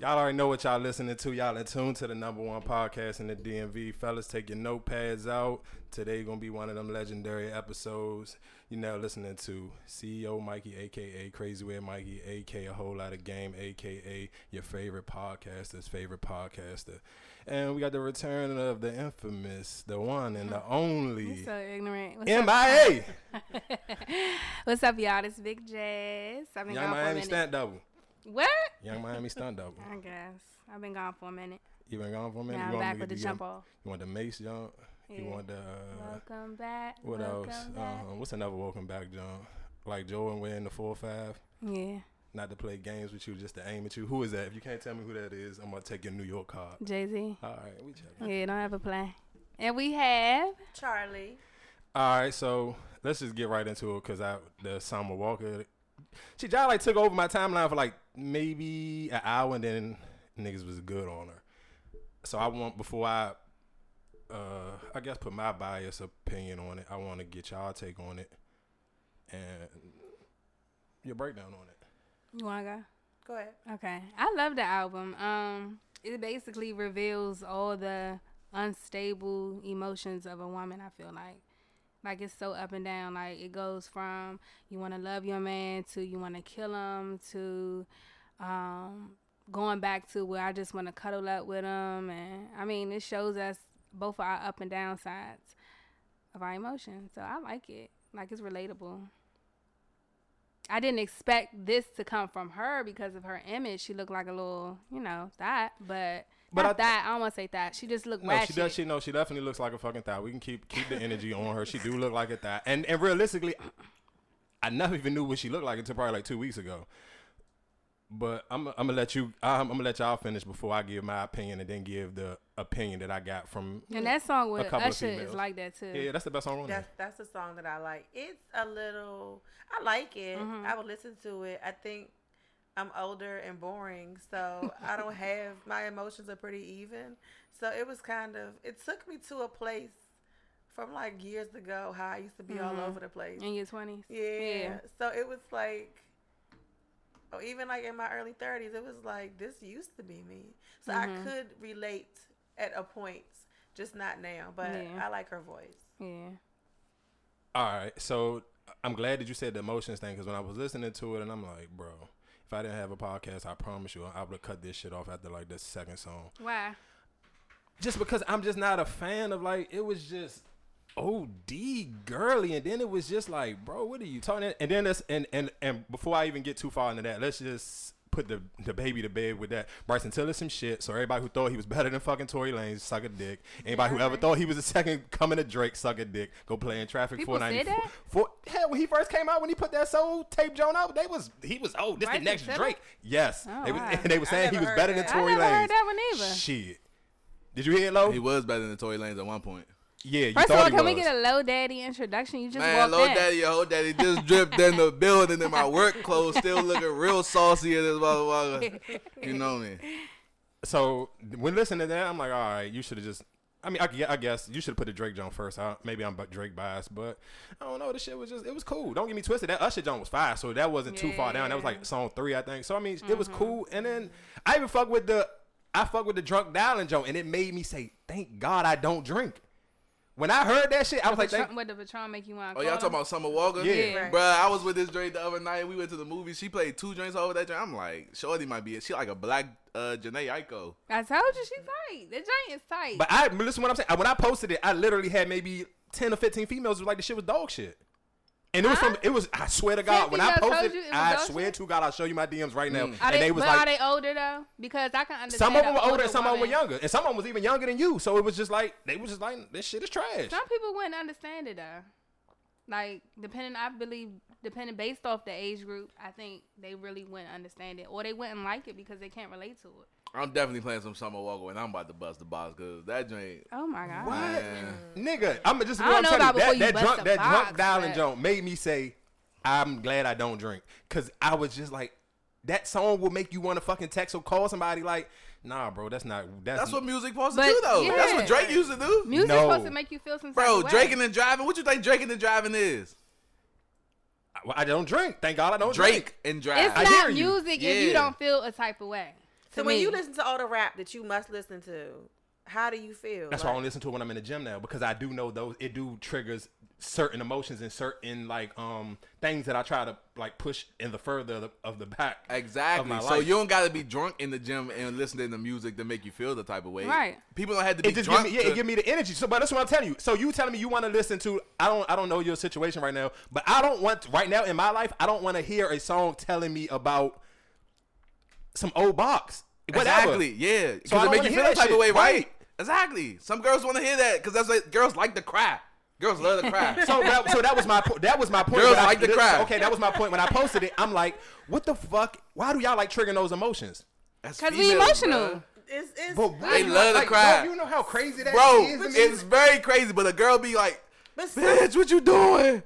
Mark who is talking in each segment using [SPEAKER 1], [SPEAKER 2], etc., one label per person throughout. [SPEAKER 1] Y'all already know what y'all listening to. Y'all are tuned to the number one podcast in the DMV. Fellas, take your notepads out. Today gonna be one of them legendary episodes. You now listening to CEO Mikey, aka Crazy Weird Mikey, aka a whole lot of game, aka your favorite podcaster's favorite podcaster. And we got the return of the infamous, the one and the only
[SPEAKER 2] So ignorant. What's Up?
[SPEAKER 1] MIA.
[SPEAKER 2] What's up, y'all? It's Big Jazz. I've been
[SPEAKER 1] Young
[SPEAKER 2] gone for a
[SPEAKER 1] Miami
[SPEAKER 2] minute.
[SPEAKER 1] stunt double.
[SPEAKER 2] what?
[SPEAKER 1] Young Miami stunt double.
[SPEAKER 2] I guess I've been gone for a minute.
[SPEAKER 1] You been gone for a minute.
[SPEAKER 2] Now
[SPEAKER 1] you
[SPEAKER 2] I'm
[SPEAKER 1] want
[SPEAKER 2] back
[SPEAKER 1] me
[SPEAKER 2] with
[SPEAKER 1] to
[SPEAKER 2] the
[SPEAKER 1] do
[SPEAKER 2] jump
[SPEAKER 1] your-
[SPEAKER 2] off.
[SPEAKER 1] You want the mace jump? You
[SPEAKER 2] Yeah.
[SPEAKER 1] want the uh,
[SPEAKER 2] welcome back.
[SPEAKER 1] What
[SPEAKER 2] welcome
[SPEAKER 1] else?
[SPEAKER 2] Back.
[SPEAKER 1] Um, what's another welcome back jump? Like Jordan wearing the four five,
[SPEAKER 2] Yeah,
[SPEAKER 1] not to play games with you, just to aim at you. Who is that? If you can't tell me who that is, I'm gonna take your New York card.
[SPEAKER 2] Jay Z.
[SPEAKER 1] All right, we check.
[SPEAKER 2] Yeah, don't have a plan. And we have
[SPEAKER 3] Charlie.
[SPEAKER 1] All right, so let's just get right into it because I the Summer Walker, she just like took over my timeline for like maybe an hour and then niggas was good on her. So I want before I, uh, I guess put my bias opinion on it. I want to get y'all take on it and your breakdown on it.
[SPEAKER 2] you wanna go?
[SPEAKER 3] Go ahead.
[SPEAKER 2] Okay. I love the album. Um, it basically reveals all the unstable emotions of a woman, I feel like. Like it's so up and down. Like it goes from you wanna love your man to you wanna kill him to um going back to where I just wanna cuddle up with him and I mean it shows us both our up and down sides of our emotions. So I like it. Like it's relatable. I didn't expect this to come from her because of her image. She looked like a little, you know, that, but
[SPEAKER 1] But
[SPEAKER 2] but
[SPEAKER 1] I
[SPEAKER 2] not
[SPEAKER 1] th-
[SPEAKER 2] that. I don't want to say that. She just looked
[SPEAKER 1] No,
[SPEAKER 2] ratchet.
[SPEAKER 1] she does. She no, she definitely looks like a fucking thigh. We can keep keep the energy on her. She do look like a thigh, and and realistically, I never even knew what she looked like until probably like two weeks ago. But I'm I'm gonna let you I'm, I'm gonna let y'all finish before I give my opinion and then give the opinion that I got from
[SPEAKER 2] and that song with
[SPEAKER 1] couple of
[SPEAKER 2] Usher is
[SPEAKER 1] females.
[SPEAKER 2] like that too.
[SPEAKER 1] yeah that's the best song on there.
[SPEAKER 3] That's that's the song that I like. It's a little I like it. I would listen to it. I think I'm older and boring, so I don't have my emotions are pretty even. So it was kind of it took me to a place from like years ago how I used to be all over the place.
[SPEAKER 2] In your twenties.
[SPEAKER 3] Yeah. So it was like, or even like in my early 30s, it was like, this used to be me. So I could relate at a point, just not now, but
[SPEAKER 2] Yeah.
[SPEAKER 3] I like her voice.
[SPEAKER 2] Yeah.
[SPEAKER 1] All right, so I'm glad that you said the emotions thing because when I was listening to it and I'm like, bro, if I didn't have a podcast, I promise you I would have cut this shit off after like the second song.
[SPEAKER 2] Why?
[SPEAKER 1] just because I'm just not a fan of like it was just OD girly, and then it was just like, bro, what are you talking? And then that's and and and before I even get too far into that, let's just put the the baby to bed with that. Bryson Tiller some shit. So everybody who thought he was better than fucking Tory Lanez, suck a dick. Anybody who ever thought he was the second coming to Drake, suck a dick. Go play in traffic.
[SPEAKER 2] People said
[SPEAKER 1] 494
[SPEAKER 2] that?
[SPEAKER 1] For hell, when he first came out, when he put that soul tape joint out, they was he was oh this
[SPEAKER 2] Bryson
[SPEAKER 1] the next
[SPEAKER 2] Tiller?
[SPEAKER 1] Drake. Yes,
[SPEAKER 2] Oh,
[SPEAKER 1] they was,
[SPEAKER 2] wow.
[SPEAKER 1] and they were saying he
[SPEAKER 3] never
[SPEAKER 1] was
[SPEAKER 3] heard
[SPEAKER 1] better
[SPEAKER 3] that.
[SPEAKER 1] than
[SPEAKER 3] I
[SPEAKER 1] Tory
[SPEAKER 2] never
[SPEAKER 1] Lanez.
[SPEAKER 2] heard that one either.
[SPEAKER 1] Shit. Did you hear it, Lo?
[SPEAKER 4] He was better than Tory Lanez at one point.
[SPEAKER 1] Yeah, you
[SPEAKER 2] First of
[SPEAKER 1] thought
[SPEAKER 2] all,
[SPEAKER 1] he
[SPEAKER 2] can we
[SPEAKER 1] was.
[SPEAKER 2] get a low daddy introduction? You just
[SPEAKER 4] Man,
[SPEAKER 2] walked
[SPEAKER 4] low
[SPEAKER 2] in.
[SPEAKER 4] daddy, your whole daddy just dripped in the building in my work clothes, still looking real saucy as this motherfucker. You know me.
[SPEAKER 1] so when listening to that, I'm like, all right, you should have just. I mean, I, gue- I guess you should have put the Drake Jones first. I, maybe I'm bu- Drake biased, but I don't know. This shit was just, it was cool. Don't get me twisted. That Usher Jones was fire, so that wasn't too far down. That was like song three, I think. So, I mean, it was
[SPEAKER 2] Mm-hmm.
[SPEAKER 1] cool. And then I even fuck with the, I fuck with the Drunk Dialing Jones, and it made me say, thank God I don't drink. When I heard that shit, I was like,
[SPEAKER 2] Patron,
[SPEAKER 1] thank,
[SPEAKER 2] what the Patron make you want?
[SPEAKER 4] Oh, y'all talking about Summer Walker?
[SPEAKER 1] Yeah. Yeah.
[SPEAKER 2] Right.
[SPEAKER 4] Bruh, I was with this Drake the other night. We went to the movie. She played two drinks over that drink. I'm like, Shorty might be. She like a black uh, Janae Aiko.
[SPEAKER 2] I told you she's tight. The joint is tight.
[SPEAKER 1] But I listen to what I'm saying. I- When I posted it, I literally had maybe ten or fifteen females who was like the shit was dog shit. And it was some. It was. I swear to God, when I
[SPEAKER 2] females told
[SPEAKER 1] posted,
[SPEAKER 2] you it was
[SPEAKER 1] I
[SPEAKER 2] dog
[SPEAKER 1] swear
[SPEAKER 2] shit?
[SPEAKER 1] to God, I'll show you my DMs right now.
[SPEAKER 2] are
[SPEAKER 1] And
[SPEAKER 2] they,
[SPEAKER 1] they was
[SPEAKER 2] but are
[SPEAKER 1] like,
[SPEAKER 2] they older though? Because I can understand.
[SPEAKER 1] some of them
[SPEAKER 2] a
[SPEAKER 1] were older, and some of them were
[SPEAKER 2] woman.
[SPEAKER 1] younger, and some of them was even younger than you. So it was just like they was just like this shit is trash.
[SPEAKER 2] Some people wouldn't understand it though. Like depending, I believe depending based off the age group, I think they really wouldn't understand it or they wouldn't like it because they can't relate to it.
[SPEAKER 4] I'm definitely playing some Summer Walker when I'm about to bust the box because that drink.
[SPEAKER 2] Oh my god.
[SPEAKER 1] What?
[SPEAKER 4] Man.
[SPEAKER 1] Nigga, I'm just
[SPEAKER 2] I
[SPEAKER 1] what I'm
[SPEAKER 2] don't know
[SPEAKER 1] telling
[SPEAKER 2] about before
[SPEAKER 1] you.
[SPEAKER 2] you
[SPEAKER 1] That, that
[SPEAKER 2] bust
[SPEAKER 1] drunk,
[SPEAKER 2] a
[SPEAKER 1] that drunk
[SPEAKER 2] box,
[SPEAKER 1] dialing
[SPEAKER 2] but-
[SPEAKER 1] joke made me say, I'm glad I don't drink. Cause I was just like, that song will make you want to fucking text or call somebody like, nah, bro, that's not that's,
[SPEAKER 4] That's what music supposed to
[SPEAKER 2] But,
[SPEAKER 4] do, though. That's
[SPEAKER 2] yeah.
[SPEAKER 4] what Drake used to do.
[SPEAKER 2] Music's
[SPEAKER 1] No.
[SPEAKER 2] supposed to make you feel some.
[SPEAKER 4] Bro,
[SPEAKER 2] type of
[SPEAKER 4] drinking
[SPEAKER 2] way.
[SPEAKER 4] and driving. What you think drinking and driving is?
[SPEAKER 1] I, I don't drink. Thank God I don't drink.
[SPEAKER 4] Drake and drive.
[SPEAKER 2] It's
[SPEAKER 1] I
[SPEAKER 2] not
[SPEAKER 1] hear you.
[SPEAKER 2] music if you
[SPEAKER 4] Yeah.
[SPEAKER 2] don't feel a type of way.
[SPEAKER 3] So
[SPEAKER 2] to
[SPEAKER 3] when
[SPEAKER 2] me.
[SPEAKER 3] you listen to all the rap that you must listen to, how do you feel?
[SPEAKER 1] That's why I
[SPEAKER 3] Like,
[SPEAKER 1] only listen to it when I'm in the gym now because I do know those it do triggers certain emotions and certain like um things that I try to like push in the further of the, of the back.
[SPEAKER 4] Exactly.
[SPEAKER 1] my
[SPEAKER 4] So
[SPEAKER 1] life.
[SPEAKER 4] you don't got to be drunk in the gym and listening to music to make you feel the type of way.
[SPEAKER 2] Right.
[SPEAKER 4] People don't have to be
[SPEAKER 1] It just give
[SPEAKER 4] drunk.
[SPEAKER 1] me yeah,
[SPEAKER 4] to-
[SPEAKER 1] it give me the energy. So but that's what I'm telling you. So you telling me you want to listen to I don't I don't know your situation right now, but I don't want right now in my life I don't want to hear a song telling me about some old box. Whatever.
[SPEAKER 4] Exactly. Yeah.
[SPEAKER 1] So I
[SPEAKER 4] Because
[SPEAKER 1] don't
[SPEAKER 4] it
[SPEAKER 1] wanna
[SPEAKER 4] make you
[SPEAKER 1] hear
[SPEAKER 4] feel that
[SPEAKER 1] that
[SPEAKER 4] type
[SPEAKER 1] shit.
[SPEAKER 4] of way, right?
[SPEAKER 1] Right.
[SPEAKER 4] Exactly. Some girls want to hear that because that's like girls like to cry. Girls love to cry.
[SPEAKER 1] So that, so that was my po- that was my point.
[SPEAKER 4] Girls
[SPEAKER 1] when I-
[SPEAKER 4] like to cry.
[SPEAKER 1] Okay, that was my point when I posted it. I'm like, what the fuck? Why do y'all like triggering those emotions?
[SPEAKER 4] Because
[SPEAKER 2] Cause we emotional.
[SPEAKER 3] It's, it's,
[SPEAKER 1] But
[SPEAKER 4] They
[SPEAKER 1] really,
[SPEAKER 4] love to
[SPEAKER 1] like,
[SPEAKER 4] cry.
[SPEAKER 1] bro, you know how crazy that
[SPEAKER 4] Bro,
[SPEAKER 1] is. to me?
[SPEAKER 4] it's very crazy, but a girl be like,
[SPEAKER 3] but some-
[SPEAKER 4] bitch, what you doing?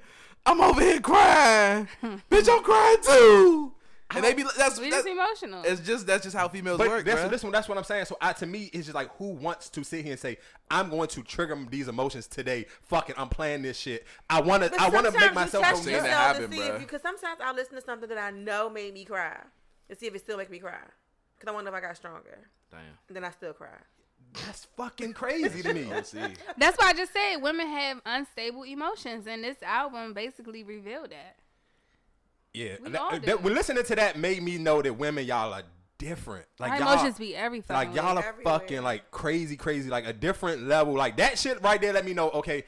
[SPEAKER 4] I'm over here crying. bitch, I'm crying too. And they be that's,
[SPEAKER 2] We just
[SPEAKER 4] that's
[SPEAKER 2] emotional.
[SPEAKER 4] it's just that's just how females
[SPEAKER 1] but
[SPEAKER 4] work,
[SPEAKER 1] that's
[SPEAKER 4] bruh.
[SPEAKER 1] this one. That's what I'm saying. So I, to me, it's just like who wants to sit here and say I'm going to trigger these emotions today? Fucking, I'm playing this shit. I wanna,
[SPEAKER 3] but
[SPEAKER 1] I wanna
[SPEAKER 3] sometimes
[SPEAKER 1] make
[SPEAKER 3] you
[SPEAKER 1] myself
[SPEAKER 3] test
[SPEAKER 1] go
[SPEAKER 4] Seen that
[SPEAKER 1] nuts.
[SPEAKER 3] yourself to
[SPEAKER 4] happen,
[SPEAKER 3] see
[SPEAKER 4] bruh.
[SPEAKER 3] if you- Cause sometimes I'll listen to something that I know made me cry and see if it still make me cry. Cause I wonder if I got stronger.
[SPEAKER 4] Damn.
[SPEAKER 3] And then I still cry.
[SPEAKER 1] That's fucking crazy to me.
[SPEAKER 4] See.
[SPEAKER 2] That's why I just said women have unstable emotions, and this album basically revealed that.
[SPEAKER 1] Yeah,
[SPEAKER 2] We
[SPEAKER 1] that-
[SPEAKER 2] all do.
[SPEAKER 1] that- when listening to that made me know that women y'all are different. Like
[SPEAKER 2] Our
[SPEAKER 1] y'all,
[SPEAKER 2] emotions be every fucking
[SPEAKER 1] like
[SPEAKER 2] way.
[SPEAKER 1] y'all are
[SPEAKER 3] everywhere.
[SPEAKER 1] fucking like crazy, crazy, like a different level. Like that shit right there. Let me know. Okay,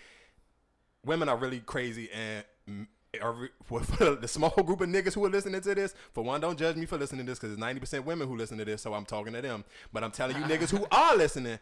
[SPEAKER 1] women are really crazy and. mm, Are, re- for, for the small group of niggas who are listening to this, for one, don't judge me for listening to this because it's ninety percent women who listen to this, so I'm talking to them. But I'm telling you, niggas who are listening,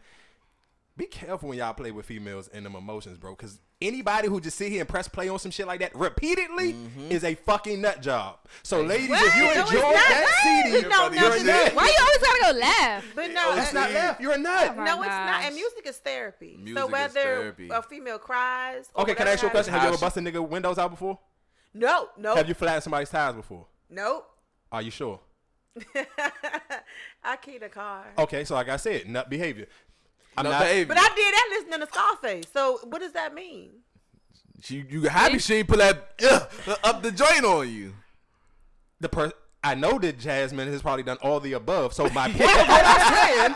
[SPEAKER 1] be careful when y'all play with females and them emotions, bro. Because anybody who just sit here and press play on some shit like that repeatedly is a fucking nut job. So, ladies, if you
[SPEAKER 3] Mm-hmm. What?
[SPEAKER 1] enjoy
[SPEAKER 3] No,
[SPEAKER 1] that
[SPEAKER 3] it's not. What?
[SPEAKER 1] CD,
[SPEAKER 3] No, no,
[SPEAKER 1] you're a
[SPEAKER 3] no,
[SPEAKER 1] nut.
[SPEAKER 3] no.
[SPEAKER 2] Why you always gotta go laugh?
[SPEAKER 3] But no,
[SPEAKER 1] oh, It's
[SPEAKER 3] uh,
[SPEAKER 1] not left. You're a nut.
[SPEAKER 2] Right. Oh
[SPEAKER 3] No, it's
[SPEAKER 2] Gosh.
[SPEAKER 3] not. And music is therapy.
[SPEAKER 4] Music
[SPEAKER 3] so
[SPEAKER 4] is
[SPEAKER 3] whether
[SPEAKER 4] therapy.
[SPEAKER 3] a female cries, or
[SPEAKER 1] Okay, can I ask you a
[SPEAKER 3] whatever
[SPEAKER 1] question? Have you ever
[SPEAKER 4] How
[SPEAKER 1] busted nigga windows out before?
[SPEAKER 3] happens- No, no,
[SPEAKER 1] Have you flattened somebody's tires before?
[SPEAKER 3] nope.
[SPEAKER 1] Are you sure?
[SPEAKER 3] I keyed a car.
[SPEAKER 1] Okay, so like I said, nut behavior. I'm
[SPEAKER 4] No,
[SPEAKER 1] not.
[SPEAKER 4] baby.
[SPEAKER 3] But I did that listening to Scarface. So what does that mean?
[SPEAKER 4] She, you happy she ain't put that uh, up the joint on you.
[SPEAKER 1] the per- I know that Jasmine has probably done all the above. So my point of what I'm saying,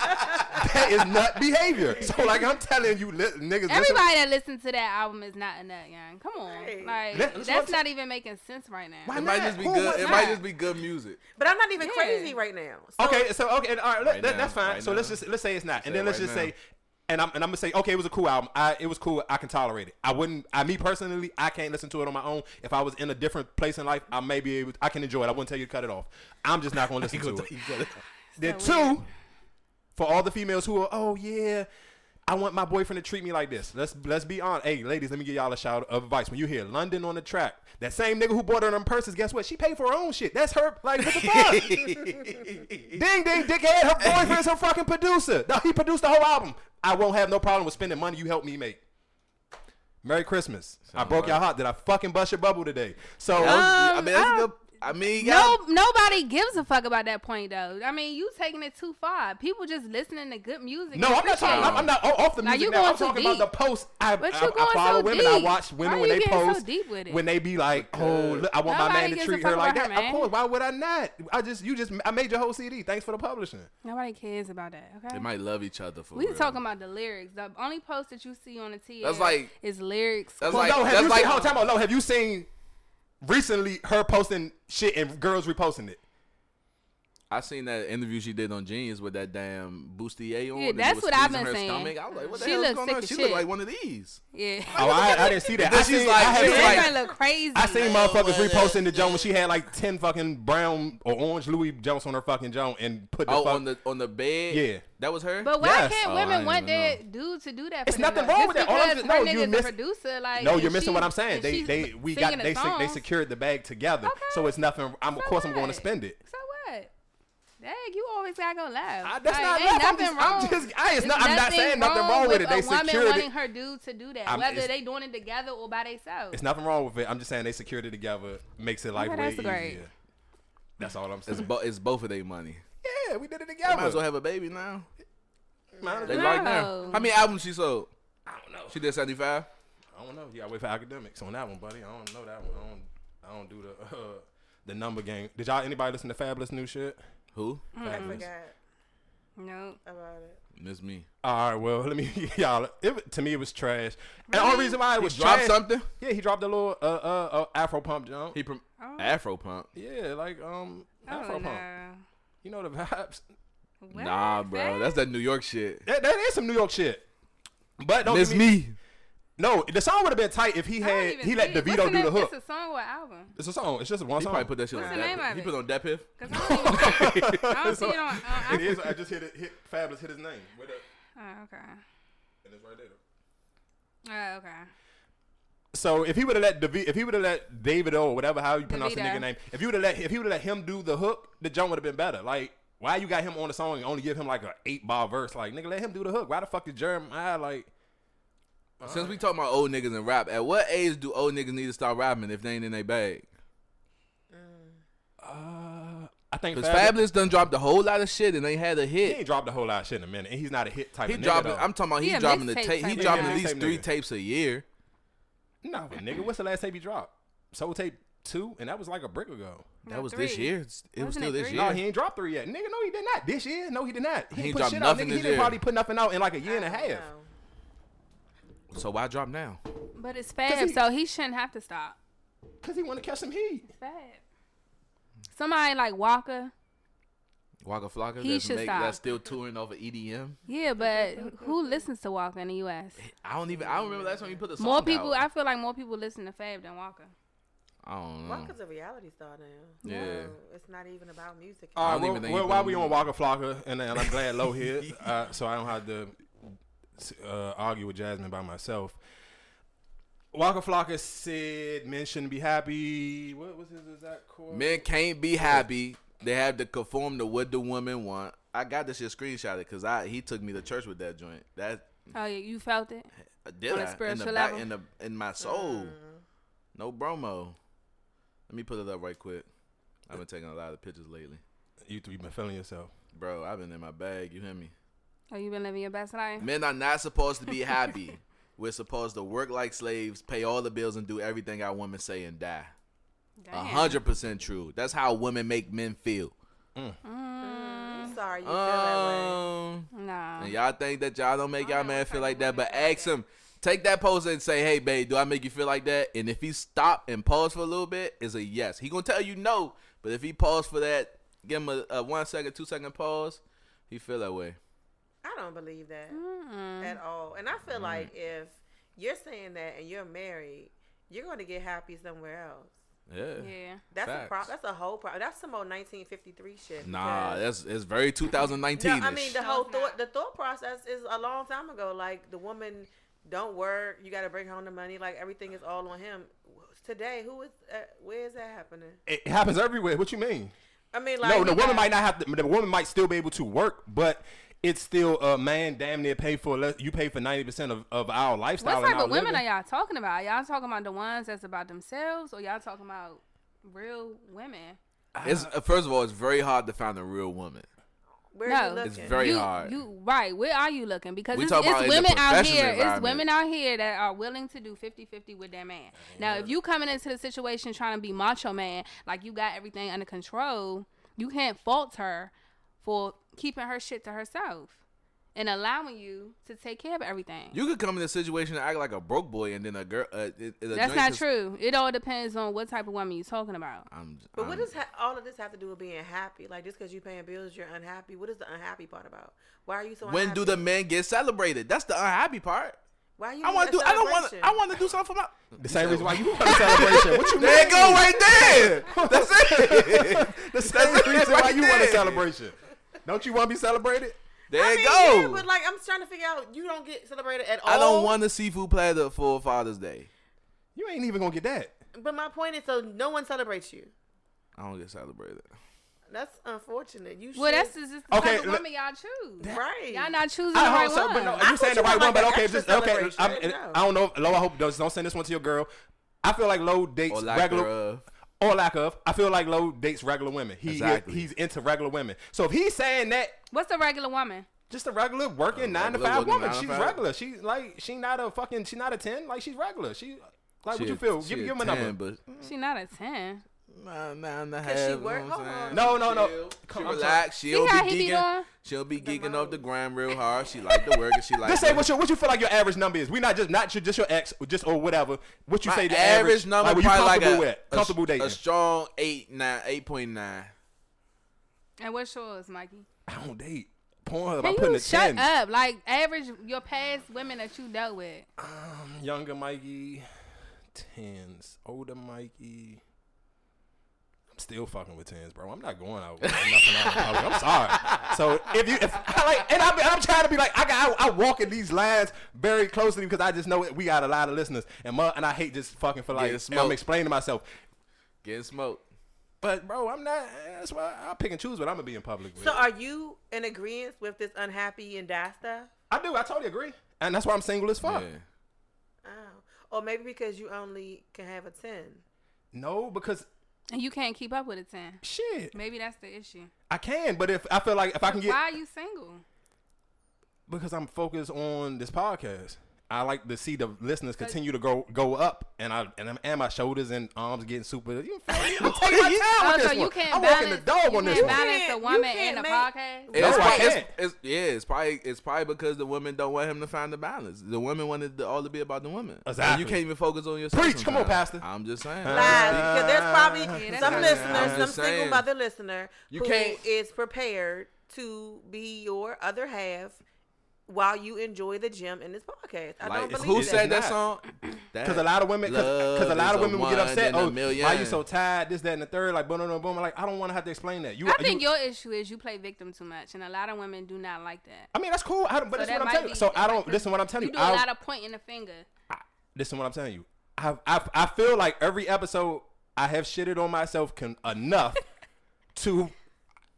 [SPEAKER 1] that is nut behavior. So like I'm telling you, li- niggas, listen,
[SPEAKER 2] Everybody that listens to that album is not a nut, young. Come on,
[SPEAKER 3] Right.
[SPEAKER 2] like
[SPEAKER 1] Let- let's watch
[SPEAKER 2] that's
[SPEAKER 1] it.
[SPEAKER 2] not even making sense right now.
[SPEAKER 1] Why
[SPEAKER 4] It might
[SPEAKER 1] not?
[SPEAKER 4] just be
[SPEAKER 1] Who
[SPEAKER 4] good.
[SPEAKER 1] wants
[SPEAKER 4] It might
[SPEAKER 2] that?
[SPEAKER 4] just be good music.
[SPEAKER 3] But I'm not even
[SPEAKER 2] Yeah.
[SPEAKER 3] crazy right now. So
[SPEAKER 1] Okay, so okay, and all right, let-
[SPEAKER 4] Right
[SPEAKER 1] that-
[SPEAKER 4] now,
[SPEAKER 1] that's fine.
[SPEAKER 4] right
[SPEAKER 1] so let's
[SPEAKER 4] now.
[SPEAKER 1] just let's say it's not, and
[SPEAKER 4] Say
[SPEAKER 1] then let's
[SPEAKER 4] right
[SPEAKER 1] just
[SPEAKER 4] now.
[SPEAKER 1] say, and I'm and I'm gonna say, okay, it was a cool album. I it was cool. I can tolerate it. I wouldn't. I me personally, I can't listen to it on my own. If I was in a different place in life, I maybe able, I can enjoy it. I wouldn't tell you to cut it off. I'm just not gonna listen to it. Then
[SPEAKER 2] So weird.
[SPEAKER 1] two, for all the females who are, oh yeah, I want my boyfriend to treat me like this. Let's let's be honest. Hey, ladies, let me give y'all a shout of advice. When you hear London on the track, that same nigga who bought her them purses, guess what? She paid for her own shit. That's her. Like what the fuck? ding ding, dickhead. Her boyfriend's her fucking producer. No, he produced the whole album. I won't have no problem with spending money you helped me make. Merry Christmas. I
[SPEAKER 4] Sound
[SPEAKER 1] broke
[SPEAKER 4] right.
[SPEAKER 1] your heart. Did I fucking bust your bubble today? So
[SPEAKER 4] I
[SPEAKER 2] Um,
[SPEAKER 4] mean, that's
[SPEAKER 2] I
[SPEAKER 4] a
[SPEAKER 2] don't-
[SPEAKER 4] good. I mean, you
[SPEAKER 2] No,
[SPEAKER 4] gotta-
[SPEAKER 2] nobody gives a fuck about that point though. I mean, you taking it too far. People just listening to good music.
[SPEAKER 1] No,
[SPEAKER 2] and
[SPEAKER 1] I'm not talking.
[SPEAKER 2] appreciate
[SPEAKER 1] I'm, I'm not off the
[SPEAKER 2] Now
[SPEAKER 1] music
[SPEAKER 2] you
[SPEAKER 1] now.
[SPEAKER 2] going
[SPEAKER 1] I'm
[SPEAKER 2] too
[SPEAKER 1] talking
[SPEAKER 2] deep.
[SPEAKER 1] about the posts. I,
[SPEAKER 2] But
[SPEAKER 1] I,
[SPEAKER 2] you
[SPEAKER 1] I
[SPEAKER 2] going
[SPEAKER 1] follow
[SPEAKER 2] so
[SPEAKER 1] women. I
[SPEAKER 2] deep.
[SPEAKER 1] watch women
[SPEAKER 2] Why
[SPEAKER 1] when
[SPEAKER 2] you
[SPEAKER 1] they
[SPEAKER 2] getting so
[SPEAKER 1] post.
[SPEAKER 2] deep with it?
[SPEAKER 1] When they be like, "Oh, look, I want my
[SPEAKER 2] Nobody
[SPEAKER 1] man to
[SPEAKER 2] gives a
[SPEAKER 1] treat
[SPEAKER 2] fuck
[SPEAKER 1] her like
[SPEAKER 2] about
[SPEAKER 1] that."
[SPEAKER 2] her,
[SPEAKER 1] Of
[SPEAKER 2] man.
[SPEAKER 1] course. Why would I not? I just you just I made your whole CD. Thanks for the publishing.
[SPEAKER 2] Nobody cares about that. Okay.
[SPEAKER 4] they might love each other for.
[SPEAKER 2] we
[SPEAKER 4] real.
[SPEAKER 2] talking about the lyrics. The only post that you see on the TL
[SPEAKER 4] That's like-
[SPEAKER 2] is lyrics.
[SPEAKER 4] that's
[SPEAKER 1] Well,
[SPEAKER 4] like-
[SPEAKER 1] no, have
[SPEAKER 4] that's
[SPEAKER 1] you
[SPEAKER 4] like-
[SPEAKER 1] seen? Hold on, time out. No, have you seen recently her posting shit and girls reposting it?
[SPEAKER 4] I seen that interview she did on Genius with that damn bustier on.
[SPEAKER 2] Yeah,
[SPEAKER 4] that they
[SPEAKER 2] that's
[SPEAKER 4] was
[SPEAKER 2] what I've
[SPEAKER 4] squeezing
[SPEAKER 2] been
[SPEAKER 4] her
[SPEAKER 2] saying.
[SPEAKER 4] Stomach. I was like, what the
[SPEAKER 2] She
[SPEAKER 4] hell is
[SPEAKER 2] looked
[SPEAKER 4] going
[SPEAKER 2] sick
[SPEAKER 4] on?
[SPEAKER 2] as
[SPEAKER 4] She looked
[SPEAKER 2] shit.
[SPEAKER 4] like one of these.
[SPEAKER 2] yeah.
[SPEAKER 1] Oh, I, I didn't see that.
[SPEAKER 4] Then
[SPEAKER 1] I
[SPEAKER 4] she's
[SPEAKER 1] seen,
[SPEAKER 4] like-
[SPEAKER 1] I
[SPEAKER 4] she's
[SPEAKER 1] haven't,
[SPEAKER 4] like-
[SPEAKER 1] like,
[SPEAKER 2] Everybody look crazy.
[SPEAKER 1] I seen
[SPEAKER 4] Oh,
[SPEAKER 1] motherfuckers
[SPEAKER 4] well,
[SPEAKER 1] reposting the joint when she had like ten fucking brown or orange Louis Jones on her fucking joint and put the
[SPEAKER 4] Oh,
[SPEAKER 1] fuck-
[SPEAKER 4] on the on the bed.
[SPEAKER 1] Yeah.
[SPEAKER 4] that was her.
[SPEAKER 2] But why
[SPEAKER 1] Yes.
[SPEAKER 2] can't
[SPEAKER 4] Oh, I
[SPEAKER 2] women
[SPEAKER 4] didn't
[SPEAKER 2] want
[SPEAKER 4] even
[SPEAKER 2] their
[SPEAKER 4] know.
[SPEAKER 2] dudes to do that? For
[SPEAKER 1] It's
[SPEAKER 2] them,
[SPEAKER 1] nothing
[SPEAKER 2] though?
[SPEAKER 1] wrong
[SPEAKER 2] Just
[SPEAKER 1] with that. All I'm
[SPEAKER 2] because
[SPEAKER 1] just- no,
[SPEAKER 2] her
[SPEAKER 1] you
[SPEAKER 2] nigga's a
[SPEAKER 1] miss-
[SPEAKER 2] producer. Like,
[SPEAKER 1] No,
[SPEAKER 2] and
[SPEAKER 1] you're missing what
[SPEAKER 2] she-
[SPEAKER 1] I'm saying.
[SPEAKER 2] and
[SPEAKER 1] They
[SPEAKER 2] she's
[SPEAKER 1] they we
[SPEAKER 2] singing
[SPEAKER 1] got
[SPEAKER 2] the
[SPEAKER 1] they sing, they
[SPEAKER 2] songs.
[SPEAKER 1] secured the bag together.
[SPEAKER 2] Okay.
[SPEAKER 1] So it's nothing. I'm of
[SPEAKER 2] So
[SPEAKER 1] course I'm going to
[SPEAKER 2] what?
[SPEAKER 1] spend it.
[SPEAKER 2] So what? Dang, you always gotta go left.
[SPEAKER 1] I- that's
[SPEAKER 2] Like,
[SPEAKER 1] not
[SPEAKER 2] ain't
[SPEAKER 1] left. I'm
[SPEAKER 2] nothing
[SPEAKER 1] just- I'm
[SPEAKER 2] wrong.
[SPEAKER 1] just- I- it's
[SPEAKER 2] There's
[SPEAKER 1] not- I'm not saying nothing wrong with it. They
[SPEAKER 2] a woman
[SPEAKER 1] secured it.
[SPEAKER 2] wanting her dude to do that,
[SPEAKER 1] I'm-
[SPEAKER 2] whether
[SPEAKER 1] it's-
[SPEAKER 2] they doing it together or by themselves.
[SPEAKER 1] It's nothing wrong with it. I'm just saying they secured it together makes it like
[SPEAKER 2] Okay,
[SPEAKER 1] way
[SPEAKER 2] that's great.
[SPEAKER 1] easier. That's all I'm
[SPEAKER 4] it's
[SPEAKER 1] saying.
[SPEAKER 4] bo- it's both of their money.
[SPEAKER 1] yeah, we did it
[SPEAKER 4] They
[SPEAKER 1] together.
[SPEAKER 4] might as well have a baby now.
[SPEAKER 1] Might as
[SPEAKER 4] They
[SPEAKER 1] well-
[SPEAKER 4] like now.
[SPEAKER 2] No.
[SPEAKER 4] How many albums she sold?
[SPEAKER 1] I don't know.
[SPEAKER 4] She did seventy five.
[SPEAKER 1] I don't know. You gotta wait for academics on that one, buddy. I don't know that one. I don't. I don't do the uh, the number game. Did y'all anybody listen to Fabulous new shit?
[SPEAKER 4] Who?
[SPEAKER 3] I
[SPEAKER 1] Fabulous.
[SPEAKER 3] forgot.
[SPEAKER 2] Nope.
[SPEAKER 3] about it.
[SPEAKER 4] Miss me.
[SPEAKER 1] All right, well, let me y'all. It, to me, it was trash. And the only
[SPEAKER 2] Really?
[SPEAKER 1] reason why it was
[SPEAKER 4] Drop
[SPEAKER 1] trash,
[SPEAKER 4] something.
[SPEAKER 1] yeah, he dropped a little uh, uh uh Afro pump jump.
[SPEAKER 4] He prom-
[SPEAKER 2] Oh.
[SPEAKER 4] Afro pump.
[SPEAKER 1] yeah, like um Afro
[SPEAKER 2] Oh,
[SPEAKER 1] pump.
[SPEAKER 2] no.
[SPEAKER 1] You know the vibes.
[SPEAKER 2] What
[SPEAKER 4] Nah,
[SPEAKER 2] is
[SPEAKER 4] bro,
[SPEAKER 2] that?
[SPEAKER 4] that's that New York shit.
[SPEAKER 1] That, that is some New York shit. But don't
[SPEAKER 4] Miss
[SPEAKER 1] give me,
[SPEAKER 4] me.
[SPEAKER 1] No, the song would have been tight if he
[SPEAKER 2] I don't
[SPEAKER 1] had
[SPEAKER 2] even
[SPEAKER 1] he let
[SPEAKER 2] see it.
[SPEAKER 1] DeVito
[SPEAKER 2] What's
[SPEAKER 1] do the
[SPEAKER 2] name-
[SPEAKER 1] hook.
[SPEAKER 2] It's a song or album.
[SPEAKER 1] It's a song. It's just one
[SPEAKER 4] He
[SPEAKER 1] song.
[SPEAKER 4] probably put that shit
[SPEAKER 2] What's
[SPEAKER 4] on.
[SPEAKER 2] the
[SPEAKER 4] Dap
[SPEAKER 2] name
[SPEAKER 4] Piff.
[SPEAKER 2] of
[SPEAKER 4] He
[SPEAKER 2] it?
[SPEAKER 4] put it on Dap Piff.
[SPEAKER 2] Cause I don't, even, I don't see it on. on
[SPEAKER 1] it
[SPEAKER 2] I,
[SPEAKER 1] is. I just hit it. Hit fabulous. Hit his name. With it,
[SPEAKER 2] oh, okay.
[SPEAKER 1] and it's right there.
[SPEAKER 2] Oh, okay.
[SPEAKER 1] So if he would have let Davi, if he would have let David O, whatever how you pronounce the
[SPEAKER 2] DeVito.
[SPEAKER 1] nigga name, if you would have let if he would have let him do the hook, the jump would have been better. Like why you got him on the song and only give him like a eight bar verse? Like nigga, let him do the hook. Why the fuck is Jeremiah like?
[SPEAKER 4] Since we talking about old niggas and rap, at what age do old niggas need to stop rapping if they ain't in their bag?
[SPEAKER 1] Uh, I think
[SPEAKER 4] Because
[SPEAKER 1] Fab-
[SPEAKER 4] Fabulous done dropped a whole lot of shit and they had a
[SPEAKER 1] he
[SPEAKER 4] hit.
[SPEAKER 1] ain't dropped a whole lot of shit in a minute, and he's not a hit type.
[SPEAKER 4] He
[SPEAKER 1] of nigga,
[SPEAKER 4] dropping.
[SPEAKER 1] though.
[SPEAKER 4] I'm talking about he,
[SPEAKER 2] He a
[SPEAKER 4] dropping the
[SPEAKER 2] mixtape
[SPEAKER 4] tape. He
[SPEAKER 2] type
[SPEAKER 4] dropping
[SPEAKER 1] nigga.
[SPEAKER 4] at least
[SPEAKER 1] Mixtape
[SPEAKER 4] three
[SPEAKER 1] nigga.
[SPEAKER 4] tapes a year.
[SPEAKER 1] no nigga. What's the last tape he dropped? Soul tape two, and that was like a brick ago.
[SPEAKER 4] That
[SPEAKER 2] No,
[SPEAKER 4] was this
[SPEAKER 2] three.
[SPEAKER 4] year. It's- It was
[SPEAKER 2] Wasn't
[SPEAKER 4] still
[SPEAKER 2] it
[SPEAKER 4] this
[SPEAKER 2] three?
[SPEAKER 1] No,
[SPEAKER 4] year.
[SPEAKER 1] he ain't dropped three yet. Nigga, no, he did not. This year, no, he did not. He,
[SPEAKER 4] He
[SPEAKER 1] ain't
[SPEAKER 4] dropped
[SPEAKER 1] put shit out.
[SPEAKER 4] nothing
[SPEAKER 1] Nigga,
[SPEAKER 4] this
[SPEAKER 1] he didn't
[SPEAKER 4] year.
[SPEAKER 1] probably put nothing out in like a year and a
[SPEAKER 3] I
[SPEAKER 1] half.
[SPEAKER 3] don't know.
[SPEAKER 4] So why drop now?
[SPEAKER 2] But it's
[SPEAKER 1] 'Cause
[SPEAKER 2] Fab,
[SPEAKER 1] he-
[SPEAKER 2] so he shouldn't have to stop.
[SPEAKER 1] Cause he want to catch some heat.
[SPEAKER 2] Fab. Somebody like Walker.
[SPEAKER 4] Waka Flocka.
[SPEAKER 2] He
[SPEAKER 4] that's,
[SPEAKER 2] should
[SPEAKER 4] make,
[SPEAKER 2] stop.
[SPEAKER 4] that's still touring off of E EDM.
[SPEAKER 2] Yeah, but who listens to Walker in the U.S.?
[SPEAKER 4] I don't even. I don't remember last time you put the song
[SPEAKER 2] More people.
[SPEAKER 4] Out.
[SPEAKER 2] I feel like more people listen to Fab than Walker.
[SPEAKER 4] I, don't know.
[SPEAKER 3] Walker's a reality star now.
[SPEAKER 4] Yeah.
[SPEAKER 3] So it's not even about music.
[SPEAKER 1] All
[SPEAKER 4] I
[SPEAKER 1] right,
[SPEAKER 4] don't
[SPEAKER 1] Uh, well,
[SPEAKER 4] even think
[SPEAKER 1] well
[SPEAKER 4] he
[SPEAKER 1] while
[SPEAKER 4] put
[SPEAKER 1] we
[SPEAKER 4] him
[SPEAKER 1] on
[SPEAKER 4] in.
[SPEAKER 1] Walker Flocka, and, and I'm glad Low here, uh, so I don't have to uh, argue with Jasmine by myself. Walker Flocka said, "Men shouldn't be happy." What was his exact quote?
[SPEAKER 4] Men can't be happy. They have to conform to what the woman want. I got this shit screenshotted because I he took me to church with that joint. That
[SPEAKER 2] Oh, yeah, you felt it.
[SPEAKER 4] I did
[SPEAKER 2] On a
[SPEAKER 4] I, in the
[SPEAKER 2] spiritual
[SPEAKER 4] back
[SPEAKER 2] level? Mm.
[SPEAKER 4] in the in my soul. No bromo. Let me put it up right quick. I've been taking a lot of pictures lately,
[SPEAKER 1] you three been feeling yourself.
[SPEAKER 4] bro. I've been in my bag. You hear me?
[SPEAKER 2] Oh, you been living your best life.
[SPEAKER 4] Men are not supposed to be happy. We're supposed to work like slaves, pay all the bills, and do everything our women say and die. A
[SPEAKER 2] Damn.
[SPEAKER 4] hundred percent true. That's how women make men feel.
[SPEAKER 3] I'm sorry you feel that way.
[SPEAKER 4] Um.
[SPEAKER 2] Mm, Nah.
[SPEAKER 4] And y'all think that y'all don't make y'all
[SPEAKER 2] Uh-huh. know
[SPEAKER 4] man
[SPEAKER 2] what type
[SPEAKER 4] feel like
[SPEAKER 2] of
[SPEAKER 4] that,
[SPEAKER 2] woman
[SPEAKER 4] but
[SPEAKER 2] do that.
[SPEAKER 4] ask him, take that pose and say, "Hey, babe, do I make you feel like that?" And if he stop and pause for a little bit, is a yes. He gonna tell you no, but if he pause for that, give him a, a one second, two second pause, he feel that way.
[SPEAKER 3] I don't believe that
[SPEAKER 2] Mm-mm.
[SPEAKER 3] at all. And I feel like if you're saying that and you're married, you're going to get happy somewhere else.
[SPEAKER 4] Yeah.
[SPEAKER 2] Yeah.
[SPEAKER 3] That's a
[SPEAKER 4] Facts.
[SPEAKER 3] problem. That's a whole problem. That's some old 1953 shit.
[SPEAKER 4] Nah,
[SPEAKER 3] because-
[SPEAKER 4] that's it's very 2019.
[SPEAKER 3] No, I mean the
[SPEAKER 2] No,
[SPEAKER 3] whole
[SPEAKER 2] it's not.
[SPEAKER 3] thought. The thought process is a long time ago. Like the woman don't work. You got to bring home the money. Like everything is all on him. Today, who is? Uh, where is that happening?
[SPEAKER 1] It it happens everywhere. What you mean?
[SPEAKER 3] I mean, like
[SPEAKER 1] no, the
[SPEAKER 3] you
[SPEAKER 1] woman
[SPEAKER 3] got-
[SPEAKER 1] might not have. To, the woman might still be able to work, but it's still a man damn near pay for. less- You pay for ninety percent of, of our lifestyle.
[SPEAKER 2] What
[SPEAKER 1] and
[SPEAKER 2] type
[SPEAKER 1] our
[SPEAKER 2] of women
[SPEAKER 1] living.
[SPEAKER 2] are y'all talking about? Y'all talking about the ones that's about themselves, or y'all talking about real women?
[SPEAKER 4] it's uh, first of all, it's very hard to find a real woman.
[SPEAKER 3] Where
[SPEAKER 2] No.
[SPEAKER 3] you looking?
[SPEAKER 4] It's very
[SPEAKER 2] you,
[SPEAKER 4] hard.
[SPEAKER 2] You right? Where are you looking? Because
[SPEAKER 4] We
[SPEAKER 2] it's,
[SPEAKER 4] talking about
[SPEAKER 2] it's
[SPEAKER 4] in the
[SPEAKER 2] women out
[SPEAKER 4] professional
[SPEAKER 2] here. It's
[SPEAKER 4] environment.
[SPEAKER 2] women out here that are willing to do 50-50 with their man. Now, if you coming into the situation trying to be macho man, like you got everything under control, you can't fault her for keeping her shit to herself and allowing you to take care of everything.
[SPEAKER 4] You could come in a situation and act like a broke boy, and then a girl. Uh, it- it- a
[SPEAKER 2] That's
[SPEAKER 4] joint
[SPEAKER 2] not
[SPEAKER 4] just-
[SPEAKER 2] true. It all depends on what type of woman you're talking about.
[SPEAKER 4] I'm,
[SPEAKER 3] But what
[SPEAKER 4] I'm-
[SPEAKER 3] does ha- all of this have to do with being happy? Like just because you're paying bills, you're unhappy. What is the unhappy part about? Why are you so?
[SPEAKER 4] when do
[SPEAKER 3] unhappy?
[SPEAKER 4] the men get celebrated? That's the unhappy part.
[SPEAKER 3] Why you?
[SPEAKER 4] I want to
[SPEAKER 3] need
[SPEAKER 4] do.
[SPEAKER 3] a
[SPEAKER 4] I don't want.
[SPEAKER 3] celebration?
[SPEAKER 4] I want to do something for my.
[SPEAKER 1] The same reason why you want a celebration. What you
[SPEAKER 4] There
[SPEAKER 1] mean?
[SPEAKER 4] it go right there. That's it.
[SPEAKER 1] The same
[SPEAKER 4] That's it
[SPEAKER 1] reason why
[SPEAKER 4] right
[SPEAKER 1] you want a
[SPEAKER 4] there.
[SPEAKER 1] celebration. Don't you want to be celebrated?
[SPEAKER 4] There
[SPEAKER 3] I
[SPEAKER 4] it
[SPEAKER 3] mean,
[SPEAKER 4] go.
[SPEAKER 3] yeah, but like oh. I'm trying to figure out, you don't get celebrated at all.
[SPEAKER 4] I don't want a seafood platter for Father's Day.
[SPEAKER 1] You ain't even gonna get that.
[SPEAKER 3] But my point is, so no one celebrates you.
[SPEAKER 4] I don't get celebrated.
[SPEAKER 3] That's unfortunate. You
[SPEAKER 2] Well,
[SPEAKER 3] should-
[SPEAKER 2] that's just the
[SPEAKER 1] Okay,
[SPEAKER 2] type of
[SPEAKER 1] le-
[SPEAKER 2] woman y'all choose.
[SPEAKER 3] right.
[SPEAKER 2] Y'all not choosing the
[SPEAKER 1] I
[SPEAKER 2] right
[SPEAKER 1] hope so,
[SPEAKER 2] one.
[SPEAKER 1] but no,
[SPEAKER 3] I
[SPEAKER 1] you
[SPEAKER 3] thought
[SPEAKER 1] saying the
[SPEAKER 3] you
[SPEAKER 1] right
[SPEAKER 3] want,
[SPEAKER 1] one, but
[SPEAKER 3] like, an
[SPEAKER 1] okay,
[SPEAKER 3] extra
[SPEAKER 1] just okay. I'm,
[SPEAKER 3] celebration. No.
[SPEAKER 1] I don't know. If, Low, I hope does don't send this one to your girl. I feel like Low dates
[SPEAKER 4] Or lack
[SPEAKER 1] regular
[SPEAKER 4] thereof.
[SPEAKER 1] or lack of. I feel like Low dates regular women. He,
[SPEAKER 4] Exactly.
[SPEAKER 1] he's into regular women. So if he's saying that,
[SPEAKER 2] What's a regular woman?
[SPEAKER 1] just a regular working nine to
[SPEAKER 4] regular
[SPEAKER 1] five
[SPEAKER 4] working
[SPEAKER 1] woman,
[SPEAKER 4] nine to
[SPEAKER 1] she's
[SPEAKER 4] five.
[SPEAKER 1] regular. She's like she not a fucking she not a ten. Like she's regular. She like
[SPEAKER 4] She
[SPEAKER 1] what you
[SPEAKER 4] a-
[SPEAKER 1] feel?
[SPEAKER 4] she
[SPEAKER 1] Give,
[SPEAKER 4] a
[SPEAKER 1] give him a
[SPEAKER 4] 10,
[SPEAKER 1] number.
[SPEAKER 4] But
[SPEAKER 2] She not a ten.
[SPEAKER 4] Nah, nah, nah.
[SPEAKER 3] Cause she work- hold on.
[SPEAKER 1] No, no, no.
[SPEAKER 4] Chill.
[SPEAKER 1] Come-
[SPEAKER 4] she
[SPEAKER 1] I'm
[SPEAKER 4] relax. She'll
[SPEAKER 2] See
[SPEAKER 4] be
[SPEAKER 2] how he be
[SPEAKER 4] geeking.
[SPEAKER 2] going?
[SPEAKER 4] She'll be
[SPEAKER 3] The
[SPEAKER 4] geeking off
[SPEAKER 3] most.
[SPEAKER 4] the gram real hard. She like the work and she like.
[SPEAKER 1] This ain't what you what you feel like your average number is. We not just not your, just your ex, or just or whatever. What you
[SPEAKER 4] My
[SPEAKER 1] say the
[SPEAKER 4] average number
[SPEAKER 1] like, what you
[SPEAKER 4] probably like
[SPEAKER 1] comfortable
[SPEAKER 4] a,
[SPEAKER 1] with, comfortable
[SPEAKER 4] a,
[SPEAKER 1] dating.
[SPEAKER 4] a strong eight nine eight point nine.
[SPEAKER 2] And what's yours, Mikey?
[SPEAKER 1] I don't date. Pornhub,
[SPEAKER 2] Can
[SPEAKER 1] I'm
[SPEAKER 2] you
[SPEAKER 1] putting a
[SPEAKER 2] shut
[SPEAKER 1] ten.
[SPEAKER 2] up? Like average your past women that you dealt with.
[SPEAKER 1] Younger Mikey, tens. Older Mikey. I'm still fucking with tens, bro. I'm not going out. With nothing out in public. I'm sorry. So if you, if I like, and I'm, I'm trying to be like, I got, I, I walk in these lines very closely because I just know it, we got a lot of listeners, and my, and I hate just fucking for like.
[SPEAKER 4] Getting
[SPEAKER 1] and I'm
[SPEAKER 4] smoked.
[SPEAKER 1] explaining myself,
[SPEAKER 4] Getting smoked.
[SPEAKER 1] but bro, I'm not. That's why I pick and choose what I'm gonna be in public with.
[SPEAKER 3] So are you in agreement with this unhappy and die stuff?
[SPEAKER 1] I do. I totally agree, and that's why I'm single as fuck.
[SPEAKER 4] Yeah.
[SPEAKER 3] Oh. Or maybe because you only can have a ten.
[SPEAKER 1] No, because
[SPEAKER 2] And you can't keep up with a ten.
[SPEAKER 1] shit,
[SPEAKER 2] Maybe that's the issue.
[SPEAKER 1] I can. But if I feel like if I can get
[SPEAKER 2] Why are you single?
[SPEAKER 1] because I'm focused on this podcast. I like to see the listeners continue to go go up, and I and, I'm, and my shoulders and arms getting super. You feel me? I'm taking my time
[SPEAKER 2] Oh,
[SPEAKER 1] with
[SPEAKER 2] so
[SPEAKER 1] this
[SPEAKER 2] you
[SPEAKER 1] one.
[SPEAKER 2] can't
[SPEAKER 1] I'm
[SPEAKER 2] balance.
[SPEAKER 1] walking the dog
[SPEAKER 2] you
[SPEAKER 1] on this
[SPEAKER 2] can't
[SPEAKER 1] one.
[SPEAKER 2] balance
[SPEAKER 3] You
[SPEAKER 2] a woman
[SPEAKER 3] can't
[SPEAKER 2] and a
[SPEAKER 3] make-
[SPEAKER 2] podcast.
[SPEAKER 4] It's,
[SPEAKER 1] No, I
[SPEAKER 4] probably, it's,
[SPEAKER 1] can't.
[SPEAKER 4] it's, yeah, it's probably it's probably because the women don't want him to find the balance. The women wanted it to all to be about the women. And
[SPEAKER 1] Exactly.
[SPEAKER 4] you can't even focus on yourself.
[SPEAKER 1] Preach. Come on,
[SPEAKER 4] sometimes.
[SPEAKER 1] Pastor.
[SPEAKER 4] I'm just saying.
[SPEAKER 3] Lies. because there's probably
[SPEAKER 2] that's
[SPEAKER 3] some
[SPEAKER 2] not-
[SPEAKER 3] listeners,
[SPEAKER 4] I'm
[SPEAKER 3] some
[SPEAKER 4] just
[SPEAKER 3] single
[SPEAKER 4] saying.
[SPEAKER 3] mother listener who
[SPEAKER 4] You
[SPEAKER 3] is
[SPEAKER 4] can't-
[SPEAKER 3] prepared to be your other half while you enjoy the gym in this podcast. I
[SPEAKER 4] Like,
[SPEAKER 3] don't believe
[SPEAKER 4] who
[SPEAKER 3] that.
[SPEAKER 4] said that
[SPEAKER 1] It's
[SPEAKER 4] song?
[SPEAKER 1] Because a lot of women, because a
[SPEAKER 4] Love
[SPEAKER 1] lot of
[SPEAKER 4] is a
[SPEAKER 1] women will get
[SPEAKER 4] one
[SPEAKER 1] upset.
[SPEAKER 4] in a
[SPEAKER 1] Oh, why
[SPEAKER 4] million."
[SPEAKER 1] you so tired? This, that, and the third. Like, boom, boom, boom. boom. Like, I don't want to have to explain that. You,
[SPEAKER 2] I think
[SPEAKER 1] you,
[SPEAKER 2] your issue is you play victim too much, and a lot of women do not like that.
[SPEAKER 1] I mean, that's cool. I don't, but this
[SPEAKER 2] So
[SPEAKER 1] is
[SPEAKER 2] that
[SPEAKER 1] what I'm
[SPEAKER 2] might
[SPEAKER 1] telling you.
[SPEAKER 2] be-
[SPEAKER 1] So
[SPEAKER 2] that
[SPEAKER 1] I
[SPEAKER 2] might
[SPEAKER 1] don't.
[SPEAKER 2] be-
[SPEAKER 1] This is what I'm telling
[SPEAKER 2] You
[SPEAKER 1] you.
[SPEAKER 2] do a
[SPEAKER 1] I'll-
[SPEAKER 2] lot of pointing the finger.
[SPEAKER 1] This is what I'm telling you. I I I feel like every episode I have shitted on myself can, enough to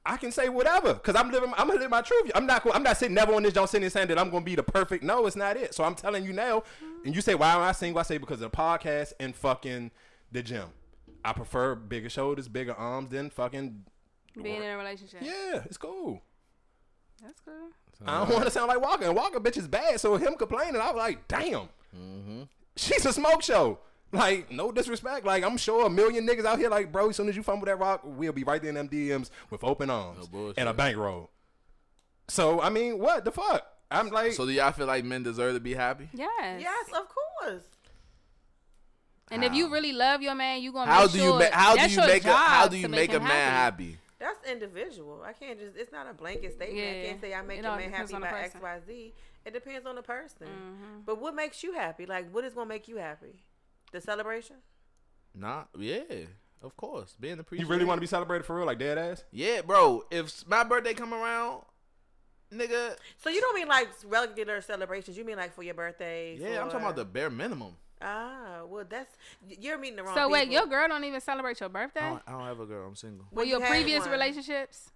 [SPEAKER 1] I can say whatever because I'm living I'm gonna live my truth. I'm not go- I'm not sitting never on this don't sitting there saying that I'm gonna be the perfect. No, it's not it. So I'm telling you now. And you say why am I single? I say because of the podcast and fucking the gym. I prefer bigger shoulders, bigger arms than fucking.
[SPEAKER 2] Being in a relationship.
[SPEAKER 1] Yeah, it's cool.
[SPEAKER 2] That's cool.
[SPEAKER 1] I don't want to sound like Walker. And Walker bitch is bad. So him complaining, I was like, damn.
[SPEAKER 4] Mm-hmm.
[SPEAKER 1] She's a smoke show. Like, no disrespect. Like, I'm sure a million niggas out here, like, bro, as soon as you fumble that rock, we'll be right there in them DMs with open
[SPEAKER 4] No
[SPEAKER 1] arms
[SPEAKER 4] bullshit.
[SPEAKER 1] and a bankroll. So, I mean, what the fuck? I'm like,
[SPEAKER 4] So do y'all feel like men deserve to be happy?
[SPEAKER 2] Yes.
[SPEAKER 3] Yes, of course.
[SPEAKER 2] And if you really love your man, you gonna
[SPEAKER 4] How
[SPEAKER 2] make
[SPEAKER 4] do
[SPEAKER 2] sure
[SPEAKER 4] you make how do
[SPEAKER 2] that's
[SPEAKER 4] you
[SPEAKER 2] your
[SPEAKER 4] make a how
[SPEAKER 2] job
[SPEAKER 4] do you
[SPEAKER 2] to
[SPEAKER 4] make a
[SPEAKER 2] him
[SPEAKER 4] man happy?
[SPEAKER 3] That's individual. I can't just. It's not a blanket statement. I
[SPEAKER 2] Yeah.
[SPEAKER 3] can't say I make
[SPEAKER 2] It
[SPEAKER 3] a
[SPEAKER 2] all
[SPEAKER 3] man
[SPEAKER 2] depends
[SPEAKER 3] happy
[SPEAKER 2] on
[SPEAKER 3] by
[SPEAKER 2] the
[SPEAKER 3] X,
[SPEAKER 2] person. Mm-hmm.
[SPEAKER 3] Y, Z. It depends on the person. But what makes you happy? Like, what is gonna make you happy? The celebration.
[SPEAKER 4] Nah, yeah, of course. Being
[SPEAKER 1] you
[SPEAKER 4] appreciated.
[SPEAKER 1] really want to be celebrated for real? Like, dead ass?
[SPEAKER 4] Yeah, bro. If s- my birthday come around, nigga.
[SPEAKER 3] So you don't mean like regular celebrations. You mean like for your birthday.
[SPEAKER 4] Yeah, I'm talking about the bare minimum.
[SPEAKER 3] Ah, well, that's y- you're meeting the wrong.
[SPEAKER 2] So wait,
[SPEAKER 3] people.
[SPEAKER 2] your girl don't even celebrate your birthday.
[SPEAKER 4] I don't, I don't have a girl. I'm single.
[SPEAKER 3] Well,
[SPEAKER 2] well, your
[SPEAKER 3] you had
[SPEAKER 2] previous
[SPEAKER 3] one.
[SPEAKER 2] relationships,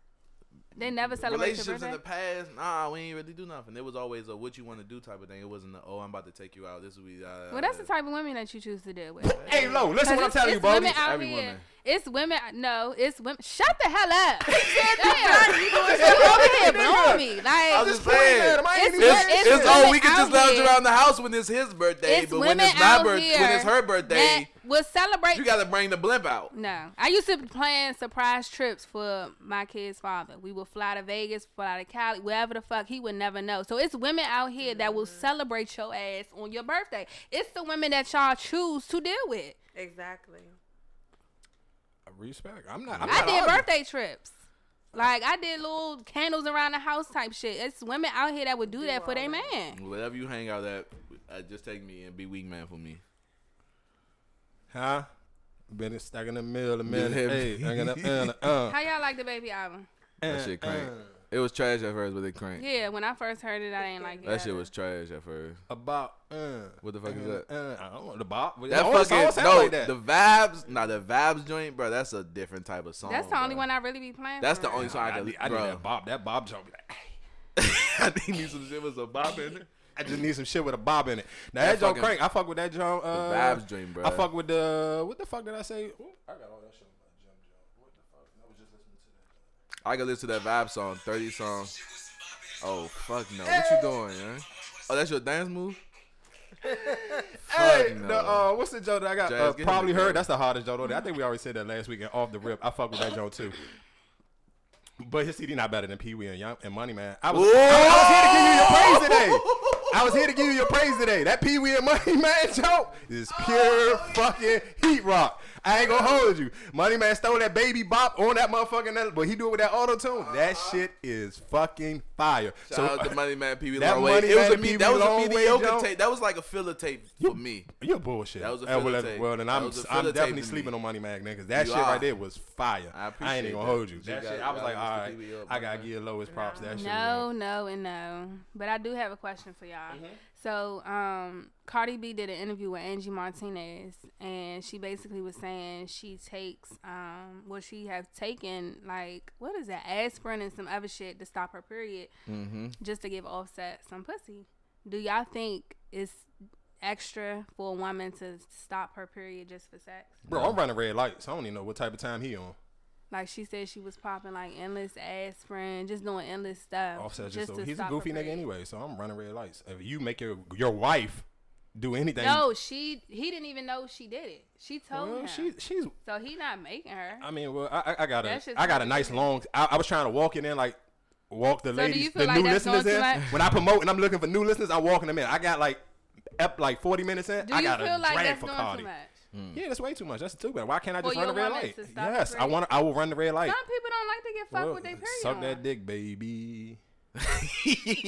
[SPEAKER 2] they never celebrate your
[SPEAKER 4] Relationships
[SPEAKER 2] birthday.
[SPEAKER 4] in the past, nah, we ain't really do nothing. It was always a what you want to do type of thing. It wasn't a oh I'm about to take you out. This will be. Uh,
[SPEAKER 2] well, that's the type of women that you choose to deal with.
[SPEAKER 1] Hey, low, listen what I'm
[SPEAKER 2] It's-
[SPEAKER 1] telling you,
[SPEAKER 2] it's
[SPEAKER 1] bro.
[SPEAKER 2] Women out
[SPEAKER 4] Every
[SPEAKER 2] here.
[SPEAKER 4] woman.
[SPEAKER 2] It's women. No, it's women. Shut the hell up. Damn.
[SPEAKER 3] You doing
[SPEAKER 2] You
[SPEAKER 3] shit.
[SPEAKER 2] over here blowing me.
[SPEAKER 4] I'm
[SPEAKER 2] Like,
[SPEAKER 4] just
[SPEAKER 1] Just point
[SPEAKER 4] saying.
[SPEAKER 1] at him. I ain't
[SPEAKER 2] It's-
[SPEAKER 1] even
[SPEAKER 4] It's,
[SPEAKER 1] mad.
[SPEAKER 2] it's
[SPEAKER 4] it's, oh,
[SPEAKER 2] women
[SPEAKER 4] we can
[SPEAKER 2] out
[SPEAKER 4] just lounge
[SPEAKER 2] here-
[SPEAKER 4] around the house when it's his birthday,
[SPEAKER 2] it's
[SPEAKER 4] but
[SPEAKER 2] women
[SPEAKER 4] when it's my
[SPEAKER 2] out
[SPEAKER 4] birthday,
[SPEAKER 2] here
[SPEAKER 4] when it's her birthday,
[SPEAKER 2] that will celebrate.
[SPEAKER 4] you gotta bring the blimp out.
[SPEAKER 2] no, I used to plan surprise trips for my kid's father. We would fly to Vegas, fly to Cali, wherever the fuck he would never know. So it's women out here that will celebrate your ass on your birthday. It's the women that y'all choose to deal with.
[SPEAKER 3] Exactly.
[SPEAKER 1] Respect. I'm not. I'm
[SPEAKER 2] I
[SPEAKER 1] not
[SPEAKER 2] did
[SPEAKER 1] arguing.
[SPEAKER 2] birthday trips. Like I did little candles around the house type shit. It's women out here that would do that for
[SPEAKER 3] all
[SPEAKER 2] their
[SPEAKER 3] that.
[SPEAKER 2] man.
[SPEAKER 4] Whatever you hang out at, uh, just take me and be weak man for me.
[SPEAKER 1] Huh? Been stacking the mill, the mill,
[SPEAKER 4] Yeah.
[SPEAKER 1] hey, stacking the mill, uh,
[SPEAKER 2] How y'all like the baby album?
[SPEAKER 4] That shit crank. It was trash at first, but it cranked.
[SPEAKER 2] Yeah, when I first heard it, I didn't like it.
[SPEAKER 4] That shit was trash at first.
[SPEAKER 1] about uh,
[SPEAKER 4] What the fuck is
[SPEAKER 1] uh,
[SPEAKER 4] that?
[SPEAKER 1] Uh, I don't know the bop. but
[SPEAKER 4] That
[SPEAKER 1] all the songs
[SPEAKER 4] fucking
[SPEAKER 1] sound
[SPEAKER 4] no,
[SPEAKER 1] like that.
[SPEAKER 4] the vibes, nah, the vibes joint, bro. That's a different type of song.
[SPEAKER 2] That's the only
[SPEAKER 4] bro.
[SPEAKER 2] one I really be playing.
[SPEAKER 4] That's
[SPEAKER 2] for
[SPEAKER 4] the only
[SPEAKER 2] real.
[SPEAKER 4] song I,
[SPEAKER 1] I
[SPEAKER 4] can.
[SPEAKER 1] need, I need
[SPEAKER 4] bro.
[SPEAKER 1] that bop. That bop jump. Like,
[SPEAKER 4] I think me some shit with a bop in it.
[SPEAKER 1] I just need some shit with a bob in it. Now that,
[SPEAKER 4] That
[SPEAKER 1] joint
[SPEAKER 4] fucking-
[SPEAKER 1] crank. I fuck with that joint. Uh,
[SPEAKER 4] vibes dream, bruh.
[SPEAKER 1] I fuck with the what the fuck did I say? Ooh, I got all that shit.
[SPEAKER 4] I can listen to that vibe song, 30 songs. Oh, fuck no. What you doing, man? Oh, that's your dance move?
[SPEAKER 1] Hey,
[SPEAKER 4] no.
[SPEAKER 1] the, uh, what's the joke that I got?
[SPEAKER 4] Jazz,
[SPEAKER 1] Uh,
[SPEAKER 4] get him
[SPEAKER 1] probably
[SPEAKER 4] the
[SPEAKER 1] heard.
[SPEAKER 4] joke.
[SPEAKER 1] That's the hardest joke. though. I think we already said that last week. And off the rip, I fuck with that joke too. But his CD not better than Pee Wee and, Young- and Money Man. I was, I, I was here to give you your praise today. I was here to give you your praise today. That Pee Wee and Money Man joke is pure fucking heat rock. I ain't gonna hold you. Money Man stole that baby bop on that motherfucking, but he do it with that auto tune. That shit is fucking fire.
[SPEAKER 4] Shout out to Money Man Pee Wee
[SPEAKER 1] that
[SPEAKER 4] Long Way.
[SPEAKER 1] Money
[SPEAKER 4] It was
[SPEAKER 1] Man
[SPEAKER 4] a
[SPEAKER 1] Pee
[SPEAKER 4] me-
[SPEAKER 1] Wee
[SPEAKER 4] that was a
[SPEAKER 1] Longway
[SPEAKER 4] mediocre
[SPEAKER 1] joke.
[SPEAKER 4] tape. That was like a filler tape for me.
[SPEAKER 1] You're bullshit.
[SPEAKER 4] That was a
[SPEAKER 1] Uh, well,
[SPEAKER 4] filler
[SPEAKER 1] that-
[SPEAKER 4] tape.
[SPEAKER 1] Well, then
[SPEAKER 4] That
[SPEAKER 1] I'm,
[SPEAKER 4] was a
[SPEAKER 1] I'm
[SPEAKER 4] filler tape
[SPEAKER 1] definitely
[SPEAKER 4] to me.
[SPEAKER 1] sleeping on Money Mag niggas. That
[SPEAKER 4] You
[SPEAKER 1] shit
[SPEAKER 4] are.
[SPEAKER 1] right there was fire.
[SPEAKER 4] I
[SPEAKER 1] ain't
[SPEAKER 4] appreciate
[SPEAKER 1] even
[SPEAKER 4] that.
[SPEAKER 1] gonna hold you.
[SPEAKER 4] You
[SPEAKER 1] That
[SPEAKER 4] got-
[SPEAKER 1] shit,
[SPEAKER 4] you
[SPEAKER 1] I was
[SPEAKER 4] got
[SPEAKER 1] like,
[SPEAKER 4] Mr.
[SPEAKER 1] all right,
[SPEAKER 4] Pee Wee up,
[SPEAKER 1] I
[SPEAKER 4] my
[SPEAKER 1] gotta
[SPEAKER 4] man.
[SPEAKER 1] give Lois props. That shit.
[SPEAKER 2] No, no, and no. But I do have a question for y'all.
[SPEAKER 1] Mm-hmm.
[SPEAKER 2] So, um, Cardi B did an interview with Angie Martinez, and she basically was saying she takes, um, well, she has taken like what is that, aspirin and some other shit to stop her period,
[SPEAKER 4] Mm-hmm.
[SPEAKER 2] just to give Offset some pussy. Do y'all think it's extra for a woman to stop her period just for sex?
[SPEAKER 1] Bro, I'm running red lights. I don't even know what type of time he on.
[SPEAKER 2] Like she said, she was popping like endless aspirin, just doing endless stuff.
[SPEAKER 1] Offset just, so
[SPEAKER 2] to
[SPEAKER 1] he's a
[SPEAKER 2] stop her
[SPEAKER 1] goofy nigga
[SPEAKER 2] period.
[SPEAKER 1] anyway. So I'm running red lights. If you make your your wife do anything,
[SPEAKER 2] No, she he didn't even know she did it. She told
[SPEAKER 1] well,
[SPEAKER 2] him.
[SPEAKER 1] she she's.
[SPEAKER 2] so he not making her.
[SPEAKER 1] I mean, well, I, I- I got a
[SPEAKER 2] That's just
[SPEAKER 1] I got a nice long. I, I was trying to walk it in like. Walk the
[SPEAKER 2] do you
[SPEAKER 1] ladies,
[SPEAKER 2] feel
[SPEAKER 1] the
[SPEAKER 2] like
[SPEAKER 1] new
[SPEAKER 2] that's
[SPEAKER 1] listeners
[SPEAKER 2] going
[SPEAKER 1] in.
[SPEAKER 2] too much?
[SPEAKER 1] When I promote and I'm looking for new listeners, I'm walking them in. I got like, up like 40 minutes in.
[SPEAKER 2] Do
[SPEAKER 1] I
[SPEAKER 2] you
[SPEAKER 1] got
[SPEAKER 2] feel
[SPEAKER 1] a
[SPEAKER 2] like
[SPEAKER 1] drag
[SPEAKER 2] that's
[SPEAKER 1] for
[SPEAKER 2] doing
[SPEAKER 1] Cardi. Mm.
[SPEAKER 2] too much?
[SPEAKER 4] Hmm.
[SPEAKER 1] Yeah, that's way too much. That's too bad. Why can't I just
[SPEAKER 2] Well,
[SPEAKER 1] run the
[SPEAKER 2] your
[SPEAKER 1] red
[SPEAKER 2] woman
[SPEAKER 1] light?
[SPEAKER 2] to stop the
[SPEAKER 1] Yes, I
[SPEAKER 2] period.
[SPEAKER 1] want. I will run the red light.
[SPEAKER 2] Some people don't like to get fucked
[SPEAKER 1] Well,
[SPEAKER 2] with their period.
[SPEAKER 1] suck
[SPEAKER 2] on.
[SPEAKER 1] that dick, baby.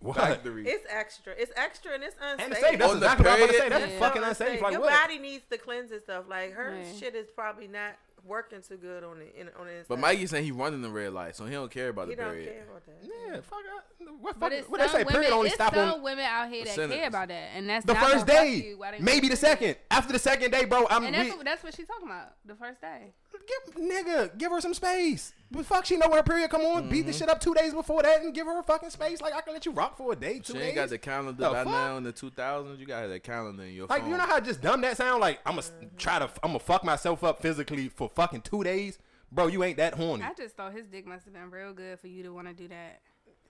[SPEAKER 1] What?
[SPEAKER 4] Factory.
[SPEAKER 3] It's extra. It's extra and it's unsafe.
[SPEAKER 1] And to say that's
[SPEAKER 4] On the
[SPEAKER 1] exactly what I'm about to say.
[SPEAKER 4] period?
[SPEAKER 1] That's
[SPEAKER 2] Yeah.
[SPEAKER 1] fucking
[SPEAKER 3] So
[SPEAKER 1] unsafe.
[SPEAKER 3] unsafe.
[SPEAKER 1] Like
[SPEAKER 3] Your
[SPEAKER 1] what?
[SPEAKER 3] body needs to cleanse itself. Like her
[SPEAKER 2] Right.
[SPEAKER 3] shit is probably not working too good on the in, on the inside.
[SPEAKER 4] But Mikey saying he running the red light, so he don't care about
[SPEAKER 3] he
[SPEAKER 4] the
[SPEAKER 3] don't
[SPEAKER 4] period.
[SPEAKER 3] care about that.
[SPEAKER 1] yeah, fuck. I- What,
[SPEAKER 2] But
[SPEAKER 1] fuck,
[SPEAKER 2] it's
[SPEAKER 1] what they
[SPEAKER 2] some
[SPEAKER 1] say?
[SPEAKER 2] women.
[SPEAKER 1] Period only
[SPEAKER 2] it's
[SPEAKER 1] stop
[SPEAKER 2] some
[SPEAKER 1] on
[SPEAKER 2] women out here that
[SPEAKER 4] Percentage.
[SPEAKER 2] care about that, and that's
[SPEAKER 1] the
[SPEAKER 2] not
[SPEAKER 1] first
[SPEAKER 2] gonna fuck
[SPEAKER 1] day,
[SPEAKER 2] you. Why they
[SPEAKER 1] maybe the
[SPEAKER 2] fuck you?
[SPEAKER 1] second. After the second day, bro, I'm
[SPEAKER 2] And
[SPEAKER 1] we,
[SPEAKER 2] that's what, that's what she's talking about. The first day.
[SPEAKER 1] give, nigga. Give her some space. But fuck, she know when her period come on. Beat the
[SPEAKER 4] Mm-hmm.
[SPEAKER 1] shit up two days before that and give her fucking space. Like I can let you rock for a day, two
[SPEAKER 4] She
[SPEAKER 1] days.
[SPEAKER 4] ain't got the calendar
[SPEAKER 1] The
[SPEAKER 4] by
[SPEAKER 1] fuck?
[SPEAKER 4] now in the 2000s. You got that calendar in your
[SPEAKER 1] Like
[SPEAKER 4] phone.
[SPEAKER 1] you know how just dumb that sound? Like I'm gonna try to I'm gonna fuck myself up physically for fucking two days, bro. You ain't that
[SPEAKER 4] Hmm.
[SPEAKER 1] horny.
[SPEAKER 2] I just thought his dick must have been real good for you to want to do that.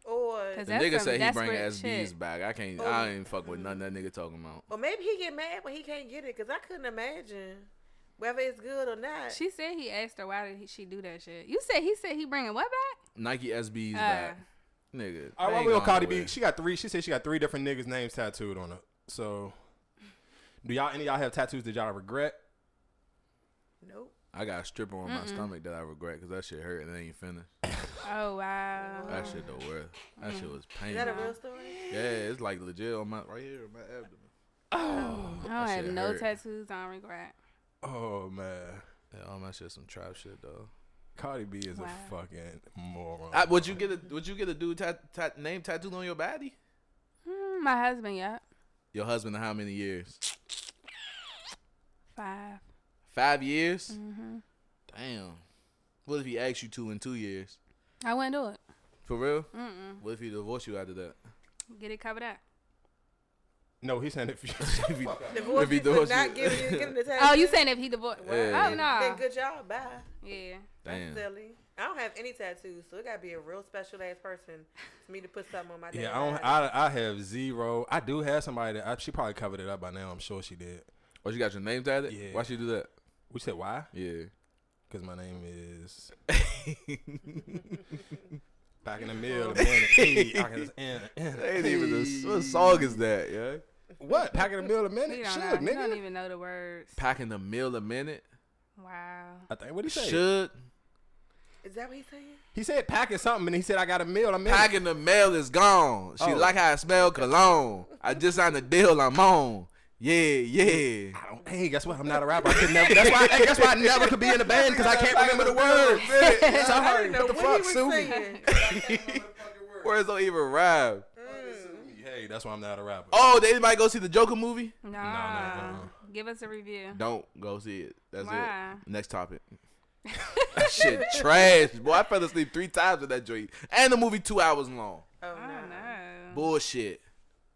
[SPEAKER 3] Or
[SPEAKER 2] Cause
[SPEAKER 4] the
[SPEAKER 2] that's
[SPEAKER 4] nigga
[SPEAKER 2] some
[SPEAKER 4] said he bring
[SPEAKER 2] desperate
[SPEAKER 4] SBs
[SPEAKER 2] shit.
[SPEAKER 4] back. I can't. I ain't fuck with none that nigga talking about.
[SPEAKER 3] or maybe he get mad when he can't get it because I couldn't imagine whether it's good or not.
[SPEAKER 2] She said he asked her why did he, she do that shit. You said he said he bringing what back?
[SPEAKER 4] Nike SBs
[SPEAKER 2] Uh.
[SPEAKER 4] back. Nigga.
[SPEAKER 1] All
[SPEAKER 4] they
[SPEAKER 1] right,
[SPEAKER 4] ain't
[SPEAKER 1] we on
[SPEAKER 4] going
[SPEAKER 1] Cardi
[SPEAKER 4] nowhere.
[SPEAKER 1] B. She got three. She said she got three different niggas' names tattooed on her. So, do y'all any of y'all have tattoos that y'all regret?
[SPEAKER 3] nope.
[SPEAKER 4] I got a stripper on my stomach that I regret because that shit hurt and it ain't finished.
[SPEAKER 2] Oh wow.
[SPEAKER 4] That shit the worst. That shit was
[SPEAKER 3] Is that a
[SPEAKER 4] painful.
[SPEAKER 3] real story?
[SPEAKER 4] Yeah, it's like legit on my right here on my abdomen.
[SPEAKER 2] I
[SPEAKER 4] That
[SPEAKER 2] don't have
[SPEAKER 4] shit
[SPEAKER 2] no
[SPEAKER 4] hurt.
[SPEAKER 2] tattoos. I don't regret.
[SPEAKER 1] Oh man,
[SPEAKER 4] Yeah, all my shit some trap shit though.
[SPEAKER 1] Cardi B is
[SPEAKER 2] Wow.
[SPEAKER 1] a fucking moron.
[SPEAKER 4] I, would you get a Would you get a dude tat, tat, name tattooed on your body?
[SPEAKER 2] Mm, my husband, yeah,
[SPEAKER 4] Your husband, how many years?
[SPEAKER 2] five.
[SPEAKER 4] Five years. Damn. What if he asks you to in two years?
[SPEAKER 2] I wouldn't do it.
[SPEAKER 4] For real? Mm-mm. What if he divorce you after that?
[SPEAKER 2] Get it covered up.
[SPEAKER 1] no, he's saying if you, if you
[SPEAKER 3] Divorce
[SPEAKER 4] If he
[SPEAKER 3] you for
[SPEAKER 4] divorced
[SPEAKER 3] not
[SPEAKER 4] you-
[SPEAKER 3] giving you getting the tattoo.
[SPEAKER 2] Oh, you saying if he divorced?
[SPEAKER 4] Yeah.
[SPEAKER 2] Oh
[SPEAKER 3] Then
[SPEAKER 2] no.
[SPEAKER 3] good job. Bye.
[SPEAKER 2] Yeah.
[SPEAKER 4] Damn.
[SPEAKER 3] Silly. I don't have any tattoos, so it gotta be a real special ass person for me to put something on my. damn
[SPEAKER 1] yeah, I don't.
[SPEAKER 3] body.
[SPEAKER 1] I, I have zero. I do have somebody that I, she probably covered it up by now. I'm sure she did.
[SPEAKER 4] Or Oh, you got your name tatted?
[SPEAKER 1] Yeah.
[SPEAKER 4] Why she do that?
[SPEAKER 1] We said why?
[SPEAKER 4] Yeah.
[SPEAKER 1] Because my name is. Back in the middle, of the morning. Hey, I can just- eh, eh.
[SPEAKER 4] ain't even a, what song is that, yeah?
[SPEAKER 1] What? Pack in the middle of a
[SPEAKER 2] He
[SPEAKER 1] minute?
[SPEAKER 2] don't,
[SPEAKER 1] Should,
[SPEAKER 2] know. He don't
[SPEAKER 1] nigga.
[SPEAKER 2] even know the words.
[SPEAKER 4] Packing the meal a minute.
[SPEAKER 2] Wow.
[SPEAKER 1] I think what he say?
[SPEAKER 4] Should
[SPEAKER 3] Is that what he's saying?
[SPEAKER 1] He said packing something, and he said I got a meal. I mean,
[SPEAKER 4] packing the mail is gone. She
[SPEAKER 1] Oh.
[SPEAKER 4] like how I smell cologne. I just signed a deal I'm on. Yeah, yeah.
[SPEAKER 1] I don't. Hey, guess what? I'm not a rapper. I could never. That's why. Hey, that's why I never could be in a band because I can't remember the words. so I
[SPEAKER 3] I
[SPEAKER 1] heard
[SPEAKER 3] didn't know
[SPEAKER 1] what the
[SPEAKER 3] what
[SPEAKER 1] fuck,
[SPEAKER 3] he
[SPEAKER 1] sue
[SPEAKER 3] was
[SPEAKER 1] me.
[SPEAKER 3] saying.
[SPEAKER 4] Words don't even rhyme.
[SPEAKER 1] Hey, that's why I'm not a rapper.
[SPEAKER 4] Oh, did anybody go see the Joker movie?
[SPEAKER 2] Nah.
[SPEAKER 1] no,
[SPEAKER 2] Give us a review.
[SPEAKER 4] Don't go see it. That's
[SPEAKER 2] Why?
[SPEAKER 4] it. Next topic. that shit trash. Boy, I fell asleep three times with that joint. And the movie two hours long.
[SPEAKER 3] Oh
[SPEAKER 2] I don't
[SPEAKER 3] no.
[SPEAKER 2] know.
[SPEAKER 4] Bullshit.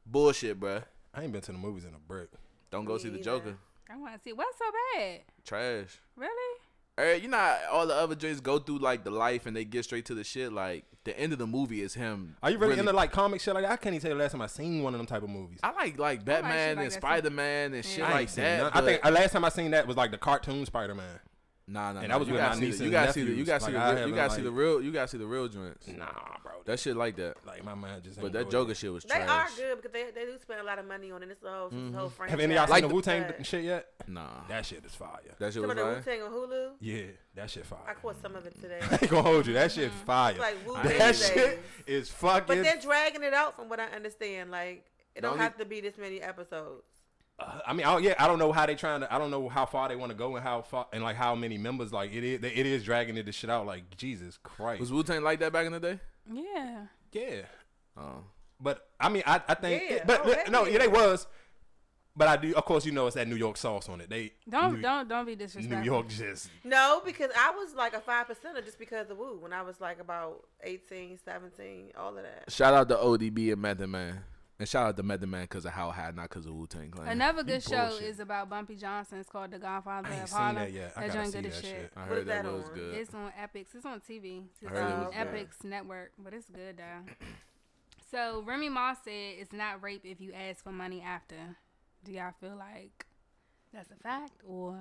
[SPEAKER 4] Bullshit, bruh.
[SPEAKER 1] I ain't been to the movies in a brick.
[SPEAKER 4] Don't go
[SPEAKER 3] Me
[SPEAKER 4] see the
[SPEAKER 3] either.
[SPEAKER 4] Joker.
[SPEAKER 2] I want to see what's so bad.
[SPEAKER 4] Trash.
[SPEAKER 2] Really?
[SPEAKER 4] Hey, you know how all the other joints go through like the life and they get straight to the shit. Like the end of the movie is him.
[SPEAKER 1] Are you really, into like comic shit like that? I can't even tell you the last time I seen one of them type of movies.
[SPEAKER 4] I like like Batman
[SPEAKER 2] like
[SPEAKER 4] and
[SPEAKER 2] that too.
[SPEAKER 4] Spider Man and shit
[SPEAKER 2] Yeah. I
[SPEAKER 1] I, ain't
[SPEAKER 4] like
[SPEAKER 1] seen
[SPEAKER 4] that.
[SPEAKER 1] none-
[SPEAKER 4] but-
[SPEAKER 1] I think the last time I seen that was like the cartoon Spider Man.
[SPEAKER 4] nah, nah,
[SPEAKER 1] and
[SPEAKER 4] nah,
[SPEAKER 1] that was
[SPEAKER 4] you
[SPEAKER 1] with my
[SPEAKER 4] gotta see the-
[SPEAKER 1] niece
[SPEAKER 4] You
[SPEAKER 1] and
[SPEAKER 4] gotta see the
[SPEAKER 1] nephews.
[SPEAKER 4] you gotta see the
[SPEAKER 1] Like, I
[SPEAKER 4] real- you
[SPEAKER 1] haven't,
[SPEAKER 4] gotta see
[SPEAKER 1] like-
[SPEAKER 4] the real you gotta see the real joints.
[SPEAKER 1] Nah, bro.
[SPEAKER 4] That shit like that.
[SPEAKER 1] like my mind just.
[SPEAKER 4] But
[SPEAKER 1] ain't
[SPEAKER 4] that
[SPEAKER 1] go
[SPEAKER 4] Joker
[SPEAKER 1] there.
[SPEAKER 4] shit was
[SPEAKER 3] They
[SPEAKER 4] trash.
[SPEAKER 3] are good because they, they do spend a lot of money on it. It's a whole, it's a whole franchise.
[SPEAKER 1] Mm-hmm. Have any of y'all
[SPEAKER 4] Like
[SPEAKER 1] seen the Wu Tang
[SPEAKER 3] But-
[SPEAKER 1] shit yet?
[SPEAKER 4] Nah,
[SPEAKER 1] That shit is fire.
[SPEAKER 4] that shit
[SPEAKER 3] Some
[SPEAKER 4] was
[SPEAKER 3] of the Wu
[SPEAKER 4] like.
[SPEAKER 3] Tang on Hulu.
[SPEAKER 1] Yeah, that shit fire.
[SPEAKER 3] I caught some of it today.
[SPEAKER 1] I ain't gonna hold you. That shit's fire.
[SPEAKER 3] Like Wu Tang
[SPEAKER 1] that shit is
[SPEAKER 3] But
[SPEAKER 1] fucking.
[SPEAKER 3] they're dragging it out from what I understand. Like it
[SPEAKER 4] The
[SPEAKER 3] don't
[SPEAKER 4] only-
[SPEAKER 3] have to be this many episodes.
[SPEAKER 1] Uh, I mean, I, don't- yeah, I don't know how they trying to. I don't know how far they want to go and how far and like how many members. Like it is, it is dragging it this shit out. Like Jesus Christ.
[SPEAKER 4] Was Wu Tang like that back in the day?
[SPEAKER 2] Yeah.
[SPEAKER 1] yeah,
[SPEAKER 3] Uh.
[SPEAKER 4] Oh,
[SPEAKER 1] but I mean, I, I think.
[SPEAKER 3] Yeah.
[SPEAKER 1] but
[SPEAKER 3] Oh,
[SPEAKER 1] but-
[SPEAKER 3] hell
[SPEAKER 1] no,
[SPEAKER 3] yeah.
[SPEAKER 1] yeah, they was. But I do, of course, you know it's that New York sauce on it. They
[SPEAKER 2] Don't
[SPEAKER 1] New,
[SPEAKER 2] don't don't be
[SPEAKER 1] New
[SPEAKER 2] disrespectful.
[SPEAKER 1] York just
[SPEAKER 3] No, because I was like a five percenter just because of Wu when I was like about 18, 17, all of that.
[SPEAKER 4] shout out to ODB and Method Man, and shout out to Method Man because of How High, not because of Wu Tang Clan.
[SPEAKER 2] Another good show
[SPEAKER 4] bullshit.
[SPEAKER 2] is about Bumpy Johnson. It's called The Godfather
[SPEAKER 1] I ain't
[SPEAKER 2] of
[SPEAKER 1] seen
[SPEAKER 2] Harlem.
[SPEAKER 1] that yet. I gotta
[SPEAKER 2] joint
[SPEAKER 1] see
[SPEAKER 2] good
[SPEAKER 1] that
[SPEAKER 2] as
[SPEAKER 1] shit.
[SPEAKER 2] shit.
[SPEAKER 4] I
[SPEAKER 3] What
[SPEAKER 4] heard
[SPEAKER 3] is
[SPEAKER 4] that,
[SPEAKER 3] that
[SPEAKER 4] was
[SPEAKER 3] on?
[SPEAKER 4] good.
[SPEAKER 2] It's on Epics. It's on TV. It's
[SPEAKER 4] heard it
[SPEAKER 2] on
[SPEAKER 4] was good.
[SPEAKER 2] Epics network, but it's good though. So Remy Ma said it's not rape if you ask for money after. Do y'all feel like that's a fact or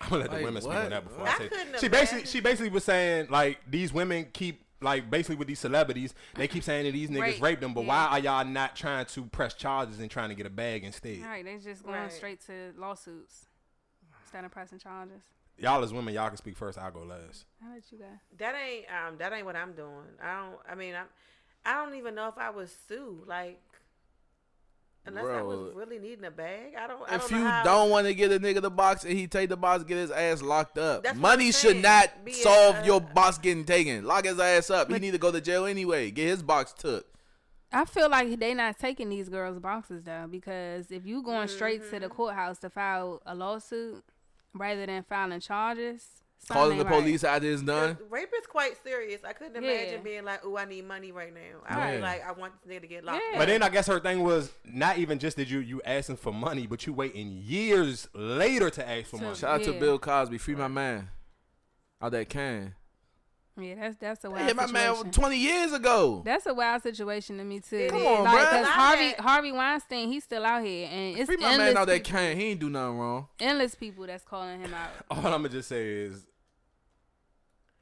[SPEAKER 1] I'm gonna let the
[SPEAKER 4] Like,
[SPEAKER 1] women speak
[SPEAKER 4] what?
[SPEAKER 1] on that before
[SPEAKER 3] I
[SPEAKER 1] I say.
[SPEAKER 3] couldn't
[SPEAKER 1] She basically
[SPEAKER 3] imagine.
[SPEAKER 1] she basically was saying like these women keep like basically with these celebrities they keep saying that these niggas
[SPEAKER 2] Rape,
[SPEAKER 1] raped them, but
[SPEAKER 2] yeah.
[SPEAKER 1] why are y'all not trying to press charges and trying to get a bag instead?
[SPEAKER 2] all right? They just going
[SPEAKER 3] Right.
[SPEAKER 2] straight to lawsuits, starting pressing charges.
[SPEAKER 1] Y'all as women, y'all can speak first. I'll go last.
[SPEAKER 2] How about you guys?
[SPEAKER 3] That ain't um that ain't what I'm doing. I don't. I mean I'm. I don't even know if I would sue like. Unless I was
[SPEAKER 4] Bro.
[SPEAKER 3] really needing a bag, I don't. I
[SPEAKER 4] If
[SPEAKER 3] don't know
[SPEAKER 4] you
[SPEAKER 3] how-
[SPEAKER 4] don't want to get a nigga the box and he take the box, get his ass locked up.
[SPEAKER 3] That's what
[SPEAKER 4] Money
[SPEAKER 3] I'm
[SPEAKER 4] should
[SPEAKER 3] saying.
[SPEAKER 4] not
[SPEAKER 3] Be a-
[SPEAKER 4] solve
[SPEAKER 3] uh,
[SPEAKER 4] your box getting taken. Lock his ass up. He need to go to jail anyway. Get his box took.
[SPEAKER 2] I feel like they not taking these girls' boxes though, because if you going straight to the courthouse to file a lawsuit rather than filing charges, something
[SPEAKER 4] Calling the
[SPEAKER 2] ain't right.
[SPEAKER 4] police after it's done.
[SPEAKER 3] Rape is quite serious. I couldn't
[SPEAKER 2] Yeah.
[SPEAKER 3] imagine being like, "Oh, I need money right now." I would
[SPEAKER 4] Right.
[SPEAKER 3] be like, "I want this nigga to get locked."
[SPEAKER 2] Yeah.
[SPEAKER 3] up.
[SPEAKER 1] But then I guess her thing was not even just that you you asking for money, but you waiting years later to ask for
[SPEAKER 2] So-
[SPEAKER 1] money.
[SPEAKER 4] Shout out to
[SPEAKER 2] Yeah.
[SPEAKER 4] Bill Cosby. Free my man. Out that can.
[SPEAKER 2] Yeah, that's that's a
[SPEAKER 4] They
[SPEAKER 2] wild
[SPEAKER 4] hit my
[SPEAKER 2] situation.
[SPEAKER 4] man 20 years ago.
[SPEAKER 2] that's a wild situation to me too.
[SPEAKER 3] Come
[SPEAKER 4] on,
[SPEAKER 2] like,
[SPEAKER 4] bruh.
[SPEAKER 2] 'cause
[SPEAKER 3] Like
[SPEAKER 2] Harvey
[SPEAKER 3] that.
[SPEAKER 2] Harvey Weinstein, he's still out here, and it's
[SPEAKER 4] Free my
[SPEAKER 2] endless,
[SPEAKER 4] man out that
[SPEAKER 2] people,
[SPEAKER 4] can. He ain't do nothing wrong.
[SPEAKER 2] endless people that's calling him out.
[SPEAKER 1] All I'm gonna just say is.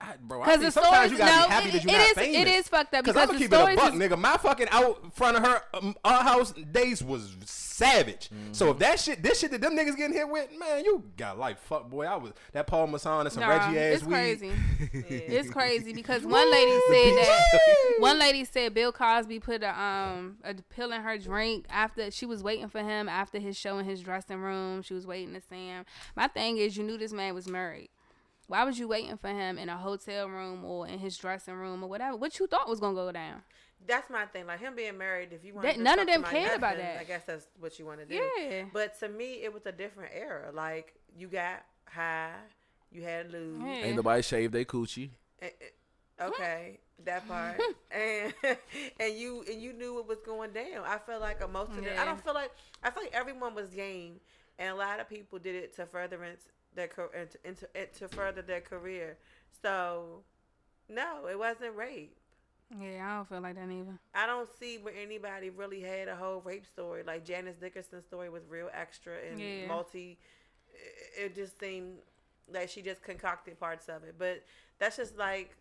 [SPEAKER 1] I, bro, I think
[SPEAKER 2] Because the
[SPEAKER 1] sometimes
[SPEAKER 2] stories,
[SPEAKER 1] you
[SPEAKER 2] no,
[SPEAKER 1] gotta be happy
[SPEAKER 2] it,
[SPEAKER 1] that
[SPEAKER 2] it
[SPEAKER 1] you're not
[SPEAKER 2] is
[SPEAKER 1] famous.
[SPEAKER 2] it is fucked up
[SPEAKER 1] Cause
[SPEAKER 2] because
[SPEAKER 1] I'm gonna
[SPEAKER 2] the
[SPEAKER 1] keep it a
[SPEAKER 2] stories
[SPEAKER 1] buck,
[SPEAKER 2] is-
[SPEAKER 1] nigga. My fucking out front of her, um, our house days was savage. So if that shit, this shit that them niggas getting hit with, man, you got life, fuck boy. I was that Paul Masson and some
[SPEAKER 2] Nah,
[SPEAKER 1] Reggie ass
[SPEAKER 2] it's
[SPEAKER 1] weed.
[SPEAKER 2] crazy.
[SPEAKER 3] Yeah.
[SPEAKER 2] It's crazy because one lady said that one lady said Bill Cosby put a um a pill in her drink after she was waiting for him after his show in his dressing room. She was waiting to see him. My thing is, you knew this man was married. Why was you waiting for him in a hotel room or in his dressing room or whatever? What you thought was gonna go down?
[SPEAKER 3] That's my thing. Like him being married, if you want
[SPEAKER 2] That-
[SPEAKER 3] to do
[SPEAKER 2] none of them
[SPEAKER 3] something like
[SPEAKER 2] cared about
[SPEAKER 3] nothing,
[SPEAKER 2] that.
[SPEAKER 3] I guess that's what you want to do.
[SPEAKER 2] Yeah.
[SPEAKER 3] But to me, it was a different era. Like you got high, you had to lose.
[SPEAKER 2] Yeah.
[SPEAKER 4] Ain't nobody shaved their coochie.
[SPEAKER 3] Eh, eh, Okay, that part. and and you and you knew what was going down. I feel like a most of them.
[SPEAKER 2] Yeah.
[SPEAKER 3] I don't feel like I feel like everyone was game, and a lot of people did it to furtherance their career into, into to further their career. So, no, it wasn't rape.
[SPEAKER 2] Yeah, I don't feel like that either.
[SPEAKER 3] I don't see where anybody really had a whole rape story. Like Janice Dickerson's story was real extra and
[SPEAKER 2] Yeah.
[SPEAKER 3] multi. it- It just seemed like she just concocted parts of it. But that's just like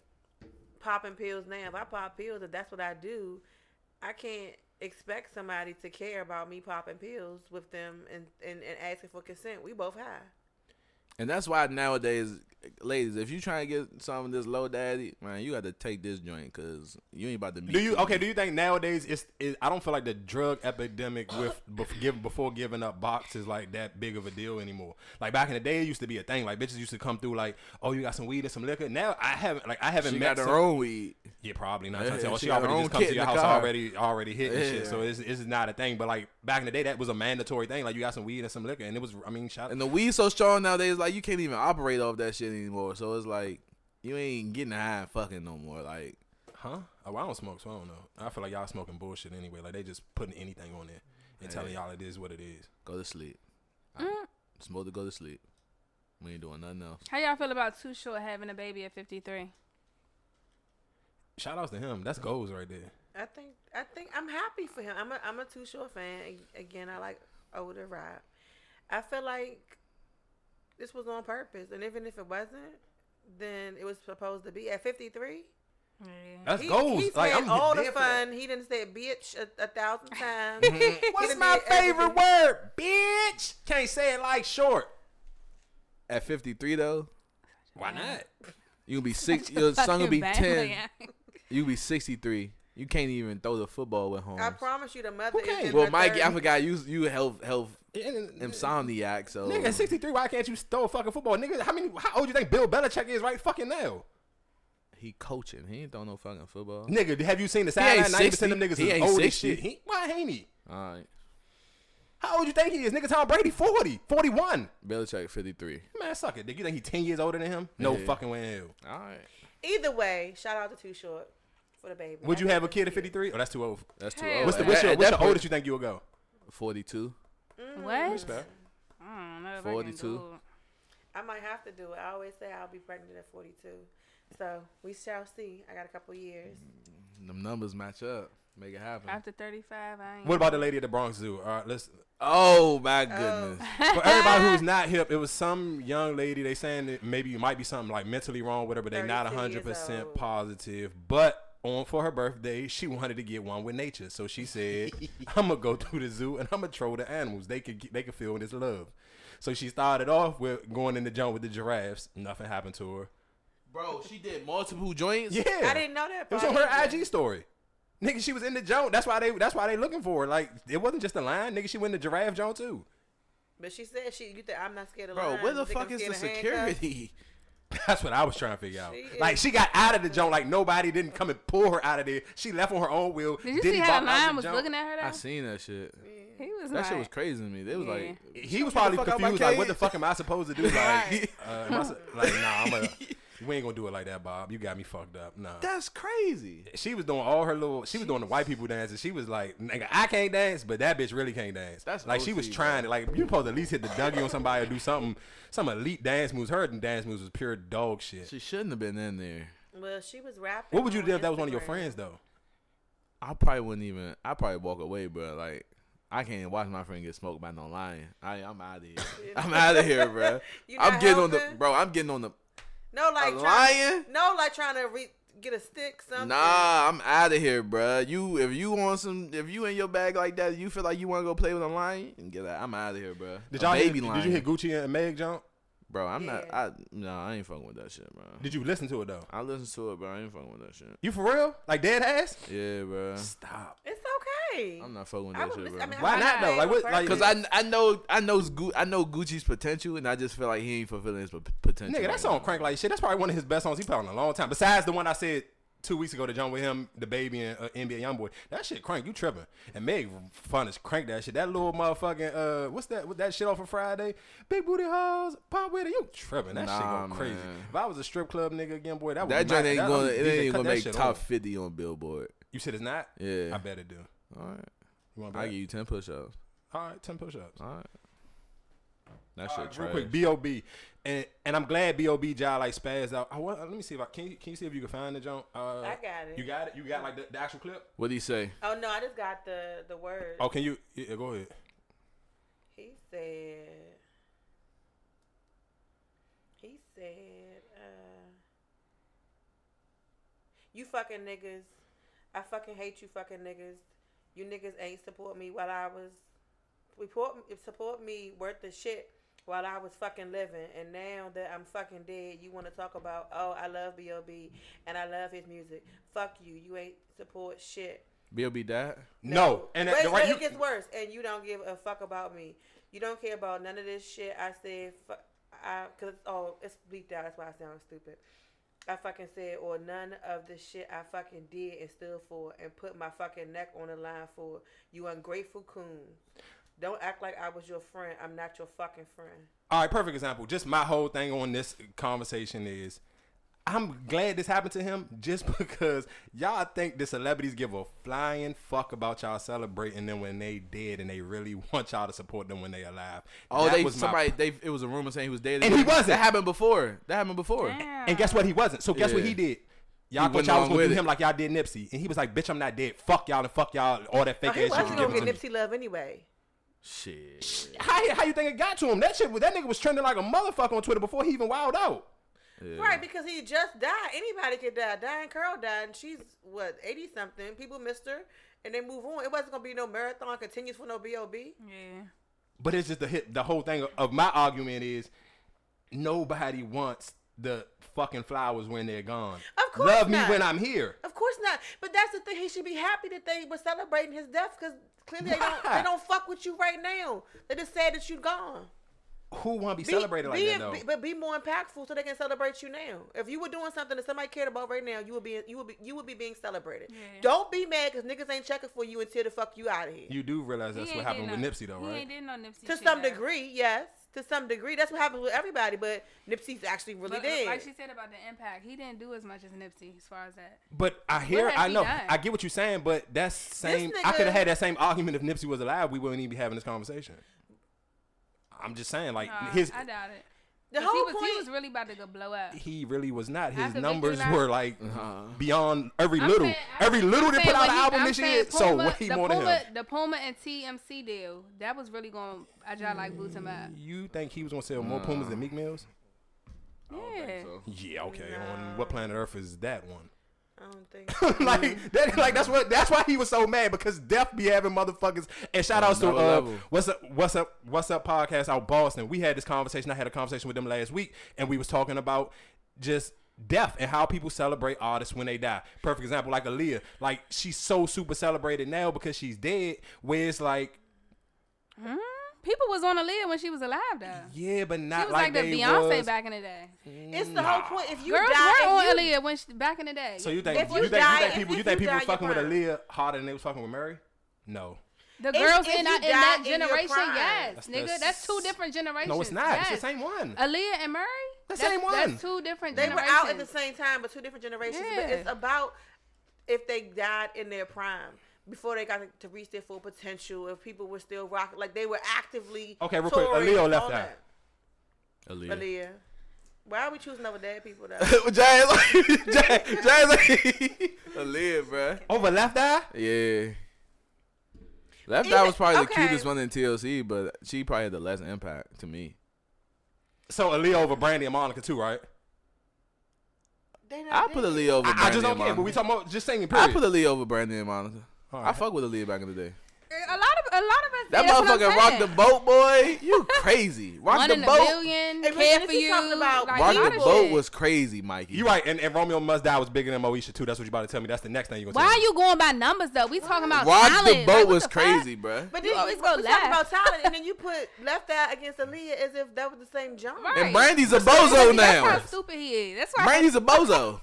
[SPEAKER 3] popping pills now. If I pop pills, if that's what I do, I can't expect somebody to care about me popping pills with them and, and, and asking for consent. We both high.
[SPEAKER 4] And that's why nowadays, ladies, if you trying to get some of this low daddy, man, you got to take this joint because you ain't about to meet.
[SPEAKER 1] Do you
[SPEAKER 4] these
[SPEAKER 1] okay? Do you think nowadays it's? It, I don't feel like the drug epidemic with bef- give, before giving up box is like that big of a deal anymore. Like back in the day, it used to be a thing. Like bitches used to come through like, oh, you got some weed and some liquor. Now I haven't like I haven't
[SPEAKER 4] She
[SPEAKER 1] met
[SPEAKER 4] got
[SPEAKER 1] some-
[SPEAKER 4] her own weed.
[SPEAKER 1] Yeah, probably not.
[SPEAKER 4] Yeah,
[SPEAKER 1] Trying to say, oh,
[SPEAKER 4] she
[SPEAKER 1] she,
[SPEAKER 4] got her
[SPEAKER 1] already
[SPEAKER 4] own
[SPEAKER 1] just come
[SPEAKER 4] kid
[SPEAKER 1] to
[SPEAKER 4] in
[SPEAKER 1] your
[SPEAKER 4] the
[SPEAKER 1] house
[SPEAKER 4] car.
[SPEAKER 1] already already hit and shit.
[SPEAKER 4] Yeah.
[SPEAKER 1] So it's, it's not a thing. But like back in the day, that was a mandatory thing. Like you got some weed and some liquor, and it was I mean, shout
[SPEAKER 4] And the weed so strong nowadays, like you can't even operate off that shit anymore. So it's like you ain't getting high and fucking no more. Like
[SPEAKER 1] huh? Oh, I don't smoke, so I don't know. I feel like y'all smoking bullshit anyway. Like they just putting anything on there and telling y'all it is what it is.
[SPEAKER 4] go to sleep. I-
[SPEAKER 2] Mm.
[SPEAKER 4] Smoke to go to sleep. We ain't doing nothing else.
[SPEAKER 2] How y'all feel about Too Short having a baby at fifty three?
[SPEAKER 1] Shout outs to him. That's goals right there.
[SPEAKER 3] I think I think I'm happy for him. I'm a I'm a Too Short fan. A- Again, I like older rap. I feel like this was on purpose, and even if it wasn't, then it was supposed to be at 53.
[SPEAKER 2] Yeah.
[SPEAKER 1] That's
[SPEAKER 3] He,
[SPEAKER 1] goals.
[SPEAKER 3] He's
[SPEAKER 1] like
[SPEAKER 3] had
[SPEAKER 1] I'm
[SPEAKER 3] all the
[SPEAKER 1] there for that.
[SPEAKER 3] fun. He didn't say bitch a, a thousand times. He
[SPEAKER 1] What's
[SPEAKER 3] done
[SPEAKER 1] my
[SPEAKER 3] did
[SPEAKER 1] favorite
[SPEAKER 3] everything.
[SPEAKER 1] word? Bitch. Can't say it like short.
[SPEAKER 4] At 53 though,
[SPEAKER 1] Why not?
[SPEAKER 4] you gonna be six. Your son gonna
[SPEAKER 2] Fucking
[SPEAKER 4] be
[SPEAKER 2] bad
[SPEAKER 4] 10.
[SPEAKER 2] man.
[SPEAKER 4] You gonna be 63. You can't even throw the football with home.
[SPEAKER 1] Mm-hmm.
[SPEAKER 3] I promise you, the mother. is
[SPEAKER 1] Okay.
[SPEAKER 3] in
[SPEAKER 4] Well,
[SPEAKER 3] her
[SPEAKER 4] Mike, I
[SPEAKER 3] 30s.
[SPEAKER 4] forgot you you health health
[SPEAKER 1] And- and-
[SPEAKER 4] insomniac. So
[SPEAKER 1] Nigga, 63, why can't you throw a fucking football? Nigga, how many how old you think Bill Belichick is right fucking now?
[SPEAKER 4] he coaching. He ain't throwing no fucking football.
[SPEAKER 1] Nigga, have you seen the
[SPEAKER 4] ain't
[SPEAKER 1] sideline? 90% of them
[SPEAKER 4] 60.
[SPEAKER 1] niggas
[SPEAKER 4] He
[SPEAKER 1] is
[SPEAKER 4] ain't
[SPEAKER 1] old as
[SPEAKER 4] 60.
[SPEAKER 1] shit. He, why ain't he?
[SPEAKER 4] All right,
[SPEAKER 1] How old you think he is? Nigga Tom Brady, 40, 41.
[SPEAKER 4] Belichick 53.
[SPEAKER 1] Man, suck it, nigga. You think he 10 years older than him? No
[SPEAKER 4] Yeah.
[SPEAKER 1] fucking way in hell.
[SPEAKER 4] All right,
[SPEAKER 3] Either way, shout out to Too Short for the baby.
[SPEAKER 1] Would
[SPEAKER 3] I
[SPEAKER 1] you
[SPEAKER 3] think
[SPEAKER 1] have a
[SPEAKER 3] it's
[SPEAKER 1] kid at
[SPEAKER 3] cute.
[SPEAKER 1] 53? Oh, that's too old.
[SPEAKER 4] that's too
[SPEAKER 2] Hell
[SPEAKER 4] old.
[SPEAKER 1] What's the,
[SPEAKER 4] At-
[SPEAKER 1] what's your,
[SPEAKER 4] at
[SPEAKER 1] what's
[SPEAKER 4] that
[SPEAKER 1] your
[SPEAKER 4] point,
[SPEAKER 1] oldest you think you'll go?
[SPEAKER 4] 42.
[SPEAKER 3] Mm.
[SPEAKER 2] What?
[SPEAKER 1] Respect.
[SPEAKER 2] I don't know if I can
[SPEAKER 4] 42.
[SPEAKER 2] do it.
[SPEAKER 3] I might have to do it. I always say I'll be pregnant at 42. So we shall see. I got a couple years.
[SPEAKER 4] Them numbers match up. Make it happen.
[SPEAKER 2] After 35, I ain't.
[SPEAKER 1] What about the lady at the Bronx Zoo? All right, let's.
[SPEAKER 4] Oh my goodness.
[SPEAKER 1] For everybody who's not hip, it was some young lady. They saying that maybe you might be something like mentally wrong with her, but they not
[SPEAKER 3] 32 years
[SPEAKER 1] hundred percent
[SPEAKER 3] old.
[SPEAKER 1] positive. But on for her birthday, she wanted to get one with nature, so she said, "I'm gonna go through the zoo and I'm gonna troll the animals. They could get- they could feel this love." So she started off with going in the jungle with the giraffes. Nothing happened to her.
[SPEAKER 4] Bro, she did multiple joints.
[SPEAKER 1] Yeah,
[SPEAKER 3] I didn't know that.
[SPEAKER 1] It was
[SPEAKER 3] part
[SPEAKER 1] on her
[SPEAKER 3] either.
[SPEAKER 1] IG story. Nigga, she was in the joint. That's why they. That's why they looking for her. Like it wasn't just a line. Nigga, she went in the giraffe joint too.
[SPEAKER 3] But she said she. You think I'm not scared of
[SPEAKER 4] Bro,
[SPEAKER 3] lions.
[SPEAKER 4] where the
[SPEAKER 3] You think I'm
[SPEAKER 4] fuck is the
[SPEAKER 3] scared of handcuffs?
[SPEAKER 4] security?
[SPEAKER 1] That's what I was trying to figure out.
[SPEAKER 3] She
[SPEAKER 1] like
[SPEAKER 3] is-
[SPEAKER 1] she got out of the joint. Like nobody didn't come and pull her out of there. She left on her own will.
[SPEAKER 2] Did you
[SPEAKER 1] didn't
[SPEAKER 2] see how the
[SPEAKER 1] bop out
[SPEAKER 2] lion was
[SPEAKER 1] joint.
[SPEAKER 2] looking at her? Though?
[SPEAKER 4] I seen that shit.
[SPEAKER 2] He was
[SPEAKER 4] That
[SPEAKER 2] like,
[SPEAKER 4] shit was crazy to me. They was
[SPEAKER 2] Yeah.
[SPEAKER 4] like,
[SPEAKER 1] He was
[SPEAKER 4] Get the
[SPEAKER 1] probably
[SPEAKER 4] fuck out my
[SPEAKER 1] confused. Like what the
[SPEAKER 4] cage.
[SPEAKER 1] fuck am I supposed to do?
[SPEAKER 4] Right.
[SPEAKER 1] Like, uh, am I su- like nah. I'm a, we ain't gonna do it like that, Bob. You got me fucked up. Nah.
[SPEAKER 4] that's crazy.
[SPEAKER 1] she was doing all her little. She was doing the white people dances. She was like, "Nigga, I can't dance, but that bitch really can't dance."
[SPEAKER 4] That's
[SPEAKER 1] like she
[SPEAKER 4] OC,
[SPEAKER 1] was
[SPEAKER 4] bro.
[SPEAKER 1] trying to. Like you supposed to at least hit the dougie on somebody or do something. Some elite dance moves. Her dance moves was pure dog shit.
[SPEAKER 4] She shouldn't have been in there.
[SPEAKER 3] Well, she was rapping.
[SPEAKER 1] what would you
[SPEAKER 3] on
[SPEAKER 1] do if that was one of your
[SPEAKER 3] Instagram.
[SPEAKER 1] friends though?
[SPEAKER 4] I probably wouldn't even. I probably walk away, bro. Like I can't watch my friend get smoked by no lion. I, I'm out of here. I'm out of here, bro.
[SPEAKER 3] You
[SPEAKER 4] I'm
[SPEAKER 3] not
[SPEAKER 4] getting on the
[SPEAKER 3] helping?
[SPEAKER 4] bro. I'm getting on the.
[SPEAKER 3] No, like
[SPEAKER 4] A
[SPEAKER 3] trying-
[SPEAKER 4] lion?
[SPEAKER 3] No, like trying to re- get a stick. Something.
[SPEAKER 4] Nah, I'm out of here, bro. You if you want some, if you in your bag like that, you feel like you want to go play with a lion, and get out. I'm out of here, bro.
[SPEAKER 1] Did
[SPEAKER 4] A
[SPEAKER 1] y'all
[SPEAKER 4] baby
[SPEAKER 1] hit,
[SPEAKER 4] lion,
[SPEAKER 1] Did you hit Gucci and Meg jump?
[SPEAKER 4] bro? I'm not.
[SPEAKER 3] Yeah.
[SPEAKER 4] I no, I ain't fucking with that shit, bro.
[SPEAKER 1] Did you listen to it though?
[SPEAKER 4] I listen to it, bro. I ain't fucking with that shit.
[SPEAKER 1] You for real? Like dead ass?
[SPEAKER 4] Yeah, bro.
[SPEAKER 1] Stop.
[SPEAKER 3] It's okay.
[SPEAKER 4] I'm not fucking with
[SPEAKER 3] I
[SPEAKER 4] that
[SPEAKER 3] would.
[SPEAKER 4] shit,
[SPEAKER 3] listen-
[SPEAKER 4] bro.
[SPEAKER 3] I mean, I'm
[SPEAKER 1] Why
[SPEAKER 2] not,
[SPEAKER 1] though? Like,
[SPEAKER 3] saying
[SPEAKER 1] what-
[SPEAKER 3] on
[SPEAKER 1] like-
[SPEAKER 4] Cause
[SPEAKER 3] purpose.
[SPEAKER 4] I, I know I know Gu- I know Gucci's potential, and I just feel like he ain't fulfilling his p- potential.
[SPEAKER 1] Nigga,
[SPEAKER 4] right
[SPEAKER 1] that song
[SPEAKER 4] now.
[SPEAKER 1] crank like shit. That's probably one of his best songs he put out in a long time. Besides the one I said two weeks ago to John with him, the baby and uh, NBA YoungBoy. That shit crank. You tripping? And Meg fun as crank that shit. That little motherfucking uh, what's that? What that shit off of Friday? Big booty hoes, pop with it. You tripping? That
[SPEAKER 4] Nah,
[SPEAKER 1] shit go crazy.
[SPEAKER 4] man.
[SPEAKER 1] If I was a strip club nigga again, boy, that
[SPEAKER 4] That
[SPEAKER 1] was my,
[SPEAKER 4] joint ain't
[SPEAKER 1] that-
[SPEAKER 4] gonna
[SPEAKER 1] I'm-
[SPEAKER 4] it
[SPEAKER 1] DJ,
[SPEAKER 4] ain't
[SPEAKER 1] cut
[SPEAKER 4] gonna
[SPEAKER 1] that
[SPEAKER 4] make
[SPEAKER 1] shit
[SPEAKER 4] top
[SPEAKER 1] off.
[SPEAKER 4] fifty on Billboard.
[SPEAKER 1] You said it's not?
[SPEAKER 4] Yeah.
[SPEAKER 1] I bet it do.
[SPEAKER 4] All right,
[SPEAKER 1] You want
[SPEAKER 4] I
[SPEAKER 1] back?
[SPEAKER 4] give you ten push-ups.
[SPEAKER 1] All right, ten push-ups.
[SPEAKER 4] All right,
[SPEAKER 1] All
[SPEAKER 4] that
[SPEAKER 1] right,
[SPEAKER 4] shit
[SPEAKER 1] real
[SPEAKER 4] trash.
[SPEAKER 1] quick, B.O.B. And and I'm glad B.O.B. job like spazzed out. I want, let me see if I can. You, can you see if you can find the jump? Uh,
[SPEAKER 3] I got it.
[SPEAKER 1] You got it. You got like the, the actual clip.
[SPEAKER 4] What do you say?
[SPEAKER 3] Oh no, I just got the the word.
[SPEAKER 1] Oh, can you? Yeah, go ahead.
[SPEAKER 3] He said. He said. Uh, you fucking niggas. I fucking hate you, fucking niggas. You niggas ain't support me while I was. Report support me worth the shit while I was fucking living, and now that I'm fucking dead, you want to talk about oh I love B.O.B. and I love his music. Fuck you, you ain't support shit.
[SPEAKER 4] B.O.B. Dad?
[SPEAKER 1] No, and that-
[SPEAKER 3] wait,
[SPEAKER 1] the right.
[SPEAKER 3] wait,
[SPEAKER 1] you-
[SPEAKER 3] it gets worse, and you don't give a fuck about me. You don't care about none of this shit I said. Fu- I because it's all it's bleeped out. That's why I sound stupid. I fucking said or none of the shit I fucking did and stood for and put my fucking neck on the line for you ungrateful coon. Don't act like I was your friend. I'm not your fucking friend.
[SPEAKER 1] all right, perfect example. Just my whole thing on this conversation is. I'm glad this happened to him just because y'all think the celebrities give a flying fuck about y'all celebrating them when they dead and they really want y'all to support them when they alive.
[SPEAKER 4] Oh,
[SPEAKER 1] That
[SPEAKER 4] they
[SPEAKER 1] was my
[SPEAKER 4] somebody they it was a rumor saying he was dating,
[SPEAKER 1] And he wasn't.
[SPEAKER 4] That happened before. That happened before.
[SPEAKER 2] Damn.
[SPEAKER 1] And guess what? He wasn't. So guess what
[SPEAKER 4] Yeah.
[SPEAKER 1] he did? Y'all
[SPEAKER 4] He
[SPEAKER 1] thought y'all
[SPEAKER 4] went
[SPEAKER 1] was
[SPEAKER 4] along
[SPEAKER 1] gonna
[SPEAKER 4] with
[SPEAKER 1] do
[SPEAKER 4] it.
[SPEAKER 1] him like y'all did Nipsey, and he was like, "Bitch, I'm not dead. Fuck y'all and fuck y'all. All that fake
[SPEAKER 3] Oh, he
[SPEAKER 1] ass shit
[SPEAKER 3] wasn't
[SPEAKER 1] you
[SPEAKER 3] gonna
[SPEAKER 1] giving
[SPEAKER 3] get
[SPEAKER 1] to me."
[SPEAKER 3] Nipsey love anyway.
[SPEAKER 4] Shit.
[SPEAKER 1] How, how you think it got to him? That shit, was- that nigga was trending like a motherfucker on Twitter before he even wild out.
[SPEAKER 3] Right, because he just died. Anybody could die. Diane Curl died, and she's what eighty something. People missed her, and they move on. It wasn't gonna be no marathon continues for no bob.
[SPEAKER 2] Yeah.
[SPEAKER 1] But it's just the hit. The whole thing of my argument is nobody wants the fucking flowers when they're gone.
[SPEAKER 3] Of course
[SPEAKER 1] love
[SPEAKER 3] not.
[SPEAKER 1] me when I'm here.
[SPEAKER 3] Of course not. But that's the thing. He should be happy that they were celebrating his death because clearly they don't, they
[SPEAKER 1] Right.
[SPEAKER 3] don't fuck with you right now. They just sad that you gone.
[SPEAKER 1] Who want to be, celebrated like
[SPEAKER 3] be,
[SPEAKER 1] that though?
[SPEAKER 3] be- but be more impactful so they can celebrate you now. If you were doing something that somebody cared about right now, you would be you would be you would be being celebrated. Don't be mad because niggas ain't checking for you until the fuck you out of here.
[SPEAKER 1] you do realize that's
[SPEAKER 2] He
[SPEAKER 1] what
[SPEAKER 2] ain't
[SPEAKER 1] happened
[SPEAKER 2] did
[SPEAKER 1] with
[SPEAKER 2] no-
[SPEAKER 1] Nipsey though,
[SPEAKER 2] He
[SPEAKER 1] right?
[SPEAKER 2] ain't did no Nipsey
[SPEAKER 3] to
[SPEAKER 2] shit,
[SPEAKER 3] some
[SPEAKER 2] though.
[SPEAKER 3] degree, yes. To some degree, that's what happens with everybody. But Nipsey's actually really
[SPEAKER 2] But uh,
[SPEAKER 3] dead.
[SPEAKER 2] like she said about the impact, he didn't do as much as Nipsey as far as that.
[SPEAKER 1] But I hear,
[SPEAKER 2] has
[SPEAKER 1] I
[SPEAKER 2] he
[SPEAKER 1] know,
[SPEAKER 2] done?
[SPEAKER 1] I get what you're saying, but that's same. I could
[SPEAKER 3] nigga-
[SPEAKER 1] have had that same argument if Nipsey was alive. We wouldn't even be having this conversation. I'm just saying, like
[SPEAKER 2] Nah,
[SPEAKER 1] his,
[SPEAKER 2] I doubt it.
[SPEAKER 3] the
[SPEAKER 2] 'Cause he
[SPEAKER 3] whole
[SPEAKER 2] was,
[SPEAKER 3] point
[SPEAKER 2] he was really about to go blow up.
[SPEAKER 1] he really was not. His
[SPEAKER 2] After Victory
[SPEAKER 1] numbers
[SPEAKER 2] Lap-
[SPEAKER 1] were like
[SPEAKER 4] Uh-huh.
[SPEAKER 1] beyond every
[SPEAKER 2] I'm
[SPEAKER 1] little,
[SPEAKER 2] saying- I'm-
[SPEAKER 1] every little
[SPEAKER 2] I'm
[SPEAKER 1] to
[SPEAKER 2] saying
[SPEAKER 1] put out
[SPEAKER 2] when
[SPEAKER 1] an
[SPEAKER 2] he-
[SPEAKER 1] album
[SPEAKER 2] I'm
[SPEAKER 1] this
[SPEAKER 2] saying
[SPEAKER 1] year. So
[SPEAKER 2] Puma-
[SPEAKER 1] what he
[SPEAKER 2] the
[SPEAKER 1] more than
[SPEAKER 2] Puma,
[SPEAKER 1] him?
[SPEAKER 2] The Puma and TMC deal that was really going. I just like boot him up.
[SPEAKER 1] You think he was gonna sell more Pumas than Meek Mills?
[SPEAKER 2] Yeah.
[SPEAKER 1] Yeah, okay. On what planet Earth is that one?
[SPEAKER 3] I don't think so.
[SPEAKER 1] like that, like that's what that's why he was so mad because Def be having motherfuckers. And shout outs to
[SPEAKER 4] another
[SPEAKER 1] uh,
[SPEAKER 4] level.
[SPEAKER 1] what's up, what's up, what's up podcast out Boston. We had this conversation. I had a conversation with them last week, and we was talking about just death and how people celebrate artists when they die. Perfect example, like Aaliyah. Like she's so super celebrated now because she's dead. Where it's like,
[SPEAKER 2] Hmm? People was on Aaliyah when she was alive though.
[SPEAKER 1] yeah, but
[SPEAKER 2] She
[SPEAKER 1] not
[SPEAKER 2] was
[SPEAKER 1] like,
[SPEAKER 2] like, the
[SPEAKER 1] they
[SPEAKER 2] Beyonce
[SPEAKER 1] was.
[SPEAKER 2] back in the day.
[SPEAKER 3] it's the whole point. If you
[SPEAKER 2] Girls
[SPEAKER 3] die,
[SPEAKER 2] were on
[SPEAKER 3] if you,
[SPEAKER 2] Aaliyah when she, back in the day.
[SPEAKER 1] So you think
[SPEAKER 3] If
[SPEAKER 1] you,
[SPEAKER 3] you
[SPEAKER 1] think,
[SPEAKER 3] die-
[SPEAKER 1] you think
[SPEAKER 3] if-
[SPEAKER 1] people you
[SPEAKER 3] if
[SPEAKER 1] think
[SPEAKER 3] you
[SPEAKER 1] people
[SPEAKER 3] die,
[SPEAKER 1] was fucking
[SPEAKER 3] you're
[SPEAKER 1] with
[SPEAKER 3] fine.
[SPEAKER 1] Aaliyah harder than they was fucking with Mary? No.
[SPEAKER 2] the
[SPEAKER 3] if-
[SPEAKER 2] girls
[SPEAKER 3] if
[SPEAKER 2] in,
[SPEAKER 3] you
[SPEAKER 2] our, in that
[SPEAKER 3] die in your
[SPEAKER 2] generation,
[SPEAKER 3] prime.
[SPEAKER 2] yes,
[SPEAKER 1] That's-
[SPEAKER 2] nigga,
[SPEAKER 1] that's-
[SPEAKER 2] that's two different generations.
[SPEAKER 1] No, it's not. It's the
[SPEAKER 2] Yes.
[SPEAKER 1] same one.
[SPEAKER 2] Aaliyah and Murray.
[SPEAKER 1] The
[SPEAKER 2] That's-
[SPEAKER 1] same one.
[SPEAKER 2] That's two different.
[SPEAKER 3] they were
[SPEAKER 2] generations.
[SPEAKER 3] out at the same time, but two different generations. But it's
[SPEAKER 2] Yeah.
[SPEAKER 3] about if they died in their prime. Before they got to reach their full potential, if people were still rocking, like they were actively
[SPEAKER 1] Okay, real quick,
[SPEAKER 3] touring
[SPEAKER 1] Aaliyah
[SPEAKER 3] and
[SPEAKER 1] left out.
[SPEAKER 3] all that.
[SPEAKER 4] Aaliyah.
[SPEAKER 3] Aaliyah, why are we choosing over dead people though?
[SPEAKER 4] Jazz like Jazz, Jazz like Aaliyah, bruh.
[SPEAKER 1] Over left eye.
[SPEAKER 4] Yeah. Left
[SPEAKER 3] Even-
[SPEAKER 4] Eye was probably the
[SPEAKER 3] okay.
[SPEAKER 4] cutest one in TLC, but she probably had the less impact to me.
[SPEAKER 1] So Aaliyah over Brandy and Monica too, right?
[SPEAKER 3] They not
[SPEAKER 4] I put
[SPEAKER 3] dead.
[SPEAKER 4] Aaliyah over
[SPEAKER 1] I,
[SPEAKER 4] Brandy
[SPEAKER 1] I just don't
[SPEAKER 4] and
[SPEAKER 1] care. But we
[SPEAKER 4] Monica.
[SPEAKER 1] talking about just singing. Period.
[SPEAKER 4] I put Aaliyah over Brandy and Monica. I
[SPEAKER 1] Alright.
[SPEAKER 4] fuck with Aaliyah back in the day.
[SPEAKER 2] A lot of a lot of us.
[SPEAKER 4] That
[SPEAKER 2] that's what I'm
[SPEAKER 4] motherfucker rocked
[SPEAKER 2] saying.
[SPEAKER 4] the boat, boy. You crazy. Rock
[SPEAKER 2] One
[SPEAKER 4] the
[SPEAKER 2] in a
[SPEAKER 4] boat.
[SPEAKER 2] million.
[SPEAKER 3] Hey, but
[SPEAKER 2] care
[SPEAKER 3] this
[SPEAKER 2] for
[SPEAKER 3] is
[SPEAKER 2] you.
[SPEAKER 3] talking about
[SPEAKER 2] like,
[SPEAKER 4] Rock
[SPEAKER 2] a lot
[SPEAKER 4] the
[SPEAKER 2] of
[SPEAKER 4] boat
[SPEAKER 2] shit.
[SPEAKER 4] was crazy, Mikey.
[SPEAKER 1] you right, and, and Romeo Must Die was bigger than Moesha too. That's what you about to tell me. That's the next thing you gonna
[SPEAKER 2] Why
[SPEAKER 1] tell
[SPEAKER 2] are
[SPEAKER 1] me.
[SPEAKER 2] you going by numbers though? We talking about
[SPEAKER 4] Rock
[SPEAKER 2] talent.
[SPEAKER 4] the
[SPEAKER 2] Like,
[SPEAKER 4] boat
[SPEAKER 2] what
[SPEAKER 4] was
[SPEAKER 2] the fuck?
[SPEAKER 4] crazy, bruh.
[SPEAKER 3] But
[SPEAKER 2] You
[SPEAKER 3] then
[SPEAKER 2] always
[SPEAKER 3] we,
[SPEAKER 2] go
[SPEAKER 3] we talking
[SPEAKER 2] left.
[SPEAKER 3] about talent, and then you put left eye against Aaliyah as if that was the same genre.
[SPEAKER 2] Right.
[SPEAKER 4] And Brandy's a
[SPEAKER 2] That's
[SPEAKER 4] bozo
[SPEAKER 2] how
[SPEAKER 4] now.
[SPEAKER 2] stupid he is. That's why.
[SPEAKER 4] Brandy's a bozo.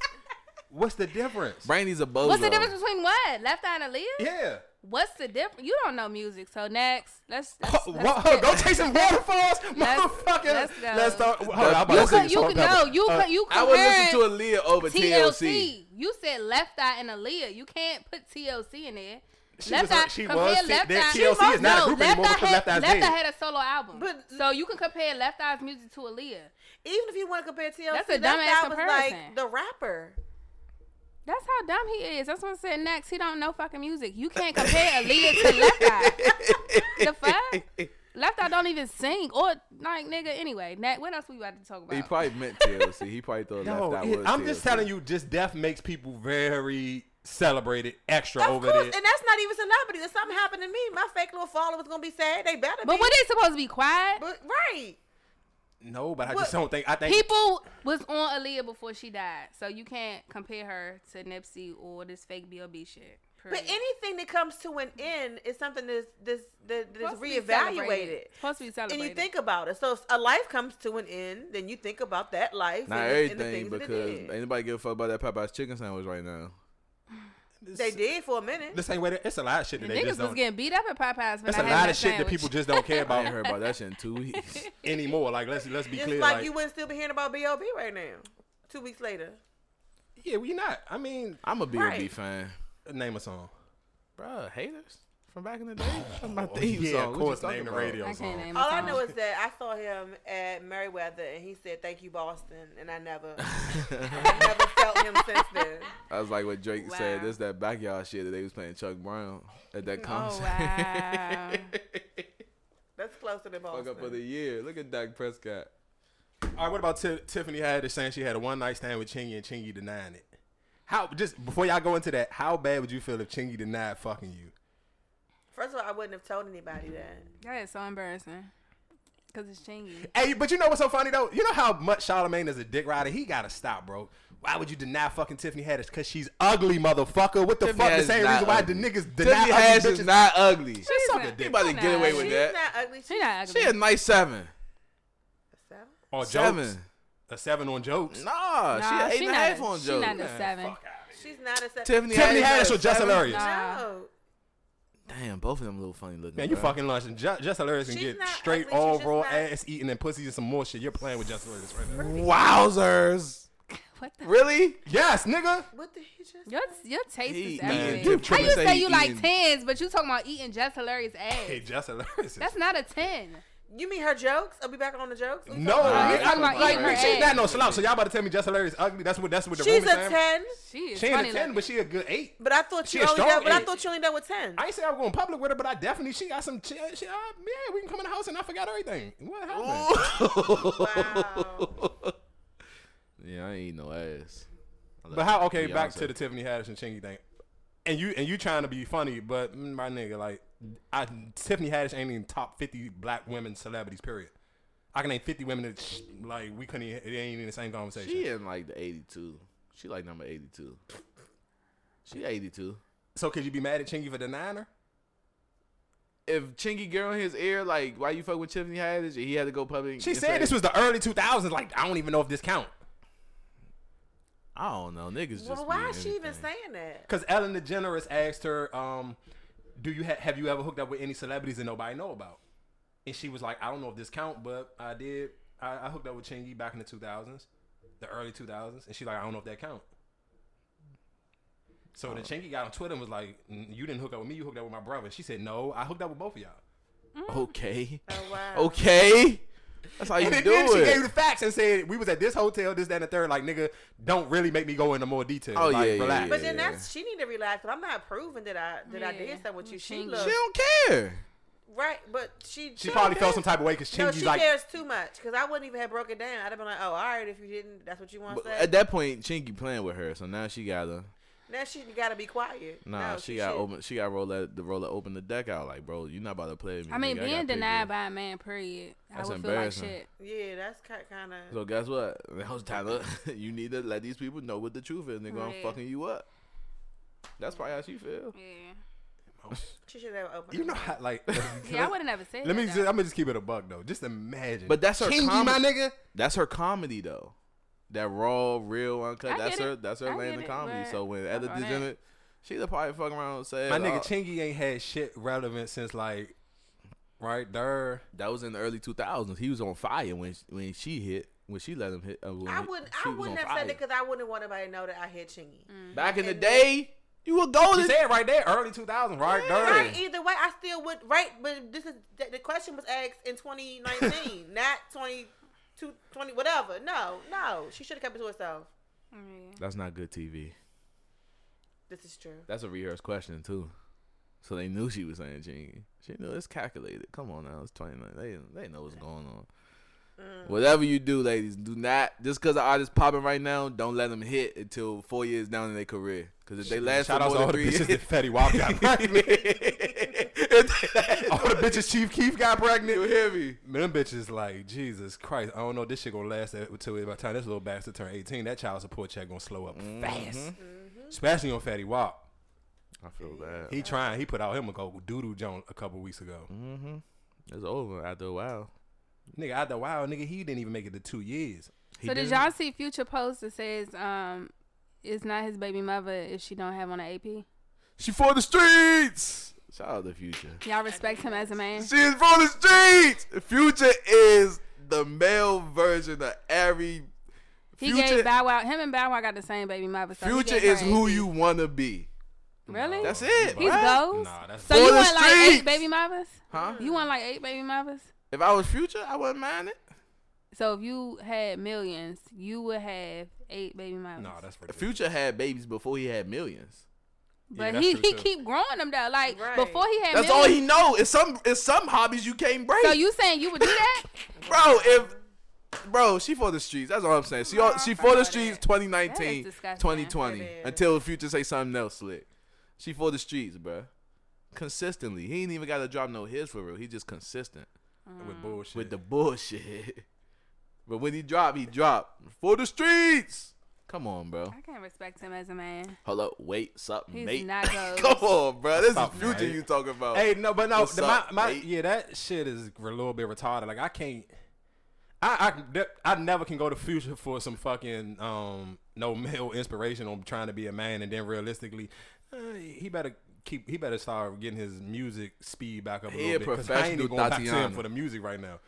[SPEAKER 1] What's the difference?
[SPEAKER 4] Brandy's a bozo.
[SPEAKER 2] What's the difference between what left eye and Aaliyah?
[SPEAKER 1] yeah.
[SPEAKER 2] What's the difference? You don't know music, so next, let's. let's,
[SPEAKER 1] Huh,
[SPEAKER 2] let's
[SPEAKER 1] what- huh,
[SPEAKER 2] get-
[SPEAKER 1] go take some waterfalls,
[SPEAKER 2] Let's-
[SPEAKER 1] motherfucker.
[SPEAKER 2] let's go.
[SPEAKER 1] start. Hold on, I'm about
[SPEAKER 4] You
[SPEAKER 1] to
[SPEAKER 4] could-
[SPEAKER 1] sing
[SPEAKER 2] you
[SPEAKER 1] Salt
[SPEAKER 2] could
[SPEAKER 1] and Pepper.
[SPEAKER 2] no, you
[SPEAKER 1] Uh,
[SPEAKER 2] could you
[SPEAKER 4] I would
[SPEAKER 2] comparing
[SPEAKER 4] listen to Aaliyah over
[SPEAKER 2] TLC.
[SPEAKER 4] TLC.
[SPEAKER 2] You said Left Eye and Aaliyah. You can't put TLC in there.
[SPEAKER 1] She was
[SPEAKER 2] left Eye
[SPEAKER 1] on- she
[SPEAKER 2] compare
[SPEAKER 1] was-
[SPEAKER 2] Left
[SPEAKER 1] that TLC
[SPEAKER 2] Eye. She
[SPEAKER 1] is not a
[SPEAKER 2] no,
[SPEAKER 1] group
[SPEAKER 2] Left
[SPEAKER 1] anymore
[SPEAKER 2] Eye
[SPEAKER 1] because
[SPEAKER 2] had,
[SPEAKER 1] Left Eye's
[SPEAKER 2] Left Eye
[SPEAKER 1] dead.
[SPEAKER 2] had a solo album,
[SPEAKER 3] But-
[SPEAKER 2] so you can compare Left Eye's music to Aaliyah.
[SPEAKER 3] Even if you want to compare TLC,
[SPEAKER 2] That's a
[SPEAKER 3] that
[SPEAKER 2] dumbass
[SPEAKER 3] guy was like
[SPEAKER 2] comparison.
[SPEAKER 3] the rapper.
[SPEAKER 2] That's how dumb he is. That's what I said next. He don't know fucking music. You can't compare Aaliyah to Left Eye. the fuck? Left Eye don't even sing or like nigga. Anyway, Nat, what else we about to talk about?
[SPEAKER 4] He probably meant TLC. He probably thought
[SPEAKER 1] No,
[SPEAKER 4] left eye
[SPEAKER 1] it-
[SPEAKER 4] was
[SPEAKER 1] I'm just
[SPEAKER 4] TLC.
[SPEAKER 1] telling you, just death makes people very celebrated, extra
[SPEAKER 3] Of
[SPEAKER 1] over
[SPEAKER 3] course,
[SPEAKER 1] there.
[SPEAKER 3] and that's not even celebrity. If something happened to me, my fake little followers gonna be sad. They better
[SPEAKER 2] but
[SPEAKER 3] be.
[SPEAKER 2] what is supposed to be quiet?
[SPEAKER 3] But right,
[SPEAKER 1] No, but I
[SPEAKER 3] What-
[SPEAKER 1] just don't think. I think
[SPEAKER 2] People was on Aaliyah before she died, so you can't compare her to Nipsey or this fake B.O.B. shit.
[SPEAKER 3] but
[SPEAKER 2] period.
[SPEAKER 3] anything that comes to an end is something that's this that, that's
[SPEAKER 2] Supposed to be celebrated.
[SPEAKER 3] reevaluated.
[SPEAKER 2] Supposed to be
[SPEAKER 3] And
[SPEAKER 2] celebrated.
[SPEAKER 3] you think about it. So if a life comes to an end, then you think about that life.
[SPEAKER 4] Not
[SPEAKER 3] and, the- and the
[SPEAKER 4] everything
[SPEAKER 3] things that it
[SPEAKER 4] because
[SPEAKER 3] did.
[SPEAKER 4] anybody give a fuck about that Popeye's chicken sandwich right now.
[SPEAKER 3] they did for a minute.
[SPEAKER 1] the same way. that- It's a lot of shit that they
[SPEAKER 2] niggas
[SPEAKER 1] just
[SPEAKER 2] was
[SPEAKER 1] don't.
[SPEAKER 2] getting beat up at Popeyes.
[SPEAKER 1] That's a lot of shit that people just don't care
[SPEAKER 4] I ain't
[SPEAKER 1] about
[SPEAKER 4] heard about that shit in two weeks.
[SPEAKER 1] anymore. Like let's let's be
[SPEAKER 3] Just
[SPEAKER 1] clear.
[SPEAKER 3] like,
[SPEAKER 1] like-
[SPEAKER 3] you wouldn't still be hearing about B.O.B. right now. Two weeks later.
[SPEAKER 1] yeah, we not. I mean,
[SPEAKER 4] I'm a B&B
[SPEAKER 3] Right.
[SPEAKER 4] fan.
[SPEAKER 1] name a song.
[SPEAKER 4] Bruh, haters. From back in the day, That's my theme
[SPEAKER 1] yeah,
[SPEAKER 4] song.
[SPEAKER 1] of
[SPEAKER 4] What you
[SPEAKER 1] course,
[SPEAKER 4] talking
[SPEAKER 1] name the
[SPEAKER 4] about?
[SPEAKER 1] radio
[SPEAKER 2] I
[SPEAKER 1] song.
[SPEAKER 2] can't name.
[SPEAKER 3] All I know is that I saw him at Meriwether and he said, Thank you, Boston. And I never, I never felt him since then.
[SPEAKER 4] I was like what Drake said.
[SPEAKER 2] Wow.
[SPEAKER 4] This that backyard shit that they was playing Chuck Brown at that
[SPEAKER 3] oh,
[SPEAKER 4] concert.
[SPEAKER 2] Oh, wow.
[SPEAKER 3] That's closer than Boston.
[SPEAKER 4] Fuck up for the year. Look at Dak Prescott.
[SPEAKER 1] All right, what about Ti- Tiffany Haddish saying she had a one night stand with Chingy and Chingy denying it? How just before y'all go into that, how bad would you feel if Chingy denied fucking you?
[SPEAKER 3] First of all, I wouldn't have told anybody that.
[SPEAKER 2] that is so embarrassing. Cause it's chingy.
[SPEAKER 1] Hey, but you know what's so funny though? You know how much Charlemagne is a dick rider. He gotta stop, bro. Why would you deny fucking Tiffany Haddish? Cause she's ugly, motherfucker. What the
[SPEAKER 4] Tiffany
[SPEAKER 1] fuck?
[SPEAKER 4] Haddish
[SPEAKER 1] The same
[SPEAKER 4] not
[SPEAKER 1] reason why
[SPEAKER 4] ugly.
[SPEAKER 1] the niggas deny
[SPEAKER 4] Tiffany Haddish
[SPEAKER 1] ugly
[SPEAKER 4] is
[SPEAKER 1] bitches.
[SPEAKER 4] not ugly.
[SPEAKER 1] suck
[SPEAKER 2] not-
[SPEAKER 1] a dick.
[SPEAKER 4] You about to
[SPEAKER 2] she's
[SPEAKER 4] get
[SPEAKER 2] not
[SPEAKER 4] away
[SPEAKER 2] ugly.
[SPEAKER 4] with
[SPEAKER 3] She's
[SPEAKER 4] that.
[SPEAKER 3] not ugly. She's
[SPEAKER 2] She not ugly.
[SPEAKER 4] She a nice seven.
[SPEAKER 3] seven.
[SPEAKER 1] Or jokes.
[SPEAKER 4] Seven.
[SPEAKER 1] A seven on jokes.
[SPEAKER 4] Nah, she
[SPEAKER 2] Nah,
[SPEAKER 4] an
[SPEAKER 2] she
[SPEAKER 4] eight and a
[SPEAKER 2] not
[SPEAKER 4] half
[SPEAKER 2] a-
[SPEAKER 4] on
[SPEAKER 2] she
[SPEAKER 4] Joe.
[SPEAKER 2] not a seven.
[SPEAKER 3] She's not a seven.
[SPEAKER 4] Tiffany,
[SPEAKER 1] Tiffany
[SPEAKER 4] Haddish
[SPEAKER 1] Haddish or
[SPEAKER 4] is
[SPEAKER 1] Jess
[SPEAKER 4] seven?
[SPEAKER 1] Hilarious.
[SPEAKER 3] No.
[SPEAKER 4] Damn, both of them little funny looking.
[SPEAKER 1] Man, you
[SPEAKER 4] bruh.
[SPEAKER 1] fucking lunching. Just, Jess Hilarious can
[SPEAKER 3] She's
[SPEAKER 1] get
[SPEAKER 3] not
[SPEAKER 1] straight
[SPEAKER 3] ugly, she's
[SPEAKER 1] all
[SPEAKER 3] just
[SPEAKER 1] raw
[SPEAKER 3] not-
[SPEAKER 1] ass eating and pussy and some more shit. You're playing with Jess Hilarious right now.
[SPEAKER 4] wowzers.
[SPEAKER 2] What the?
[SPEAKER 4] Really?
[SPEAKER 1] Yes, nigga.
[SPEAKER 3] What did he just
[SPEAKER 2] Your your taste
[SPEAKER 4] He
[SPEAKER 2] is
[SPEAKER 4] eating.
[SPEAKER 2] everything.
[SPEAKER 1] Dude,
[SPEAKER 2] How you
[SPEAKER 4] Trevor say
[SPEAKER 2] say
[SPEAKER 4] he
[SPEAKER 2] you like
[SPEAKER 4] eating.
[SPEAKER 2] tens, but you talking about eating just hilarious
[SPEAKER 1] Hey,
[SPEAKER 2] ass?
[SPEAKER 1] Jess Hilarious. Is
[SPEAKER 2] That's not a ten.
[SPEAKER 3] You mean her jokes? Are we back on the jokes? What are you
[SPEAKER 1] no,
[SPEAKER 3] talking about?
[SPEAKER 1] nigga,
[SPEAKER 2] talking
[SPEAKER 1] I'm
[SPEAKER 2] about
[SPEAKER 1] like,
[SPEAKER 2] eating her
[SPEAKER 1] nigga, she's
[SPEAKER 2] ass.
[SPEAKER 1] not no slouch. So y'all about to tell me Jess Hilarious ugly? That's what that's what the
[SPEAKER 3] She's
[SPEAKER 1] rumors
[SPEAKER 3] a
[SPEAKER 1] saying?
[SPEAKER 3] ten,
[SPEAKER 2] She is
[SPEAKER 1] She ain't
[SPEAKER 2] funny.
[SPEAKER 1] a ten,
[SPEAKER 2] looking.
[SPEAKER 1] but she a good eight.
[SPEAKER 3] but I thought
[SPEAKER 1] She
[SPEAKER 3] you
[SPEAKER 1] a
[SPEAKER 3] only
[SPEAKER 1] strong
[SPEAKER 3] dealt. But I
[SPEAKER 1] eight.
[SPEAKER 3] thought you only dealt with ten.
[SPEAKER 1] I ain't say I was going public with her, but I definitely she got some. She, she, uh, yeah, we can come in the house and I forgot everything. What happened?
[SPEAKER 3] Wow.
[SPEAKER 4] Yeah, I ain't no ass. I
[SPEAKER 1] But
[SPEAKER 4] love
[SPEAKER 1] how? Okay, back
[SPEAKER 4] Beyonce.
[SPEAKER 1] to the Tiffany Haddish and Chingy thing. And you and you trying to be funny, but mm, my nigga, like, I Tiffany Haddish ain't even top fifty black women celebrities. Period. I can name fifty women that sh- like we couldn't. Even, it ain't even the same conversation.
[SPEAKER 4] She in like the 82. She like number 82. She 82.
[SPEAKER 1] So could you be mad at Chingy for denying her?
[SPEAKER 4] If Chingy girl in his ear, like, why you fuck with Tiffany Haddish? He had to go public.
[SPEAKER 1] She
[SPEAKER 4] and say-
[SPEAKER 1] said this was the early two thousands. Like I don't even know if this count.
[SPEAKER 4] I don't know. Niggas just.
[SPEAKER 3] well, why
[SPEAKER 4] be
[SPEAKER 3] is she even
[SPEAKER 4] anything.
[SPEAKER 3] saying that?
[SPEAKER 1] Because Ellen DeGeneres asked her, um, "Do you ha- have you ever hooked up with any celebrities that nobody know about?" And she was like, "I don't know if this count, but I did. I, I hooked up with Chingy back in the 2000s, the early 2000s." And she's like, "I don't know if that count." So
[SPEAKER 4] Oh.
[SPEAKER 1] then Chingy got on Twitter and was like, "N- "You didn't hook up with me. You hooked up with my brother." She said, "No, I hooked up with both of y'all."
[SPEAKER 4] Okay.
[SPEAKER 3] Oh wow.
[SPEAKER 4] Okay. That's how you
[SPEAKER 1] And
[SPEAKER 4] do
[SPEAKER 1] then, then she
[SPEAKER 4] it.
[SPEAKER 1] gave you the facts and said, "We was at this hotel, this, that, and the third. Like, nigga, don't really make me go into more detail.
[SPEAKER 4] Oh,
[SPEAKER 1] Like,
[SPEAKER 4] yeah, yeah,
[SPEAKER 1] relax.
[SPEAKER 4] yeah.
[SPEAKER 3] But then that's she need to relax. But I'm not proving that I that I
[SPEAKER 2] Yeah.
[SPEAKER 3] did something with you. She
[SPEAKER 2] She-
[SPEAKER 4] she
[SPEAKER 3] looked
[SPEAKER 4] don't care.
[SPEAKER 3] right, but she
[SPEAKER 1] She probably
[SPEAKER 3] don't
[SPEAKER 1] felt
[SPEAKER 3] care.
[SPEAKER 1] some type of way because
[SPEAKER 3] No,
[SPEAKER 1] Chingy's
[SPEAKER 3] she
[SPEAKER 1] like,
[SPEAKER 3] cares too much because I wouldn't even have broken down. I'd have been like, "Oh, all right, if you didn't, that's what you want to
[SPEAKER 4] But uh,
[SPEAKER 3] say."
[SPEAKER 4] at that point, Chingy playing with her, so now she gotta.
[SPEAKER 3] now she got to be quiet.
[SPEAKER 4] Nah,
[SPEAKER 3] no,
[SPEAKER 4] she, got
[SPEAKER 3] should.
[SPEAKER 4] open. She got roller the roller open the deck out. Like, bro, you not about to play with me.
[SPEAKER 2] I mean,
[SPEAKER 4] nigga.
[SPEAKER 2] being
[SPEAKER 4] got
[SPEAKER 2] denied
[SPEAKER 4] paper.
[SPEAKER 2] by a man, period.
[SPEAKER 4] That's
[SPEAKER 2] I would feel like
[SPEAKER 4] embarrassing.
[SPEAKER 2] shit.
[SPEAKER 3] Yeah, that's kind of.
[SPEAKER 4] So guess what? Now's Tyler. you need to let these people know what the truth is. Nigga, I'm
[SPEAKER 2] Yeah.
[SPEAKER 4] fucking you up. That's probably how she feel.
[SPEAKER 2] Yeah.
[SPEAKER 1] "Oh,
[SPEAKER 3] She should have opened.
[SPEAKER 1] you
[SPEAKER 3] her
[SPEAKER 1] know,
[SPEAKER 3] mouth.
[SPEAKER 1] how, like,
[SPEAKER 2] Yeah, I would have never said
[SPEAKER 1] Let
[SPEAKER 2] that.
[SPEAKER 1] me.
[SPEAKER 2] though.
[SPEAKER 1] Just, I'm gonna just keep it a buck though. Just imagine.
[SPEAKER 4] But that's her
[SPEAKER 1] Chingy,
[SPEAKER 4] comedy.
[SPEAKER 1] my nigga.
[SPEAKER 4] That's her comedy though. That raw, real, uncut.
[SPEAKER 2] I
[SPEAKER 4] that's
[SPEAKER 2] get
[SPEAKER 4] her.
[SPEAKER 2] it.
[SPEAKER 4] That's her
[SPEAKER 2] I
[SPEAKER 4] lane
[SPEAKER 2] get
[SPEAKER 4] of
[SPEAKER 2] it,
[SPEAKER 4] comedy.
[SPEAKER 2] but
[SPEAKER 4] So when
[SPEAKER 2] fuck
[SPEAKER 4] Ella
[SPEAKER 2] all that.
[SPEAKER 4] DeGeneres, she'll probably fuck around and say,
[SPEAKER 1] My
[SPEAKER 4] oh,
[SPEAKER 1] nigga Chingy ain't had shit relevant since like, right there.
[SPEAKER 4] That was in the early 2000s. He was on fire when when she hit. When she let him hit. Uh, when
[SPEAKER 3] I
[SPEAKER 4] he-
[SPEAKER 3] wouldn't.
[SPEAKER 4] she
[SPEAKER 3] I
[SPEAKER 4] was
[SPEAKER 3] wouldn't
[SPEAKER 4] on
[SPEAKER 3] have said
[SPEAKER 4] fire.
[SPEAKER 3] it because I wouldn't want anybody to know that I hit Chingy.
[SPEAKER 4] Back in the
[SPEAKER 3] And
[SPEAKER 4] day, you were
[SPEAKER 1] She
[SPEAKER 4] golden.
[SPEAKER 1] said right there, early 2000, right there.
[SPEAKER 3] Right. Either way, I still would. Right. But this is the- the question was asked in 2019, not 22, 20, whatever. No, no. She should have kept it to herself.
[SPEAKER 2] Yeah.
[SPEAKER 4] That's not good TV.
[SPEAKER 3] This is true.
[SPEAKER 4] That's a rehearsed question too. So they knew she was saying Chingy. She knew it's calculated. Come on now, it's 29. They they know what's going on.
[SPEAKER 2] Mm.
[SPEAKER 4] Whatever you do, ladies, do not just because the artist popping right now. Don't let them hit until four years down in their career. Because if they last
[SPEAKER 1] Shout
[SPEAKER 4] for
[SPEAKER 1] out
[SPEAKER 4] more
[SPEAKER 1] to
[SPEAKER 4] than
[SPEAKER 1] all the
[SPEAKER 4] three
[SPEAKER 1] bitches
[SPEAKER 4] years,
[SPEAKER 1] that Fetty Wap got pregnant. all the bitches Chief Keef got
[SPEAKER 4] you
[SPEAKER 1] pregnant.
[SPEAKER 4] hear me?
[SPEAKER 1] Man, them bitches like Jesus Christ. I don't know. This shit gonna last until by the time this little bastard turn 18. That child support check gonna slow up
[SPEAKER 4] Mm-hmm.
[SPEAKER 1] fast,
[SPEAKER 2] Mm-hmm.
[SPEAKER 1] especially on Fetty Wap.
[SPEAKER 4] I feel bad.
[SPEAKER 1] He trying. He put out him a go doodoo joint a couple weeks ago.
[SPEAKER 4] Mm-hmm. It's over after a while.
[SPEAKER 1] Nigga, after a while, nigga, he didn't even make it to two years.
[SPEAKER 4] He
[SPEAKER 2] So did
[SPEAKER 4] didn't-
[SPEAKER 2] y'all see Future post that says um, it's not his baby mother if she don't have on an AP?
[SPEAKER 4] She for the streets. Shout out the future.
[SPEAKER 2] Y'all respect him as a man.
[SPEAKER 4] She is from the streets. Future is the male version of every.
[SPEAKER 2] He gave Bow Wow. Him and Bow Wow got the same baby mother. So he
[SPEAKER 4] Future
[SPEAKER 2] gave her
[SPEAKER 4] is who
[SPEAKER 2] AP.
[SPEAKER 4] you wanna be.
[SPEAKER 2] Really?
[SPEAKER 4] That's it,
[SPEAKER 2] He's
[SPEAKER 4] What?
[SPEAKER 2] goes.
[SPEAKER 1] Nah, that's
[SPEAKER 2] so you
[SPEAKER 4] For the
[SPEAKER 2] want like
[SPEAKER 4] streets.
[SPEAKER 2] eight baby mamas?
[SPEAKER 4] Huh?
[SPEAKER 2] You want like eight baby mamas?
[SPEAKER 4] If I was future, I wouldn't mind it.
[SPEAKER 2] So if you had millions, you would have eight baby mamas.
[SPEAKER 1] nah, that's ridiculous.
[SPEAKER 4] Future had babies before he had millions.
[SPEAKER 1] Yeah,
[SPEAKER 2] but
[SPEAKER 1] that's
[SPEAKER 2] he
[SPEAKER 1] true,
[SPEAKER 2] he
[SPEAKER 1] too.
[SPEAKER 2] keep growing them though. Like
[SPEAKER 3] Right.
[SPEAKER 2] before he had
[SPEAKER 4] That's all
[SPEAKER 2] millions.
[SPEAKER 4] he know. It's some it's some hobbies you can't break.
[SPEAKER 2] So you saying you would do that?
[SPEAKER 4] bro, if bro, she for the streets. That's all I'm saying. She all, she for the
[SPEAKER 2] that.
[SPEAKER 4] streets
[SPEAKER 2] That is
[SPEAKER 4] 2019,
[SPEAKER 2] disgusting.
[SPEAKER 4] 2020
[SPEAKER 3] It is.
[SPEAKER 4] until future say something else slick. She for the streets, bro. Consistently, he ain't even got to drop no hits for real. He just consistent
[SPEAKER 1] with bullshit.
[SPEAKER 4] with the bullshit. but when he drop, he drop for the streets. Come on, bro.
[SPEAKER 2] I can't respect him as a man.
[SPEAKER 4] Hold up, wait, sup,
[SPEAKER 2] He's
[SPEAKER 4] mate?
[SPEAKER 2] not goes.
[SPEAKER 4] Come on, bro. This
[SPEAKER 1] Stop,
[SPEAKER 4] is future
[SPEAKER 1] mate.
[SPEAKER 4] you talking about.
[SPEAKER 1] Hey, no, but no,
[SPEAKER 4] What's
[SPEAKER 1] the,
[SPEAKER 4] up,
[SPEAKER 1] my, my
[SPEAKER 4] mate?
[SPEAKER 1] yeah, that shit is a little bit retarded. Like I can't, I I, that- I never can go to future for some fucking um no male inspiration on trying to be a man, and then realistically, uh, he better. Keep, he better start getting his music speed back up a
[SPEAKER 4] He
[SPEAKER 1] little
[SPEAKER 4] a
[SPEAKER 1] bit. 'cause I ain't even
[SPEAKER 4] professional
[SPEAKER 1] going back to him
[SPEAKER 4] Tatiana.
[SPEAKER 1] for the music right now.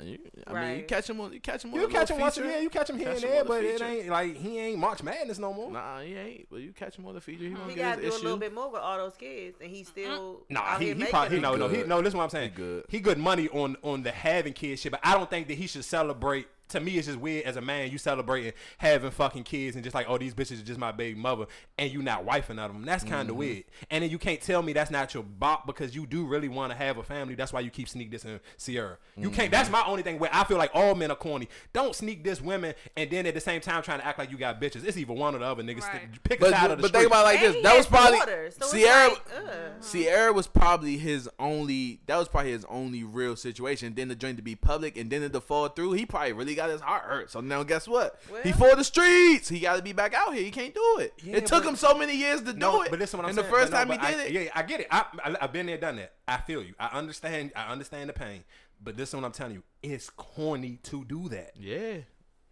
[SPEAKER 4] You, I mean, you
[SPEAKER 3] Right.
[SPEAKER 4] catch him on, you catch him on.
[SPEAKER 1] You
[SPEAKER 4] a
[SPEAKER 1] catch
[SPEAKER 4] little
[SPEAKER 1] him once,
[SPEAKER 4] feature.
[SPEAKER 1] yeah, you catch him here and
[SPEAKER 4] Catch him on
[SPEAKER 1] there,
[SPEAKER 4] a
[SPEAKER 1] but it
[SPEAKER 4] feature.
[SPEAKER 1] ain't like he ain't March Madness no more.
[SPEAKER 4] Nah, he ain't. But you catch him on the feature, he gonna
[SPEAKER 3] He
[SPEAKER 4] get
[SPEAKER 3] gotta do
[SPEAKER 4] his
[SPEAKER 3] a
[SPEAKER 4] issue.
[SPEAKER 3] little bit more with all those kids, and he still
[SPEAKER 1] Nah,
[SPEAKER 3] out
[SPEAKER 1] he,
[SPEAKER 3] here
[SPEAKER 1] he
[SPEAKER 3] making
[SPEAKER 1] probably he,
[SPEAKER 3] them.
[SPEAKER 1] no no he
[SPEAKER 4] good.
[SPEAKER 1] no. This is what I'm saying.
[SPEAKER 4] He good.
[SPEAKER 1] He good money on on the having kids shit, but I don't think that he should celebrate. To me, it's just weird as a man. You celebrating having fucking kids and just like, oh, these bitches are just my baby mother, and you not wifing out of them. That's kind
[SPEAKER 4] Mm-hmm.
[SPEAKER 1] of weird. And then you can't tell me that's not your bop because you do really want to have a family. That's why you keep sneak this in Sierra. You can't.
[SPEAKER 4] Mm-hmm.
[SPEAKER 1] That's my only thing where I feel like all men are corny. Don't sneak this women, and then at the same time trying to act like you got bitches. It's either one or the other. Niggas
[SPEAKER 2] Right.
[SPEAKER 1] pick a
[SPEAKER 4] But,
[SPEAKER 1] side of the
[SPEAKER 4] but
[SPEAKER 1] street.
[SPEAKER 4] think about it like
[SPEAKER 3] And
[SPEAKER 4] this.
[SPEAKER 3] he
[SPEAKER 4] That
[SPEAKER 3] has
[SPEAKER 4] was probably
[SPEAKER 3] daughters, so it's
[SPEAKER 4] Sierra.
[SPEAKER 3] like, uh, ugh.
[SPEAKER 4] Sierra was probably his only. That was probably his only real situation. Then the drink to be public, and then it to fall through. He probably really got his heart hurt. So now guess what? he
[SPEAKER 3] Well-
[SPEAKER 4] for the streets. He got to be back out here. He can't do it.
[SPEAKER 1] Yeah,
[SPEAKER 4] it took
[SPEAKER 1] but-
[SPEAKER 4] him so many years to do it.
[SPEAKER 1] But listen, what I'm
[SPEAKER 4] and
[SPEAKER 1] saying.
[SPEAKER 4] the first
[SPEAKER 1] but no,
[SPEAKER 4] time he
[SPEAKER 1] but I,
[SPEAKER 4] did it,
[SPEAKER 1] yeah, I get it. I, I I've been there, done that. I feel you. I understand. I understand the pain. But this is what I'm telling you. It's corny to do that.
[SPEAKER 4] yeah.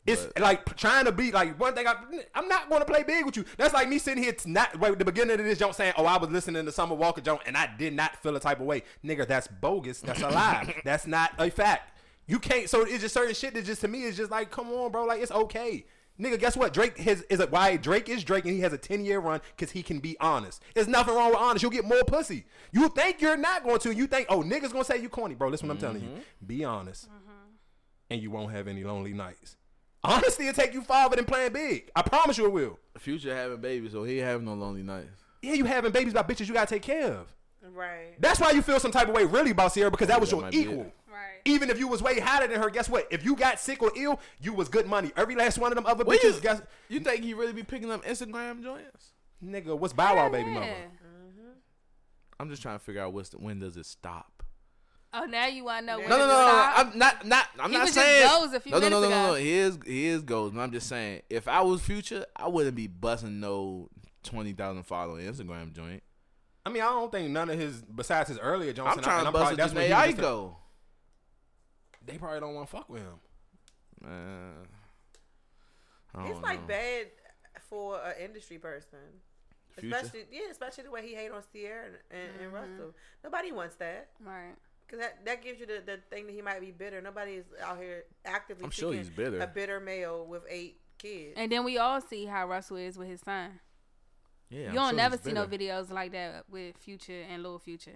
[SPEAKER 1] It's like trying to be like one thing. I, I'm not going to play big with you. That's like me sitting here tonight, right at the beginning of this joint saying, "Oh, I was listening to Summer Walker joint and I did not feel a type of way." Nigga, that's bogus. That's a lie. that's not a fact. You can't. So it's just certain shit that just to me is just like, come on, bro. Like it's okay. Nigga, guess what? Drake has, is a, why Drake is Drake and he has a 10 year run because he can be honest. There's nothing wrong with honest. You'll get more pussy. You think you're not going to. You think, oh, niggas going to say you corny. Bro, listen what I'm telling you. Be honest and you won't have any lonely nights. Honestly, it'll take you farther than playing big. I promise you it will.
[SPEAKER 4] Future having babies, so he ain't having no lonely nights.
[SPEAKER 1] Yeah, you having babies by bitches you gotta take care of.
[SPEAKER 3] Right.
[SPEAKER 1] That's why you feel some type of way really about Sierra because that was
[SPEAKER 4] that
[SPEAKER 1] your
[SPEAKER 4] might be
[SPEAKER 1] equal.
[SPEAKER 4] it.
[SPEAKER 2] Right.
[SPEAKER 1] Even if you was way hotter than her, guess what? If you got sick or ill, you was good money. Every last one of them other
[SPEAKER 4] What
[SPEAKER 1] bitches,
[SPEAKER 4] you,
[SPEAKER 1] guess
[SPEAKER 4] you think he really be picking up Instagram joints?
[SPEAKER 1] nigga, what's Bow Wow baby
[SPEAKER 2] Yeah.
[SPEAKER 1] mama?
[SPEAKER 4] I'm just trying to figure out what's the, when does it stop.
[SPEAKER 2] Oh, now you want to know? when
[SPEAKER 4] No,
[SPEAKER 2] to
[SPEAKER 4] no, no, no, no.
[SPEAKER 2] stop?
[SPEAKER 4] I'm not, not. I'm
[SPEAKER 2] He
[SPEAKER 4] not
[SPEAKER 2] was just
[SPEAKER 4] saying.
[SPEAKER 2] goals a few
[SPEAKER 4] no, no, no, no,
[SPEAKER 2] minutes
[SPEAKER 4] no, no.
[SPEAKER 2] ago.
[SPEAKER 4] He is, he is goals. And I'm just saying, if I was future, I wouldn't be busting no twenty thousand follower Instagram joint.
[SPEAKER 1] I mean, I don't think none of his besides his earlier Johnson.
[SPEAKER 4] I'm
[SPEAKER 1] and
[SPEAKER 4] trying to
[SPEAKER 1] I'm
[SPEAKER 4] bust
[SPEAKER 1] probably,
[SPEAKER 4] a
[SPEAKER 1] that's when
[SPEAKER 4] Janae
[SPEAKER 1] he was the-
[SPEAKER 4] Aiko.
[SPEAKER 1] They probably don't want to fuck with him.
[SPEAKER 4] Man, I
[SPEAKER 3] It's
[SPEAKER 4] don't
[SPEAKER 3] like
[SPEAKER 4] know.
[SPEAKER 3] bad for an industry person.
[SPEAKER 4] Future?
[SPEAKER 3] Especially, yeah, especially the way he hate on Sierra and, and,
[SPEAKER 2] Mm-hmm.
[SPEAKER 3] and Russell. Nobody wants that
[SPEAKER 2] Right.
[SPEAKER 3] because that, that gives you the, the thing that he might be bitter. Nobody is out here actively.
[SPEAKER 4] I'm sure
[SPEAKER 3] seeking
[SPEAKER 4] he's bitter.
[SPEAKER 3] A bitter male with eight kids.
[SPEAKER 2] And then we all see how Russell is with his son.
[SPEAKER 4] Yeah,
[SPEAKER 2] you
[SPEAKER 4] I'm
[SPEAKER 2] don't
[SPEAKER 4] sure
[SPEAKER 2] never
[SPEAKER 4] he's
[SPEAKER 2] see
[SPEAKER 4] bitter.
[SPEAKER 2] no videos like that with Future and Lil Future.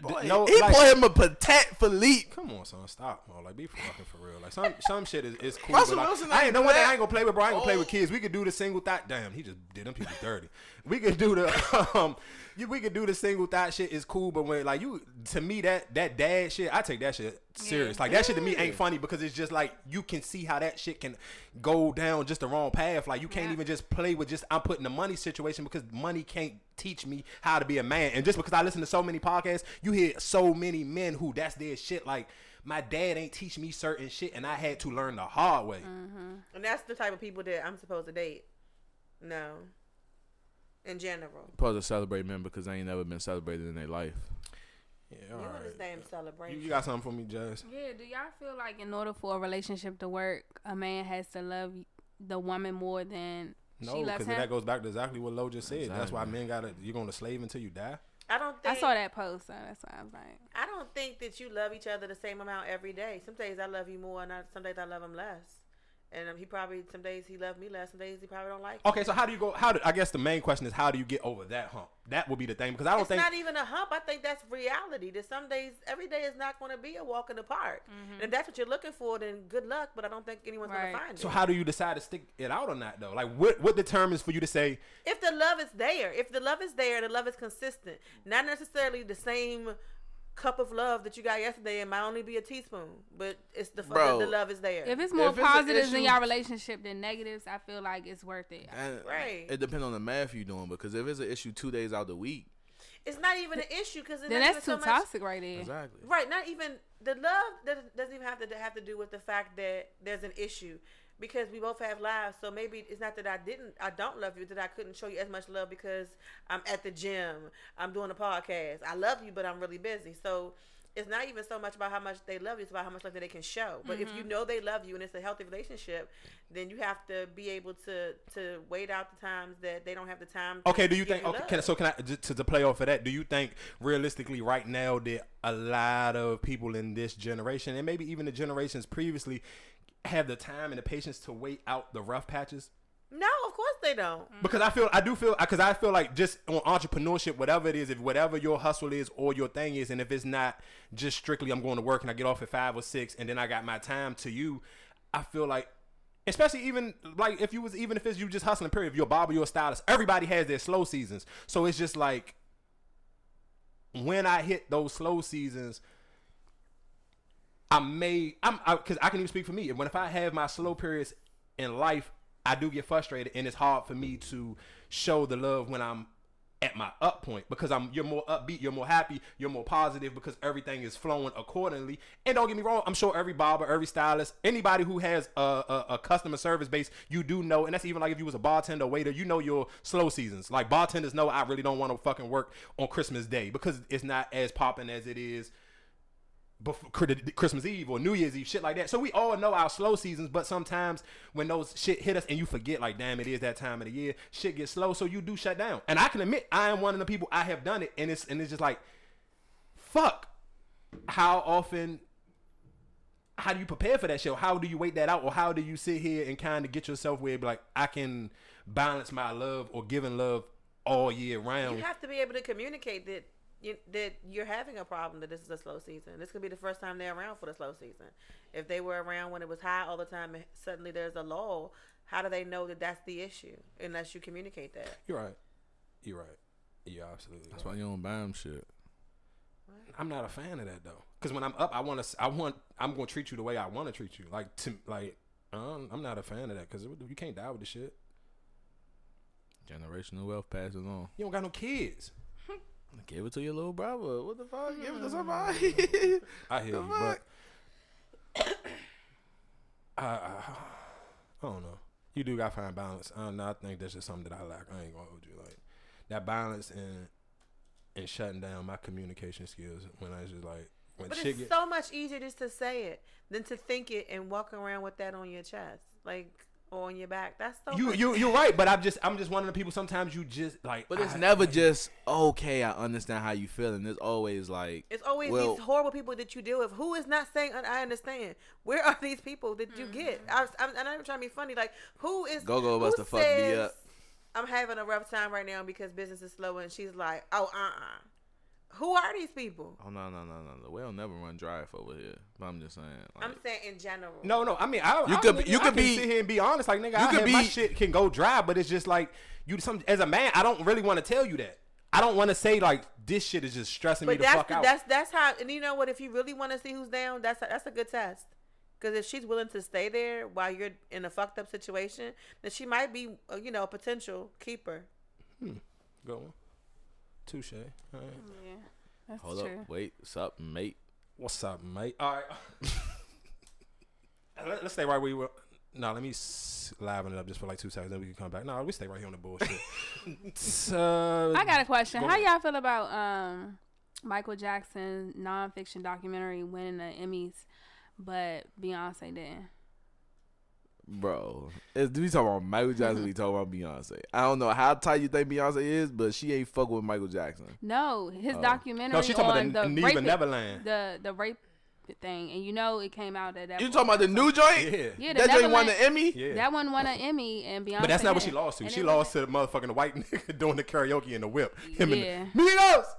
[SPEAKER 4] Boy,
[SPEAKER 1] No,
[SPEAKER 4] he
[SPEAKER 1] like-
[SPEAKER 4] bought him a Patek Philippe.
[SPEAKER 1] Come on, son, stop, bro. Like, be fucking for real. Like, some some shit is, is cool.
[SPEAKER 4] Russell
[SPEAKER 1] but like,
[SPEAKER 4] Wilson
[SPEAKER 1] I ain't
[SPEAKER 4] ain't
[SPEAKER 1] no one thing
[SPEAKER 4] black.
[SPEAKER 1] I ain't gonna play with, bro. I ain't gonna play with
[SPEAKER 4] Oh.
[SPEAKER 1] kids. We could do the single thought. Damn, he just did them people dirty. We could do the um, you, we could do the single thought shit is cool, but when like you to me that that dad shit, I take that shit serious. Like that shit to me ain't funny because it's just like you can see how that shit can go down just the wrong path. Like you can't
[SPEAKER 2] Yeah.
[SPEAKER 1] even just play with just I'm putting the money situation because money can't teach me how to be a man. And just because I listen to so many podcasts, you hear so many men who that's their shit. Like my dad ain't teach me certain shit, and I had to learn the hard way.
[SPEAKER 3] And that's the type of people that I'm supposed to date. No. In general.
[SPEAKER 4] Supposed to celebrate men because they ain't never been celebrated in their life.
[SPEAKER 1] Yeah,
[SPEAKER 3] You
[SPEAKER 1] all
[SPEAKER 3] know this
[SPEAKER 1] right.
[SPEAKER 3] damn
[SPEAKER 1] You,
[SPEAKER 3] celebration.
[SPEAKER 1] you got something for me, Jazz?
[SPEAKER 2] Yeah, do y'all feel like in order for a relationship to work, a man has to love the woman more than she
[SPEAKER 1] No,
[SPEAKER 2] loves
[SPEAKER 1] because
[SPEAKER 2] him?
[SPEAKER 1] that goes back to exactly what Lo just said. That's why
[SPEAKER 4] Exactly.
[SPEAKER 1] men gotta you're gonna slave until you die.
[SPEAKER 3] I don't think
[SPEAKER 2] I saw that post, so that's why I was like,
[SPEAKER 3] I don't think that you love each other the same amount every day. Some days I love you more, and I, some days I love him less. And um, he probably some days he loved me less, some days he probably don't like.
[SPEAKER 1] Okay, so how do you go? How do I guess the main question is how do you get over that hump? That would be the thing because I don't
[SPEAKER 3] it's
[SPEAKER 1] think
[SPEAKER 3] not e- even a hump. I think that's reality. That some days, every day is not going to be a walk in the park. And if that's what you're looking for, then good luck. But I don't think anyone's going
[SPEAKER 2] Mm-hmm. Right.
[SPEAKER 3] to find
[SPEAKER 1] So
[SPEAKER 3] it.
[SPEAKER 1] how do you decide to stick it out or not though? Like what what determines for you to say
[SPEAKER 3] if the love is there, if the love is there, the love is consistent. Not necessarily the same cup of love that you got yesterday. It might only be a teaspoon, but it's the
[SPEAKER 4] Bro.
[SPEAKER 3] the, the love is there.
[SPEAKER 2] If it's more
[SPEAKER 4] If it's an
[SPEAKER 2] positives in
[SPEAKER 4] issue-
[SPEAKER 2] your relationship than negatives, I feel like it's worth it.
[SPEAKER 4] And
[SPEAKER 3] Right.
[SPEAKER 4] It depends on the math you're doing because if it's an issue two days out the week,
[SPEAKER 3] it's not even an issue because
[SPEAKER 2] Then that's too
[SPEAKER 3] so much,
[SPEAKER 2] toxic right there.
[SPEAKER 4] exactly.
[SPEAKER 3] Right, not even the love that doesn't even have to have to do with the fact that there's an issue because we both have lives. So maybe it's not that I didn't, I don't love you, that I couldn't show you as much love because I'm at the gym, I'm doing a podcast. I love you, but I'm really busy. So it's not even so much about how much they love you; it's about how much love that they can show. But if
[SPEAKER 1] Mm-hmm.
[SPEAKER 3] you know they love you and it's a healthy relationship, then you have to be able to to wait out the times that they don't have the time. to
[SPEAKER 1] Okay, do you
[SPEAKER 3] give
[SPEAKER 1] think? Okay,
[SPEAKER 3] love.
[SPEAKER 1] can, so can I just to, to play off of that? Do you think realistically, right now, that a lot of people in this generation and maybe even the generations previously have the time and the patience to wait out the rough patches?
[SPEAKER 3] no, of course they don't.
[SPEAKER 1] Mm-hmm. Because I feel, I do feel, because I feel like just on entrepreneurship, whatever it is, if whatever your hustle is or your thing is, and if it's not just strictly I'm going to work and I get off at five or six, and then I got my time to you, I feel like, especially even like if you was even if it's you just hustling, period. If you're a barber, you're a stylist, everybody has their slow seasons, so it's just like when I hit those slow seasons, I may I'm because I, can even speak for me. When if I have my slow periods in life, I do get frustrated, and it's hard for me to show the love when I'm at my up point because I'm you're more upbeat, you're more happy, you're more positive because everything is flowing accordingly. And don't get me wrong, I'm sure every barber, every stylist, anybody who has a, a, a customer service base, you do know, and that's even like if you was a bartender, waiter, you know your slow seasons. Like bartenders know I really don't want to fucking work on Christmas Day because it's not as popping as it is before Chri- Christmas Eve or New Year's Eve, shit like that. So we all know our slow seasons, but sometimes when those shit hit us and you forget, like, damn, it is that time of the year, shit gets slow, so you do shut down. And I can admit, I am one of the people I have done it, and it's and it's just like, fuck, how often. How do you prepare for that shit? Or How do you wait that out? Or how do you sit here and kind of get yourself where, it be like, I can balance my love or giving love all year round?
[SPEAKER 3] You have to be able to communicate that you, that you're having a problem. That this is a slow season. This could be the first time they're around for the slow season. If they were around when it was high all the time, and suddenly there's a lull. How do they know that that's the issue? Unless you communicate that.
[SPEAKER 1] You're right. You're right. You're absolutely.
[SPEAKER 4] That's why you don't buy them shit.
[SPEAKER 1] I'm not a fan of that though. Cause when I'm up, I want to. I want. I'm gonna treat you the way I want to treat you. Like to like. Um, I'm not a fan of that because you can't die with the shit.
[SPEAKER 4] Generational wealth passes on.
[SPEAKER 1] You don't got no kids.
[SPEAKER 4] Give it to your little brother. What the fuck? Give it
[SPEAKER 3] Mm-hmm.
[SPEAKER 4] to somebody.
[SPEAKER 1] I hear you, but I, I, I don't know. You do got to find balance. I don't know. I think that's just something that I lack. I ain't gonna hold you like that balance and and shutting down my communication skills when I just like when
[SPEAKER 3] But
[SPEAKER 1] shit
[SPEAKER 3] it's
[SPEAKER 1] get
[SPEAKER 3] so much easier just to say it than to think it and walk around with that on your chest, like or on your back. That's so.
[SPEAKER 1] you
[SPEAKER 3] much-
[SPEAKER 1] you you're right. But I'm just I'm just one of the people. Sometimes you just like.
[SPEAKER 4] But it's
[SPEAKER 1] I-
[SPEAKER 4] never just okay. I understand how you feeling. There's always like
[SPEAKER 3] It's always
[SPEAKER 4] well,
[SPEAKER 3] these horrible people that you deal with. Who is not saying, "I understand"? Where are these people that
[SPEAKER 2] Mm-hmm.
[SPEAKER 3] you get? I, I'm, I'm not even trying to be funny. Like, who is
[SPEAKER 4] Go-Go
[SPEAKER 3] who
[SPEAKER 4] about to fuck me
[SPEAKER 3] says,
[SPEAKER 4] up.
[SPEAKER 3] I'm having a rough time right now because business is slow, and she's like, "Oh, uh, uh who are these people?"
[SPEAKER 4] Oh no no no no! The well never run dry for over here. But I'm just saying. Like,
[SPEAKER 3] I'm saying in general.
[SPEAKER 1] No, no. I mean, I,
[SPEAKER 4] You
[SPEAKER 1] I,
[SPEAKER 4] could
[SPEAKER 1] nigga,
[SPEAKER 4] be- you
[SPEAKER 1] I
[SPEAKER 4] could
[SPEAKER 1] can
[SPEAKER 4] be-
[SPEAKER 1] sit here and be honest. Like, nigga, I
[SPEAKER 4] could
[SPEAKER 1] have, my
[SPEAKER 4] be-
[SPEAKER 1] shit can go dry, but it's just like you. Some as a man, I don't really want to tell you that. I don't want to say like this shit is just stressing me
[SPEAKER 3] but
[SPEAKER 1] the
[SPEAKER 3] that's
[SPEAKER 1] fuck
[SPEAKER 3] the,
[SPEAKER 1] out.
[SPEAKER 3] that's that's how. And you know what? If you really want to see who's down, that's a, that's a good test. Because if she's willing to stay there while you're in a fucked up situation, then she might be, uh, you know, a potential keeper.
[SPEAKER 1] Go on. Touche. All right.
[SPEAKER 2] Yeah, that's
[SPEAKER 4] hold
[SPEAKER 2] true.
[SPEAKER 4] up, wait, sup, mate?
[SPEAKER 1] What's up, mate? All right. Let, us stay right where we were. No, let me s- liven it up just for like two seconds, then we can come back. No, we stay right here on the bullshit. so,
[SPEAKER 2] I got a question.
[SPEAKER 1] Go
[SPEAKER 2] How
[SPEAKER 1] ahead.
[SPEAKER 2] y'all feel about um, Michael Jackson nonfiction documentary winning the Emmys, but Beyonce didn't?
[SPEAKER 4] Bro, it's, we talking about Michael Jackson.
[SPEAKER 1] Mm-hmm.
[SPEAKER 4] we talking about Beyonce. I don't know how tight you think Beyonce is, but she ain't fuck with Michael Jackson.
[SPEAKER 2] No, his documentary
[SPEAKER 1] Oh. no, she talking
[SPEAKER 2] on
[SPEAKER 1] about the,
[SPEAKER 2] the
[SPEAKER 1] Neva
[SPEAKER 2] rape,
[SPEAKER 1] Neverland.
[SPEAKER 2] the the rape thing, and you know it came out that that
[SPEAKER 4] You
[SPEAKER 2] was-
[SPEAKER 4] talking about the new joint?
[SPEAKER 1] Yeah.
[SPEAKER 2] yeah, the
[SPEAKER 4] That joint won
[SPEAKER 2] Neverland-
[SPEAKER 4] the Emmy.
[SPEAKER 1] Yeah.
[SPEAKER 2] That one won an Emmy, and Beyonce.
[SPEAKER 1] But that's not what she
[SPEAKER 2] had-
[SPEAKER 1] lost to.
[SPEAKER 2] and
[SPEAKER 1] She
[SPEAKER 2] it-
[SPEAKER 1] lost to the motherfucking white nigga doing the karaoke in the whip. Him
[SPEAKER 2] Yeah.
[SPEAKER 1] and the Migos. Mm-hmm.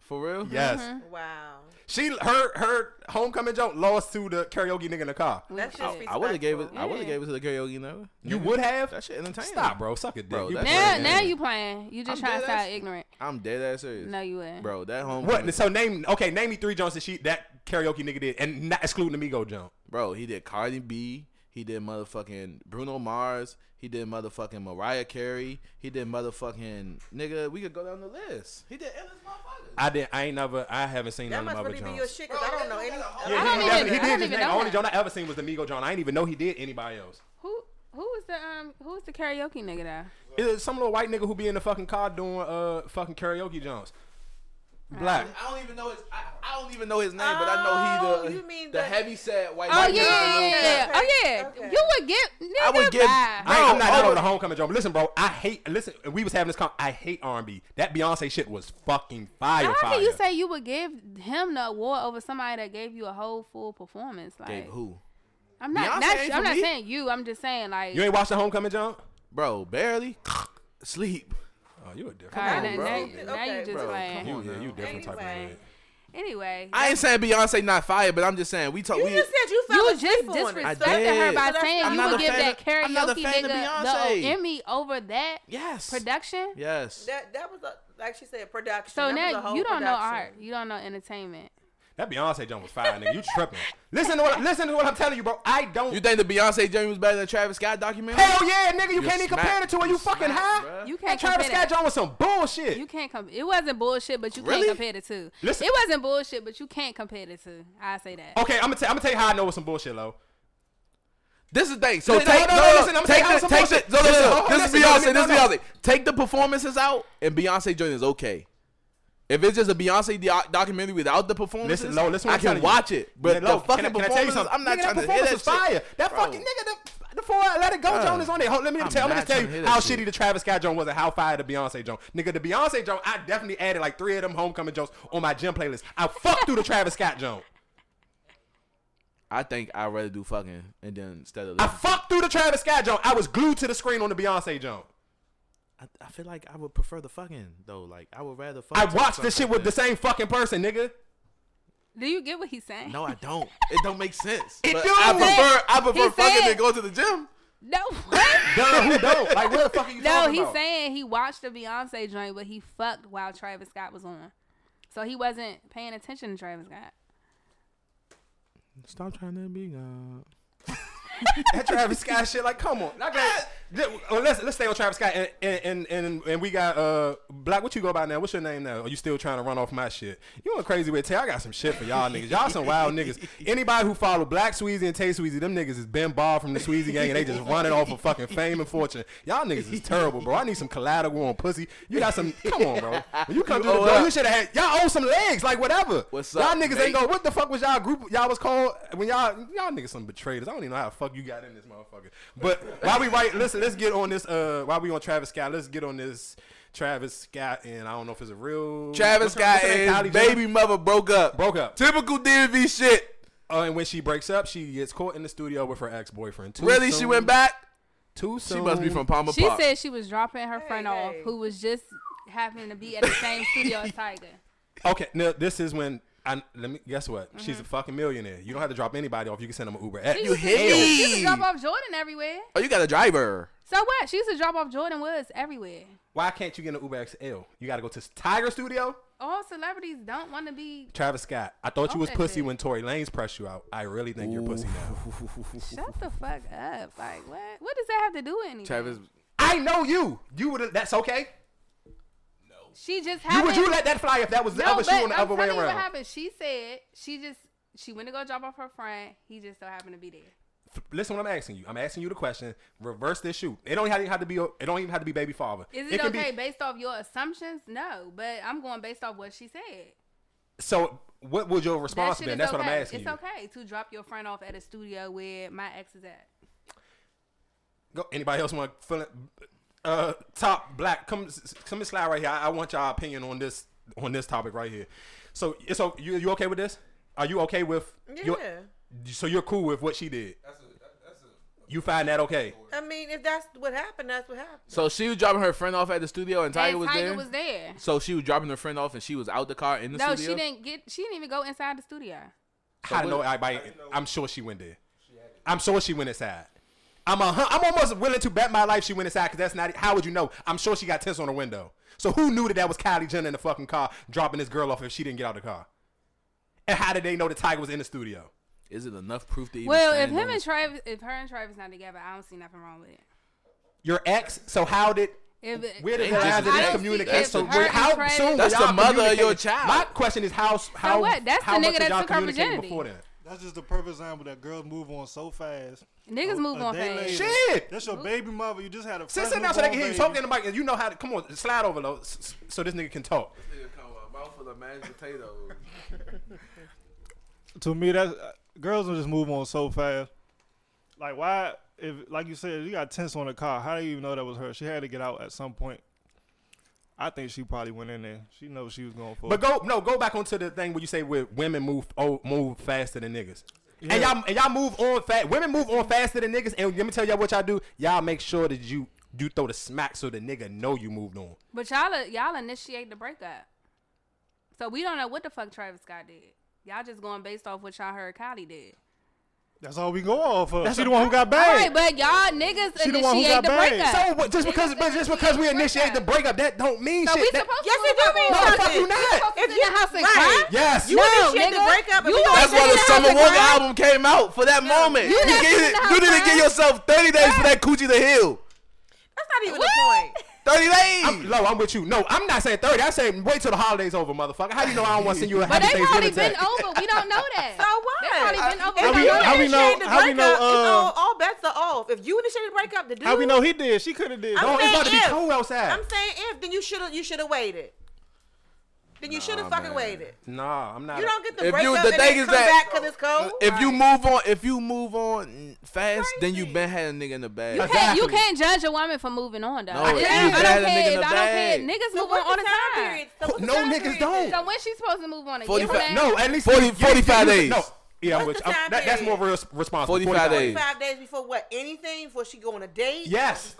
[SPEAKER 4] For real?
[SPEAKER 1] Yes.
[SPEAKER 3] Wow.
[SPEAKER 1] She her her homecoming joke lost to the karaoke nigga in the car.
[SPEAKER 2] We
[SPEAKER 3] That's
[SPEAKER 2] should-
[SPEAKER 3] just
[SPEAKER 4] I would have gave it. I
[SPEAKER 2] Yeah.
[SPEAKER 4] would have gave it to the karaoke now.
[SPEAKER 1] You would have?
[SPEAKER 4] That shit entertaining.
[SPEAKER 1] Stop, bro. Suck it, dick.
[SPEAKER 4] Bro,
[SPEAKER 1] You-
[SPEAKER 4] that's
[SPEAKER 2] now,
[SPEAKER 4] Yeah.
[SPEAKER 2] now you playing. You just
[SPEAKER 4] I'm
[SPEAKER 2] trying to
[SPEAKER 4] dead
[SPEAKER 2] sound
[SPEAKER 4] ass-
[SPEAKER 2] ignorant.
[SPEAKER 4] I'm dead ass serious.
[SPEAKER 2] No, you ain't.
[SPEAKER 4] Bro, that home.
[SPEAKER 1] What? So name okay, name me three jumps that she that karaoke nigga did, and not excluding the Migo jump.
[SPEAKER 4] Bro, he did Cardi B. He did motherfucking Bruno Mars. He did motherfucking Mariah Carey. He did motherfucking nigga. We could go down the list. He did endless motherfuckers.
[SPEAKER 1] I did. I ain't never. I haven't seen
[SPEAKER 3] That
[SPEAKER 1] none of
[SPEAKER 3] must
[SPEAKER 1] other
[SPEAKER 3] really
[SPEAKER 1] jumps.
[SPEAKER 3] be your shit because
[SPEAKER 4] Bro,
[SPEAKER 3] I don't
[SPEAKER 4] that
[SPEAKER 3] know
[SPEAKER 4] don't
[SPEAKER 3] any.
[SPEAKER 4] got a
[SPEAKER 3] I
[SPEAKER 1] yeah,
[SPEAKER 4] whole-
[SPEAKER 2] I
[SPEAKER 1] he
[SPEAKER 2] don't
[SPEAKER 1] definitely-
[SPEAKER 2] even- I
[SPEAKER 1] he
[SPEAKER 2] don't
[SPEAKER 1] did just name.
[SPEAKER 2] even
[SPEAKER 1] The
[SPEAKER 2] know
[SPEAKER 1] only
[SPEAKER 2] that.
[SPEAKER 1] John I ever seen was the Migo John. I ain't even know he did anybody else.
[SPEAKER 2] Who who was the um who was the karaoke nigga there?
[SPEAKER 1] It's some little white nigga who be in the fucking car doing uh fucking karaoke jumps. Black.
[SPEAKER 4] I don't even know his. I, I don't even know his name, but I know
[SPEAKER 3] Oh,
[SPEAKER 4] he the
[SPEAKER 3] you mean
[SPEAKER 4] the
[SPEAKER 3] the-
[SPEAKER 4] heavy set white.
[SPEAKER 2] Oh
[SPEAKER 4] white
[SPEAKER 2] yeah,
[SPEAKER 4] nigga
[SPEAKER 2] yeah, yeah,
[SPEAKER 4] with no
[SPEAKER 2] yeah.
[SPEAKER 4] cap.
[SPEAKER 2] oh yeah.
[SPEAKER 3] Okay.
[SPEAKER 2] You would give. Nigga,
[SPEAKER 4] I would give-
[SPEAKER 2] bye.
[SPEAKER 1] I, am
[SPEAKER 4] Bro,
[SPEAKER 1] not down
[SPEAKER 4] over-
[SPEAKER 1] over the homecoming jump. Listen, bro, I hate. Listen, we was having this. Con- I hate R&B. That Beyonce shit was fucking fire.
[SPEAKER 2] How
[SPEAKER 1] fire.
[SPEAKER 2] can you say you would give him the award over somebody that gave you a whole full performance? Like
[SPEAKER 4] Gabe who?
[SPEAKER 2] I'm not,
[SPEAKER 4] Beyonce
[SPEAKER 2] not
[SPEAKER 4] ain't
[SPEAKER 2] I'm
[SPEAKER 4] for
[SPEAKER 2] not
[SPEAKER 4] me.
[SPEAKER 2] saying you. I'm just saying like.
[SPEAKER 1] You ain't watched the homecoming jump?
[SPEAKER 4] Bro, barely sleep.
[SPEAKER 1] Oh, you a different.
[SPEAKER 2] all right,
[SPEAKER 4] on,
[SPEAKER 2] now,
[SPEAKER 4] bro.
[SPEAKER 2] now you- now you
[SPEAKER 3] Okay,
[SPEAKER 2] just
[SPEAKER 3] bro,
[SPEAKER 2] playing.
[SPEAKER 1] You,
[SPEAKER 4] on
[SPEAKER 1] yeah,
[SPEAKER 4] now.
[SPEAKER 1] you different type of
[SPEAKER 3] Anyway.
[SPEAKER 1] nigga.
[SPEAKER 2] Anyway,
[SPEAKER 4] I ain't saying Beyonce not fire, but I'm just saying we talk.
[SPEAKER 3] You
[SPEAKER 4] we,
[SPEAKER 3] just said you fell
[SPEAKER 2] you just
[SPEAKER 3] asleep on it.
[SPEAKER 4] I
[SPEAKER 2] disrespected her
[SPEAKER 4] did.
[SPEAKER 2] by
[SPEAKER 4] So
[SPEAKER 3] that's-
[SPEAKER 2] saying
[SPEAKER 3] I'm
[SPEAKER 2] you
[SPEAKER 4] not
[SPEAKER 2] would
[SPEAKER 4] a
[SPEAKER 2] give
[SPEAKER 4] fan
[SPEAKER 2] that
[SPEAKER 4] of- I'm not a
[SPEAKER 2] karaoke
[SPEAKER 4] fan of
[SPEAKER 2] nigga
[SPEAKER 4] Beyonce.
[SPEAKER 2] the Emmy over that
[SPEAKER 4] yes.
[SPEAKER 2] production.
[SPEAKER 4] yes.
[SPEAKER 3] That that was a, like she said production.
[SPEAKER 2] So
[SPEAKER 3] that was a
[SPEAKER 2] now
[SPEAKER 3] whole
[SPEAKER 2] you don't know
[SPEAKER 3] production.
[SPEAKER 2] art. You don't know entertainment.
[SPEAKER 1] That Beyonce jump was fire, nigga. You tripping? listen to what listen to what I'm telling you, bro. I don't.
[SPEAKER 4] You think the Beyonce journey was better than Travis Scott documentary?
[SPEAKER 1] hell yeah, nigga. You
[SPEAKER 4] You're
[SPEAKER 1] can't even compare
[SPEAKER 4] smacked.
[SPEAKER 1] it to it.
[SPEAKER 4] You're
[SPEAKER 1] You fucking
[SPEAKER 4] smacked,
[SPEAKER 1] high.
[SPEAKER 4] bruh.
[SPEAKER 2] You
[SPEAKER 1] That
[SPEAKER 2] can't
[SPEAKER 1] Travis
[SPEAKER 2] compare
[SPEAKER 1] Scott
[SPEAKER 2] that.
[SPEAKER 1] jump was some bullshit.
[SPEAKER 2] You can't compare. It wasn't bullshit, but you
[SPEAKER 4] Really?
[SPEAKER 2] can't compare the two.
[SPEAKER 1] Listen-
[SPEAKER 2] it wasn't bullshit, but you can't compare the two. I say that.
[SPEAKER 4] Oh.
[SPEAKER 1] okay, I'm gonna tell I'm gonna tell you how I know it's some bullshit, though.
[SPEAKER 4] This is the thing. So
[SPEAKER 1] Listen,
[SPEAKER 4] take
[SPEAKER 1] hold
[SPEAKER 4] no,
[SPEAKER 1] on,
[SPEAKER 4] no,
[SPEAKER 1] listen,
[SPEAKER 4] no,
[SPEAKER 1] I'm
[SPEAKER 4] take
[SPEAKER 1] saying
[SPEAKER 4] the
[SPEAKER 1] some
[SPEAKER 4] take
[SPEAKER 1] bullshit.
[SPEAKER 4] the no, no,
[SPEAKER 1] Listen,
[SPEAKER 4] no,
[SPEAKER 1] hold on,
[SPEAKER 4] This is
[SPEAKER 1] listen, let me-
[SPEAKER 4] Beyonce. This is
[SPEAKER 1] no, no.
[SPEAKER 4] Beyonce. Take the performances out, and Beyonce joint is okay. If it's just a Beyonce do- documentary without the performances,
[SPEAKER 1] Listen, Lo, listen. What
[SPEAKER 4] I
[SPEAKER 1] I'm
[SPEAKER 4] can
[SPEAKER 1] telling you.
[SPEAKER 4] watch it. But
[SPEAKER 1] Lo,
[SPEAKER 4] the fucking
[SPEAKER 1] can I, can I tell you
[SPEAKER 4] performances,
[SPEAKER 1] something?
[SPEAKER 4] I'm not
[SPEAKER 1] nigga,
[SPEAKER 4] trying
[SPEAKER 1] that
[SPEAKER 4] to hear
[SPEAKER 1] performance
[SPEAKER 4] that
[SPEAKER 1] is fire.
[SPEAKER 4] shit.
[SPEAKER 1] That
[SPEAKER 4] Bro.
[SPEAKER 1] fucking nigga, the, the four Let It Go
[SPEAKER 4] Bro.
[SPEAKER 1] Joan is on there. Hold, let me
[SPEAKER 4] I'm
[SPEAKER 1] tell. Let me
[SPEAKER 4] not
[SPEAKER 1] just tell
[SPEAKER 4] trying to hear
[SPEAKER 1] you
[SPEAKER 4] that
[SPEAKER 1] how
[SPEAKER 4] shit.
[SPEAKER 1] shitty the Travis Scott Joan was and how fire the Beyonce Joan. Nigga, the Beyonce Joan, I definitely added like three of them homecoming jokes on my gym playlist. I fucked through the Travis Scott Joan.
[SPEAKER 4] I think I'd rather do fucking and then instead of
[SPEAKER 1] I
[SPEAKER 4] listening-
[SPEAKER 1] fucked through the Travis Scott Joan. I was glued to the screen on the Beyonce Joan.
[SPEAKER 4] I, I feel like I would prefer the fucking though. Like I would rather. Fuck
[SPEAKER 1] I
[SPEAKER 4] to
[SPEAKER 1] watched this shit with
[SPEAKER 4] something
[SPEAKER 1] the same fucking person, nigga.
[SPEAKER 2] Do you get what he's saying?
[SPEAKER 4] No, I don't. It don't make sense.
[SPEAKER 1] It
[SPEAKER 4] But
[SPEAKER 1] do.
[SPEAKER 4] I prefer
[SPEAKER 2] He
[SPEAKER 4] I prefer
[SPEAKER 2] said-
[SPEAKER 4] fucking than go to the gym.
[SPEAKER 2] No. What?
[SPEAKER 1] Duh, who don't? Like, what the fuck are you
[SPEAKER 2] no,
[SPEAKER 1] talking
[SPEAKER 2] he's
[SPEAKER 1] about?
[SPEAKER 2] saying he watched the Beyonce joint, but he fucked while Travis Scott was on. So he wasn't paying attention to Travis Scott.
[SPEAKER 4] Stop trying to be God.
[SPEAKER 1] that Travis Scott shit. Like, come on. I got, Th- well, let's let's stay on Travis Scott. And and, and and and we got uh Black. What you go by now? What's your name now? Are you still trying to run off my shit? You went crazy with Tay. I got some shit for y'all niggas. Y'all some wild niggas. Anybody who follow Black Sweezy and Tay Sweezy, them niggas is Ben Ball from the Sweezy gang, and they just running off of fucking fame and fortune. Y'all niggas is terrible, bro. I need some collateral on pussy. You got some. Come on, bro. When you come to
[SPEAKER 4] You
[SPEAKER 1] the
[SPEAKER 4] owe
[SPEAKER 1] door,
[SPEAKER 4] up.
[SPEAKER 1] you should have had. Y'all owe some legs, like whatever.
[SPEAKER 4] What's
[SPEAKER 1] y'all
[SPEAKER 4] up,
[SPEAKER 1] niggas
[SPEAKER 4] mate?
[SPEAKER 1] ain't go. What the fuck was y'all group? Y'all was called when y'all y'all niggas some betrayers. I don't even know how the fuck you got in this motherfucker. But while we right, listen, let's get on this. Uh, while we on Travis Scott, let's get on this Travis Scott. And I don't know if it's a real what's
[SPEAKER 4] Travis
[SPEAKER 1] her- what's
[SPEAKER 4] Scott
[SPEAKER 1] her name?
[SPEAKER 4] and
[SPEAKER 1] Kylie
[SPEAKER 4] his
[SPEAKER 1] Jenner?
[SPEAKER 4] baby mother broke up.
[SPEAKER 1] broke up.
[SPEAKER 4] Typical DMV shit.
[SPEAKER 1] Uh, and when she breaks up, she gets caught in the studio with her ex boyfriend.
[SPEAKER 4] Really, she went back.
[SPEAKER 1] too
[SPEAKER 4] She
[SPEAKER 1] soon.
[SPEAKER 4] must be from Palmer
[SPEAKER 2] She
[SPEAKER 4] Park.
[SPEAKER 2] said she was dropping her friend
[SPEAKER 3] Hey,
[SPEAKER 2] off,
[SPEAKER 3] hey.
[SPEAKER 2] who was just happening to be at the same studio as Tiger.
[SPEAKER 1] Okay, now this is when. I, let me guess what? She's a fucking millionaire. You don't have to drop anybody off. You can send them an Uber. X.
[SPEAKER 2] She
[SPEAKER 4] You
[SPEAKER 2] used to-
[SPEAKER 4] hit me.
[SPEAKER 2] She used to drop off Jordan everywhere.
[SPEAKER 4] "Oh, you got a driver."
[SPEAKER 2] So what? She used to drop off Jordan Woods everywhere.
[SPEAKER 1] Why can't you get an Uber XL? You got to go to Tiger Studio.
[SPEAKER 2] All celebrities don't want to be.
[SPEAKER 1] Travis Scott, I thought you
[SPEAKER 2] Oh,
[SPEAKER 1] was
[SPEAKER 2] that
[SPEAKER 1] pussy
[SPEAKER 2] shit.
[SPEAKER 1] when Tory Lanez pressed you out. I really think you're pussy now.
[SPEAKER 2] Shut the fuck up! Like what? What does that have to do with anything?
[SPEAKER 4] Travis,
[SPEAKER 1] I know you. You would. That's okay.
[SPEAKER 2] She just
[SPEAKER 1] You
[SPEAKER 2] happened. Oh,
[SPEAKER 1] would you let that fly if that was the other shoe
[SPEAKER 2] but
[SPEAKER 1] on the
[SPEAKER 2] I'm
[SPEAKER 1] other way
[SPEAKER 2] telling you What
[SPEAKER 1] around?
[SPEAKER 2] happened? She said she just she went to go drop off her friend. He just so happened to be there.
[SPEAKER 1] F- Listen, what I'm asking you. I'm asking you the question. Reverse this shoe. It don't even have to be. a- It don't even have to be baby father.
[SPEAKER 2] Is it,
[SPEAKER 1] can
[SPEAKER 2] okay
[SPEAKER 1] Be,
[SPEAKER 2] based off your assumptions? No, but I'm going based off what she said.
[SPEAKER 1] so what would your response
[SPEAKER 2] shit
[SPEAKER 1] be?
[SPEAKER 2] is
[SPEAKER 1] That's what
[SPEAKER 2] okay.
[SPEAKER 1] I'm asking
[SPEAKER 2] It's
[SPEAKER 1] you.
[SPEAKER 2] okay to drop your friend off at a studio where my ex is at.
[SPEAKER 1] Go, anybody else want to fill it? Uh, top black. Come, s- s- come and slide right here. I, I want y'all opinion on this on this topic right here. So, so you you okay with this? Are you okay with?
[SPEAKER 3] Yeah.
[SPEAKER 1] Your, so you're cool with what she did.
[SPEAKER 4] That's a, that's a,
[SPEAKER 1] You find that okay?
[SPEAKER 3] I mean, if that's what happened, that's what happened.
[SPEAKER 4] so she was dropping her friend off at the studio, and Tiger,
[SPEAKER 2] And
[SPEAKER 4] was,
[SPEAKER 2] Tiger
[SPEAKER 4] there?
[SPEAKER 2] was there.
[SPEAKER 4] So she was dropping her friend off, and she was out the car in the
[SPEAKER 2] No,
[SPEAKER 4] studio.
[SPEAKER 2] she didn't get. She didn't even go inside the studio.
[SPEAKER 1] I know. I, I, I'm sure she went there. I'm sure she went inside. I'm a, hun- I'm almost willing to bet my life she went inside because that's not. How would you know? I'm sure she got tints on her window. So who knew that that was Kylie Jenner in the fucking car dropping this girl off if she didn't get out of the car? And how did they know that Tiger was in the studio?
[SPEAKER 4] Is it enough proof to even?
[SPEAKER 2] Well, if
[SPEAKER 4] stand
[SPEAKER 2] him
[SPEAKER 4] on?
[SPEAKER 2] and Travis, if her and Travis not together, I don't see nothing wrong with it.
[SPEAKER 1] Your ex. So how did?
[SPEAKER 2] If it-
[SPEAKER 1] Where did
[SPEAKER 4] They
[SPEAKER 1] the lines
[SPEAKER 4] just-
[SPEAKER 1] of
[SPEAKER 4] I
[SPEAKER 1] that
[SPEAKER 4] don't
[SPEAKER 1] communication?
[SPEAKER 4] think
[SPEAKER 1] So
[SPEAKER 2] if her
[SPEAKER 1] where,
[SPEAKER 2] and
[SPEAKER 1] how
[SPEAKER 2] Travis-
[SPEAKER 1] soon? were
[SPEAKER 4] That's the
[SPEAKER 1] y'all
[SPEAKER 4] mother of your
[SPEAKER 1] communicating?
[SPEAKER 4] child.
[SPEAKER 1] My question is how how
[SPEAKER 2] what? That's the
[SPEAKER 1] how much
[SPEAKER 2] nigga
[SPEAKER 1] did
[SPEAKER 2] that
[SPEAKER 1] y'all
[SPEAKER 2] took her
[SPEAKER 1] communicating
[SPEAKER 2] virginity.
[SPEAKER 1] before then?
[SPEAKER 5] That's just the perfect example that girls move on so fast.
[SPEAKER 2] Niggas
[SPEAKER 5] A-
[SPEAKER 2] move
[SPEAKER 5] a
[SPEAKER 2] on
[SPEAKER 5] day
[SPEAKER 2] fast.
[SPEAKER 5] later.
[SPEAKER 1] Shit.
[SPEAKER 5] That's your baby mother. You just had a.
[SPEAKER 1] Sit
[SPEAKER 5] fresh
[SPEAKER 1] sit down so they can hear
[SPEAKER 5] newborn
[SPEAKER 1] you
[SPEAKER 5] baby.
[SPEAKER 1] talking in the mic. and You know how to come on. Slide over though, s- s- so this nigga can talk.
[SPEAKER 4] Mouthful of mashed potatoes.
[SPEAKER 5] to me that's uh, girls will just move on so fast. Like why if like you said, you got tents on the car, how do you even know that was her? She had to get out at some point. I think she probably went in there. She knows she was going for
[SPEAKER 1] But
[SPEAKER 5] it.
[SPEAKER 1] go no, go back onto the thing where you say where women move oh, move faster than niggas. And
[SPEAKER 5] Yeah.
[SPEAKER 1] y'all and y'all move on fast. Women move on faster than niggas. And let me tell y'all what y'all do. Y'all make sure that you do throw the smack so the nigga know you moved on.
[SPEAKER 2] But y'all, y'all initiate the breakup. So we don't know what the fuck Travis Scott did. Y'all just going based off what y'all heard Kylie did.
[SPEAKER 5] That's all we go off of.
[SPEAKER 1] That's
[SPEAKER 5] She
[SPEAKER 1] a-
[SPEAKER 5] the one who got
[SPEAKER 2] All right,
[SPEAKER 5] bad.
[SPEAKER 2] but y'all niggas
[SPEAKER 5] She the one who
[SPEAKER 2] initiate
[SPEAKER 5] got
[SPEAKER 2] the,
[SPEAKER 5] banged.
[SPEAKER 2] breakup.
[SPEAKER 1] So what, just because but just because we initiate the breakup, that don't mean
[SPEAKER 2] So we
[SPEAKER 1] shit.
[SPEAKER 2] supposed
[SPEAKER 1] That-
[SPEAKER 2] to
[SPEAKER 3] Yes, it do
[SPEAKER 2] fuck
[SPEAKER 3] mean
[SPEAKER 2] with
[SPEAKER 1] No,
[SPEAKER 2] her.
[SPEAKER 1] fuck
[SPEAKER 3] something.
[SPEAKER 1] you not.
[SPEAKER 2] You supposed to
[SPEAKER 3] If
[SPEAKER 2] sit in
[SPEAKER 3] you-
[SPEAKER 2] the house and
[SPEAKER 3] right.
[SPEAKER 2] cry.
[SPEAKER 1] yes.
[SPEAKER 3] You initiate
[SPEAKER 2] nigga.
[SPEAKER 3] the breakup.
[SPEAKER 2] You
[SPEAKER 3] You
[SPEAKER 2] are-
[SPEAKER 3] are.
[SPEAKER 4] That's why
[SPEAKER 2] Sitting
[SPEAKER 4] the
[SPEAKER 2] out
[SPEAKER 4] Summer
[SPEAKER 2] the
[SPEAKER 4] Walker
[SPEAKER 2] grind?
[SPEAKER 4] album came out for that moment.
[SPEAKER 2] You
[SPEAKER 4] You,
[SPEAKER 2] not
[SPEAKER 4] gave-
[SPEAKER 2] sitting out
[SPEAKER 4] you didn't
[SPEAKER 2] the
[SPEAKER 4] give
[SPEAKER 2] grind?
[SPEAKER 4] yourself 30 days for that coochie to heal.
[SPEAKER 3] That's not even
[SPEAKER 2] What?
[SPEAKER 3] the point.
[SPEAKER 4] 30 days.
[SPEAKER 1] I'm, no, I'm with you. No, I'm not saying 30. I say wait till the holidays over, motherfucker. How do you know I don't want to send you a
[SPEAKER 2] But
[SPEAKER 1] happy
[SPEAKER 2] they probably
[SPEAKER 1] Thanksgiving
[SPEAKER 2] been
[SPEAKER 1] text?
[SPEAKER 2] over. We don't know that.
[SPEAKER 3] So what?
[SPEAKER 2] They probably been over.
[SPEAKER 3] If
[SPEAKER 5] How
[SPEAKER 2] we
[SPEAKER 5] we-
[SPEAKER 2] don't know that.
[SPEAKER 5] how we know-
[SPEAKER 3] initiated the
[SPEAKER 5] how we know,
[SPEAKER 3] breakup, it's
[SPEAKER 5] uh,
[SPEAKER 3] all, all bets are off. If you initiated the breakup, the dude.
[SPEAKER 5] How we know he did? She could have did.
[SPEAKER 3] I'm
[SPEAKER 1] No,
[SPEAKER 5] it.
[SPEAKER 1] it's about to be
[SPEAKER 3] saying if.
[SPEAKER 1] cold outside.
[SPEAKER 3] I'm saying if, then you should have. You should have waited. Then you should have fucking waited.
[SPEAKER 1] Nah, I'm not.
[SPEAKER 3] You don't get the
[SPEAKER 4] If
[SPEAKER 3] breakup
[SPEAKER 4] you-
[SPEAKER 3] and
[SPEAKER 4] the thing
[SPEAKER 3] then
[SPEAKER 4] is
[SPEAKER 3] come
[SPEAKER 4] that-
[SPEAKER 3] back because it's cold.
[SPEAKER 4] if you move on, if you move on fast, then you been had a nigga in the bag.
[SPEAKER 2] You can't, you
[SPEAKER 1] Exactly.
[SPEAKER 2] can't judge a woman for moving on though.
[SPEAKER 4] No,
[SPEAKER 2] I,
[SPEAKER 4] it
[SPEAKER 2] I,
[SPEAKER 4] is.
[SPEAKER 2] I
[SPEAKER 4] That
[SPEAKER 2] don't
[SPEAKER 4] a nigga in
[SPEAKER 2] care.
[SPEAKER 4] the
[SPEAKER 2] I
[SPEAKER 4] bag.
[SPEAKER 2] don't care. Niggas
[SPEAKER 3] So
[SPEAKER 2] move on
[SPEAKER 3] what's
[SPEAKER 2] all the time.
[SPEAKER 3] period? So what's the
[SPEAKER 1] No
[SPEAKER 3] time
[SPEAKER 1] niggas
[SPEAKER 3] period
[SPEAKER 1] don't.
[SPEAKER 3] then?
[SPEAKER 2] So when she's supposed to move on again?
[SPEAKER 4] 45
[SPEAKER 2] When-
[SPEAKER 1] No, at least
[SPEAKER 4] 40
[SPEAKER 1] you- you-
[SPEAKER 4] 45
[SPEAKER 1] you-
[SPEAKER 4] days.
[SPEAKER 1] No, yeah, I'm with
[SPEAKER 3] What's the
[SPEAKER 1] you. I'm-
[SPEAKER 3] time
[SPEAKER 1] that- that's more
[SPEAKER 3] period?
[SPEAKER 1] res- responsible.
[SPEAKER 4] 45 days.
[SPEAKER 3] Five days before what? Anything? Before she go on a date?
[SPEAKER 1] Yes.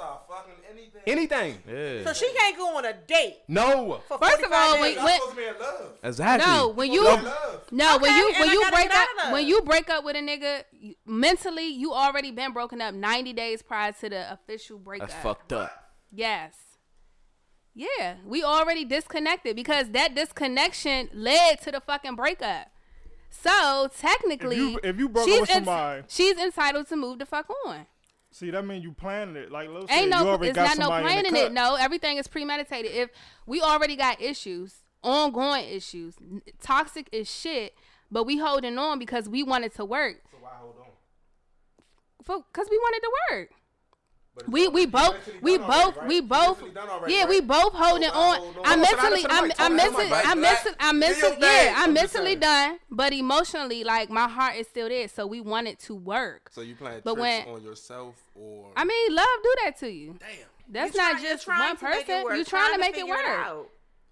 [SPEAKER 1] Anything.
[SPEAKER 3] So she can't go on a date.
[SPEAKER 1] No.
[SPEAKER 3] For
[SPEAKER 2] First of
[SPEAKER 3] 45
[SPEAKER 2] all, when,
[SPEAKER 3] days.
[SPEAKER 2] when
[SPEAKER 4] Exactly.
[SPEAKER 2] no, when you no, when
[SPEAKER 3] Okay,
[SPEAKER 2] you
[SPEAKER 3] and
[SPEAKER 2] when
[SPEAKER 3] I
[SPEAKER 2] you
[SPEAKER 3] gotta
[SPEAKER 2] break
[SPEAKER 3] get out
[SPEAKER 2] up
[SPEAKER 3] of there.
[SPEAKER 2] when you break up with a nigga, you- mentally you already been broken up ninety days prior to the official breakup.
[SPEAKER 4] That's fucked up.
[SPEAKER 2] Yes. Yeah, we already disconnected because that disconnection led to the fucking breakup. So technically,
[SPEAKER 5] you- if you broke up
[SPEAKER 2] she's
[SPEAKER 5] with
[SPEAKER 2] en-
[SPEAKER 5] somebody-
[SPEAKER 2] she's entitled to move the fuck on.
[SPEAKER 5] See, that mean you planning it. Like Lil said,
[SPEAKER 2] Ain't
[SPEAKER 5] you
[SPEAKER 2] no,
[SPEAKER 5] already
[SPEAKER 2] it's not
[SPEAKER 5] got
[SPEAKER 2] no
[SPEAKER 5] somebody in
[SPEAKER 2] planning
[SPEAKER 5] the
[SPEAKER 2] it.
[SPEAKER 5] cut.
[SPEAKER 2] No, everything is premeditated. If we already got issues, ongoing issues, n- toxic is shit, but we holding on because we want it to work. So why hold on? Because we want it to work. We we both we both we both yeah we both holding on. I'm
[SPEAKER 1] Hold on, slide
[SPEAKER 2] mentally
[SPEAKER 1] up to the
[SPEAKER 2] I'm
[SPEAKER 1] mic. Talk to the
[SPEAKER 2] I'm mentally
[SPEAKER 1] mic,
[SPEAKER 2] I'm
[SPEAKER 4] black.
[SPEAKER 2] mentally I'm
[SPEAKER 4] Do your
[SPEAKER 2] mentally
[SPEAKER 4] thing.
[SPEAKER 2] yeah I'm
[SPEAKER 4] I'm just
[SPEAKER 2] mentally
[SPEAKER 4] saying.
[SPEAKER 2] done, but emotionally like my heart is still there. So we want it to work.
[SPEAKER 4] So you playing
[SPEAKER 2] But tricks when-
[SPEAKER 4] on yourself or
[SPEAKER 2] I mean, love do that to you.
[SPEAKER 4] damn?
[SPEAKER 2] That's
[SPEAKER 3] You're
[SPEAKER 2] not
[SPEAKER 3] trying- you're
[SPEAKER 2] just
[SPEAKER 3] trying
[SPEAKER 2] one
[SPEAKER 3] to make it
[SPEAKER 2] person.
[SPEAKER 3] work,
[SPEAKER 2] You're trying to make it
[SPEAKER 3] figure
[SPEAKER 2] work.
[SPEAKER 3] out.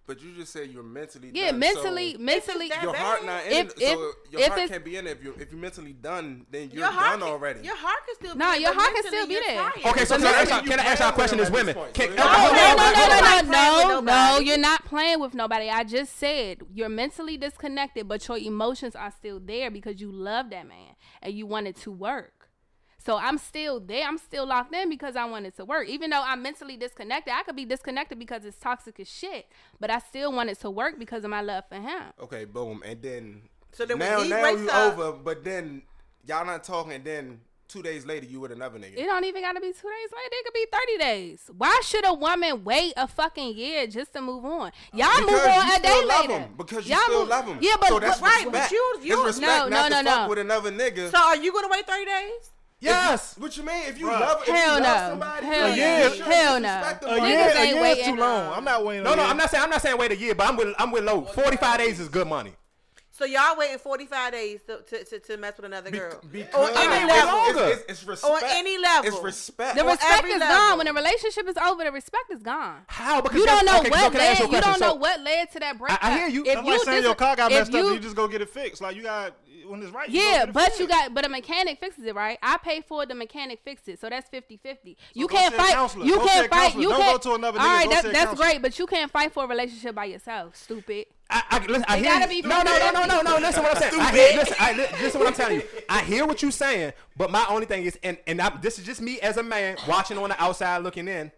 [SPEAKER 6] But you just said you're mentally
[SPEAKER 2] yeah,
[SPEAKER 6] done,
[SPEAKER 2] mentally,
[SPEAKER 6] so
[SPEAKER 2] mentally.
[SPEAKER 3] that
[SPEAKER 6] your
[SPEAKER 3] bad.
[SPEAKER 6] heart not in
[SPEAKER 2] If-
[SPEAKER 6] it, so
[SPEAKER 2] if-
[SPEAKER 6] your
[SPEAKER 2] if
[SPEAKER 6] heart
[SPEAKER 2] it's-
[SPEAKER 6] can't be in it if you if you're mentally done then you're
[SPEAKER 3] Your heart
[SPEAKER 6] done
[SPEAKER 3] can-
[SPEAKER 6] already.
[SPEAKER 3] Your heart can still.
[SPEAKER 2] Nah,
[SPEAKER 3] be
[SPEAKER 2] your
[SPEAKER 3] there, but
[SPEAKER 2] heart can still
[SPEAKER 3] mentally
[SPEAKER 2] be
[SPEAKER 3] you're
[SPEAKER 2] there.
[SPEAKER 3] tired.
[SPEAKER 1] Okay, so can I
[SPEAKER 6] But listen,
[SPEAKER 1] ask y'all-
[SPEAKER 6] you
[SPEAKER 1] can I ask
[SPEAKER 6] playing
[SPEAKER 1] y'all a
[SPEAKER 6] with
[SPEAKER 1] question as
[SPEAKER 6] them at this
[SPEAKER 1] women?
[SPEAKER 6] point, so
[SPEAKER 1] Can-
[SPEAKER 6] it
[SPEAKER 1] no,
[SPEAKER 6] don't
[SPEAKER 1] no, no,
[SPEAKER 2] No, no,
[SPEAKER 1] no, no,
[SPEAKER 2] no, no,
[SPEAKER 3] no,
[SPEAKER 2] no, no,
[SPEAKER 3] no,
[SPEAKER 2] no.
[SPEAKER 3] no.
[SPEAKER 2] You're not playing with nobody. I just said you're mentally disconnected, but your emotions are still there because you love that man and you want it to work. So I'm still there. I'm still locked in because I want it to work. Even though I'm mentally disconnected, I could be disconnected because it's toxic as shit, but I still want it to work because of my love for him.
[SPEAKER 6] Okay, boom, and then
[SPEAKER 3] So then when
[SPEAKER 6] now
[SPEAKER 3] he
[SPEAKER 6] now
[SPEAKER 3] breaks
[SPEAKER 6] you
[SPEAKER 3] up-
[SPEAKER 6] over, but then y'all not talking. And then two days later, you with another nigga.
[SPEAKER 2] It don't even gotta be two days later. It could be thirty days. Why should a woman wait a fucking year just to move on? Y'all move
[SPEAKER 6] Uh, Because
[SPEAKER 2] on
[SPEAKER 6] you
[SPEAKER 2] a
[SPEAKER 6] still
[SPEAKER 2] day
[SPEAKER 6] love
[SPEAKER 2] later.
[SPEAKER 6] him. Because you
[SPEAKER 2] Y'all
[SPEAKER 6] still
[SPEAKER 2] move-
[SPEAKER 6] love him.
[SPEAKER 2] Yeah, but,
[SPEAKER 6] so that's
[SPEAKER 2] but-
[SPEAKER 3] right, but
[SPEAKER 6] respect.
[SPEAKER 3] you- you-
[SPEAKER 6] it's
[SPEAKER 2] No,
[SPEAKER 6] respect
[SPEAKER 2] no,
[SPEAKER 6] not to
[SPEAKER 2] no,
[SPEAKER 6] fuck
[SPEAKER 2] no.
[SPEAKER 6] with another nigga.
[SPEAKER 3] So are you gonna wait thirty days?
[SPEAKER 1] Yes.
[SPEAKER 6] what you mean? If you
[SPEAKER 5] Bruh.
[SPEAKER 6] love, if
[SPEAKER 2] Hell
[SPEAKER 6] you
[SPEAKER 2] no.
[SPEAKER 6] love somebody,
[SPEAKER 2] Hell
[SPEAKER 6] you
[SPEAKER 5] no.
[SPEAKER 6] should
[SPEAKER 2] Hell no.
[SPEAKER 6] respect them
[SPEAKER 5] A
[SPEAKER 2] Niggas
[SPEAKER 6] like
[SPEAKER 5] year,
[SPEAKER 6] that.
[SPEAKER 5] a
[SPEAKER 2] ain't
[SPEAKER 5] year is
[SPEAKER 2] waiting,
[SPEAKER 5] too long.
[SPEAKER 2] uh,
[SPEAKER 5] I'm not waiting.
[SPEAKER 1] No,
[SPEAKER 5] a
[SPEAKER 1] no,
[SPEAKER 5] year.
[SPEAKER 1] I'm not saying I'm not saying wait a year, but I'm with I'm with low. Forty five days is good money.
[SPEAKER 3] So So y'all waiting 45 days to, to, to, to mess with another girl.
[SPEAKER 6] Because
[SPEAKER 3] any
[SPEAKER 6] it's-
[SPEAKER 3] level.
[SPEAKER 6] It's, it's, it's respect.
[SPEAKER 3] any level.
[SPEAKER 6] It's respect.
[SPEAKER 2] The respect
[SPEAKER 3] every
[SPEAKER 2] is
[SPEAKER 3] level.
[SPEAKER 2] gone when the relationship is over. The respect is gone.
[SPEAKER 1] How? Because
[SPEAKER 2] You
[SPEAKER 1] that's-
[SPEAKER 2] don't know
[SPEAKER 1] okay, so
[SPEAKER 2] what
[SPEAKER 1] can I
[SPEAKER 2] led.
[SPEAKER 1] ask
[SPEAKER 2] You,
[SPEAKER 1] a question?
[SPEAKER 2] don't
[SPEAKER 1] So-
[SPEAKER 2] know what led to that breakup.
[SPEAKER 1] I hear you.
[SPEAKER 2] If
[SPEAKER 5] That's like saying
[SPEAKER 2] dis-
[SPEAKER 5] your car got
[SPEAKER 2] if
[SPEAKER 5] messed up,
[SPEAKER 2] you-
[SPEAKER 5] and you just go get it fixed. Like you got when it's right. you go
[SPEAKER 2] yeah,
[SPEAKER 5] get it
[SPEAKER 2] but
[SPEAKER 5] fixed.
[SPEAKER 2] you got but a mechanic fixes it, right? I pay for it, the mechanic fixes it, so that's 50-50. you
[SPEAKER 5] go
[SPEAKER 2] can't
[SPEAKER 5] see a
[SPEAKER 2] fight.
[SPEAKER 5] counselor.
[SPEAKER 2] You
[SPEAKER 5] Go see a
[SPEAKER 2] can't fight.
[SPEAKER 5] counselor.
[SPEAKER 2] You
[SPEAKER 5] Don't
[SPEAKER 2] can't.
[SPEAKER 5] go to another
[SPEAKER 2] All
[SPEAKER 5] nigga.
[SPEAKER 2] right,
[SPEAKER 5] Go
[SPEAKER 2] that-
[SPEAKER 5] see a
[SPEAKER 2] that's
[SPEAKER 5] counselor.
[SPEAKER 2] great, but you can't fight for a relationship by yourself. Stupid.
[SPEAKER 1] I, I, listen, I
[SPEAKER 2] They
[SPEAKER 1] hear
[SPEAKER 2] gotta
[SPEAKER 1] you.
[SPEAKER 2] be
[SPEAKER 1] no, no, no, no, no, no. Listen, what I'm saying. I hear, listen, I, li- listen, what I'm telling you. I hear what you're saying, but my only thing is, and and I, this is just me as a man watching on the outside looking in.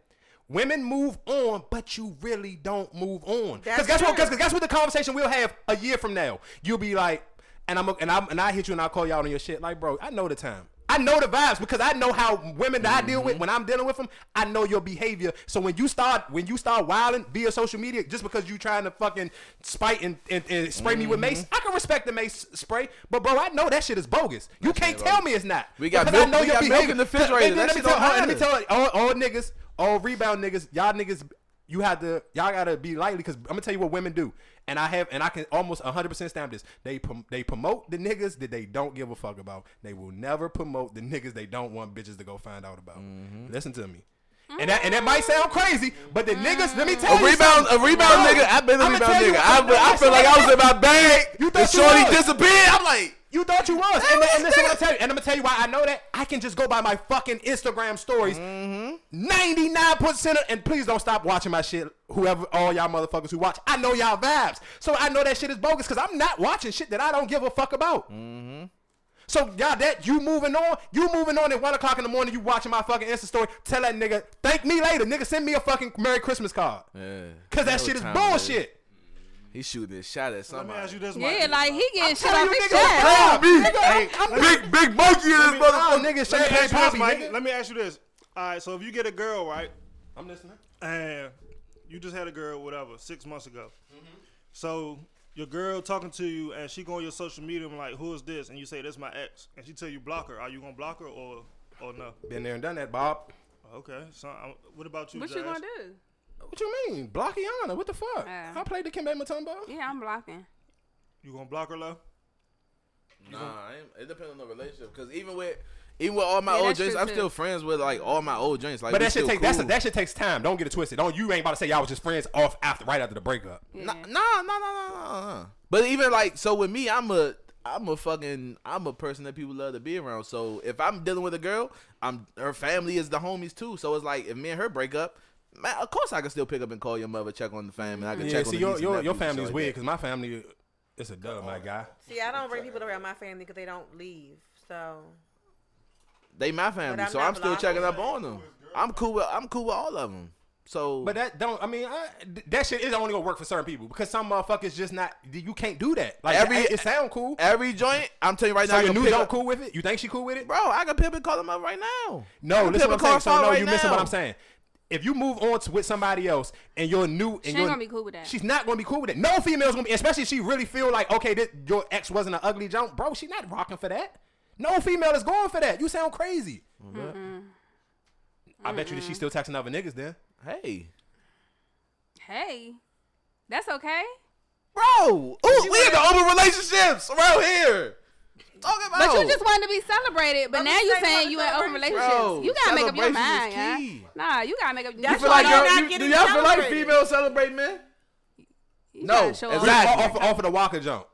[SPEAKER 1] Women move on, but you really don't move on.
[SPEAKER 3] That's
[SPEAKER 1] Because guess what?
[SPEAKER 3] true.
[SPEAKER 1] Because guess what? The conversation we'll have a year from now, you'll be like, and I'm and I and I hit you and I call y'all on your shit. Like, bro, I know the time. I know the vibes because I know how women that I deal
[SPEAKER 4] Mm-hmm.
[SPEAKER 1] with when I'm dealing with them. I know your behavior. So when you start when you start wilding via social media, just because you trying to fucking spite and, and, and spray me with
[SPEAKER 4] Mm-hmm.
[SPEAKER 1] mace, I can respect the mace spray. But bro, I know that shit is bogus. You can't tell me it's not.
[SPEAKER 4] We got
[SPEAKER 1] Because
[SPEAKER 4] milk- we got milk in the
[SPEAKER 1] Because-
[SPEAKER 4] refrigerator.
[SPEAKER 1] and
[SPEAKER 4] That
[SPEAKER 1] Let me
[SPEAKER 4] shit don't
[SPEAKER 1] tell- and let me
[SPEAKER 4] matter.
[SPEAKER 1] tell all, all niggas, all rebound niggas, y'all niggas, you have to, y'all gotta be lightly because I'm gonna tell you what women do, and I have, and I can almost 100 percent stamp this. They prom- they promote the niggas that they don't give a fuck about. They will never promote the niggas they don't want bitches to go find out about. Listen to me. And that, and that might sound crazy, but the niggas, let me tell
[SPEAKER 4] A
[SPEAKER 1] you
[SPEAKER 4] rebound, a
[SPEAKER 1] something.
[SPEAKER 4] rebound,
[SPEAKER 1] Bro,
[SPEAKER 4] nigga. I've been a
[SPEAKER 1] I'ma
[SPEAKER 4] rebound,
[SPEAKER 1] tell you
[SPEAKER 4] nigga.
[SPEAKER 1] what-
[SPEAKER 4] I,
[SPEAKER 1] no,
[SPEAKER 4] I
[SPEAKER 1] listen,
[SPEAKER 4] feel like I
[SPEAKER 1] listen.
[SPEAKER 4] was in my bag.
[SPEAKER 1] You
[SPEAKER 4] You
[SPEAKER 1] thought
[SPEAKER 4] the
[SPEAKER 1] you
[SPEAKER 4] shorty
[SPEAKER 1] was.
[SPEAKER 4] disappeared. I'm like,
[SPEAKER 1] You thought you was. And,
[SPEAKER 4] was
[SPEAKER 1] and this is what
[SPEAKER 4] there.
[SPEAKER 1] I'm telling you. And I'm gonna tell you why I know that. I can just go by my fucking Instagram stories.
[SPEAKER 4] Mm-hmm.
[SPEAKER 1] 99% of and please don't stop watching my shit. Whoever all y'all motherfuckers who watch, I know y'all vibes. So I know that shit is bogus because I'm not watching shit that I don't give a fuck about.
[SPEAKER 4] Mm-hmm.
[SPEAKER 1] So y'all that you moving on, you moving on at one o'clock in the morning, you watching my fucking Insta story. Tell that nigga, thank me later. Nigga, send me a fucking Merry Christmas card. Cause that shit is bullshit.
[SPEAKER 4] He shooting his shot at
[SPEAKER 5] Let me ask you
[SPEAKER 4] somebody.
[SPEAKER 5] this.
[SPEAKER 2] Yeah,
[SPEAKER 5] Mike.
[SPEAKER 2] like he getting shit
[SPEAKER 1] Tell
[SPEAKER 2] off
[SPEAKER 1] you
[SPEAKER 2] his
[SPEAKER 1] niggas
[SPEAKER 2] chest.
[SPEAKER 1] are proud,
[SPEAKER 4] Big-
[SPEAKER 1] nigga. I'm-
[SPEAKER 4] Big, big monkey in this
[SPEAKER 1] Oh,
[SPEAKER 4] motherfucker.
[SPEAKER 1] nigga,
[SPEAKER 5] Let me
[SPEAKER 1] champagne
[SPEAKER 5] ask you this,
[SPEAKER 1] poppy,
[SPEAKER 5] Mike.
[SPEAKER 1] nigga.
[SPEAKER 5] Let me ask you this. All right, so if you get a girl, right,
[SPEAKER 1] I'm listening.
[SPEAKER 5] and you just had a girl, whatever, six months ago. So your girl talking to you, and she go on your social media, and like, who is this? And you say, this my ex, and she tell you block her. Are you gonna block her or or no?
[SPEAKER 1] Been there and done that, Bob.
[SPEAKER 5] Okay. So i what about you?
[SPEAKER 2] What you
[SPEAKER 5] Jazz?
[SPEAKER 2] gonna do?
[SPEAKER 1] What you mean? Blockiana? What the fuck?
[SPEAKER 2] Yeah.
[SPEAKER 1] I played the Kimbe Matumbo.
[SPEAKER 2] Yeah, I'm blocking.
[SPEAKER 5] You gonna block her, low?
[SPEAKER 4] Nah, I ain't- it depends on the relationship. Cause even with, even with all my
[SPEAKER 2] Yeah,
[SPEAKER 4] old
[SPEAKER 2] that's
[SPEAKER 4] joints,
[SPEAKER 2] true,
[SPEAKER 4] I'm
[SPEAKER 2] too.
[SPEAKER 4] still friends with like all my old joints. Like,
[SPEAKER 1] But
[SPEAKER 4] we
[SPEAKER 1] that shit
[SPEAKER 4] still
[SPEAKER 1] takes that's a,
[SPEAKER 4] cool.
[SPEAKER 1] that shit takes time. Don't get it twisted. Don't you ain't about to say y'all was just friends off after right after the breakup.
[SPEAKER 2] Yeah.
[SPEAKER 4] Nah, nah, nah, nah, nah, nah. But even like, so with me, I'm a, I'm a fucking, I'm a person that people love to be around. So if I'm dealing with a girl, I'm her family is the homies too. So it's like if me and her break up, man, of course I can still pick up and call your mother, check on the fam, and I can
[SPEAKER 1] Yeah,
[SPEAKER 4] check
[SPEAKER 1] see
[SPEAKER 4] on the
[SPEAKER 1] your
[SPEAKER 4] niece and
[SPEAKER 1] your, your
[SPEAKER 4] nephews and
[SPEAKER 1] family
[SPEAKER 4] shit
[SPEAKER 1] is
[SPEAKER 4] like
[SPEAKER 1] weird
[SPEAKER 4] that.
[SPEAKER 1] because my family it's a dub, my guy.
[SPEAKER 3] See, I don't bring people around my family because they don't leave. So
[SPEAKER 4] They my family,
[SPEAKER 3] I'm
[SPEAKER 4] so
[SPEAKER 3] not
[SPEAKER 4] I'm still
[SPEAKER 3] blocked.
[SPEAKER 4] checking up on them. I'm cool with, I'm cool with all of them. So,
[SPEAKER 1] But that don't. I mean, I, th- that shit is only gonna work for certain people because some motherfuckers just not. You can't do that. Like
[SPEAKER 4] Every-
[SPEAKER 1] it, it sound cool.
[SPEAKER 4] every joint, I'm telling you right
[SPEAKER 1] so
[SPEAKER 4] now, I
[SPEAKER 1] your
[SPEAKER 4] can
[SPEAKER 1] new
[SPEAKER 4] pick
[SPEAKER 1] don't
[SPEAKER 4] up-
[SPEAKER 1] cool with it? You think she cool with it?
[SPEAKER 4] bro, I can pick up and call them up right now. I
[SPEAKER 1] No,
[SPEAKER 4] can
[SPEAKER 1] listen
[SPEAKER 4] pick
[SPEAKER 1] what
[SPEAKER 4] up and
[SPEAKER 1] I'm saying.
[SPEAKER 4] call
[SPEAKER 1] So
[SPEAKER 4] her
[SPEAKER 1] no,
[SPEAKER 4] right
[SPEAKER 1] you missing
[SPEAKER 4] now.
[SPEAKER 1] what I'm saying. If you move on to with somebody else and you're new, and
[SPEAKER 2] ain't
[SPEAKER 1] you're,
[SPEAKER 2] gonna be cool with that.
[SPEAKER 1] She's not gonna be cool with it. No female's gonna be, especially if she really feel like okay, this, your ex wasn't an ugly junk, bro. She's not rocking for that. No female is going for that. You sound crazy. I bet you that she's still texting other niggas then.
[SPEAKER 4] Hey.
[SPEAKER 2] Hey, that's okay.
[SPEAKER 4] Bro, ooh, we in the open relationships around here. Talk about.
[SPEAKER 2] But you just wanted to be celebrated, but
[SPEAKER 3] I'm
[SPEAKER 2] now
[SPEAKER 3] just
[SPEAKER 2] you're
[SPEAKER 3] saying,
[SPEAKER 2] saying you
[SPEAKER 3] wanna
[SPEAKER 2] in open
[SPEAKER 3] celebrate.
[SPEAKER 2] relationships.
[SPEAKER 4] Bro,
[SPEAKER 2] you gotta make up your
[SPEAKER 4] celebration
[SPEAKER 2] mind.
[SPEAKER 4] is
[SPEAKER 2] Yeah?
[SPEAKER 4] key.
[SPEAKER 2] Nah, you gotta make up.
[SPEAKER 3] You
[SPEAKER 2] That's
[SPEAKER 4] feel
[SPEAKER 3] why
[SPEAKER 4] like
[SPEAKER 3] y'all
[SPEAKER 4] y'all,
[SPEAKER 3] not
[SPEAKER 4] you, do
[SPEAKER 3] getting
[SPEAKER 4] y'all feel like
[SPEAKER 3] celebrated.
[SPEAKER 4] females celebrate men?
[SPEAKER 2] you
[SPEAKER 4] No,
[SPEAKER 2] gotta show up.
[SPEAKER 4] exactly.
[SPEAKER 1] Off, off, off of the Walker jump.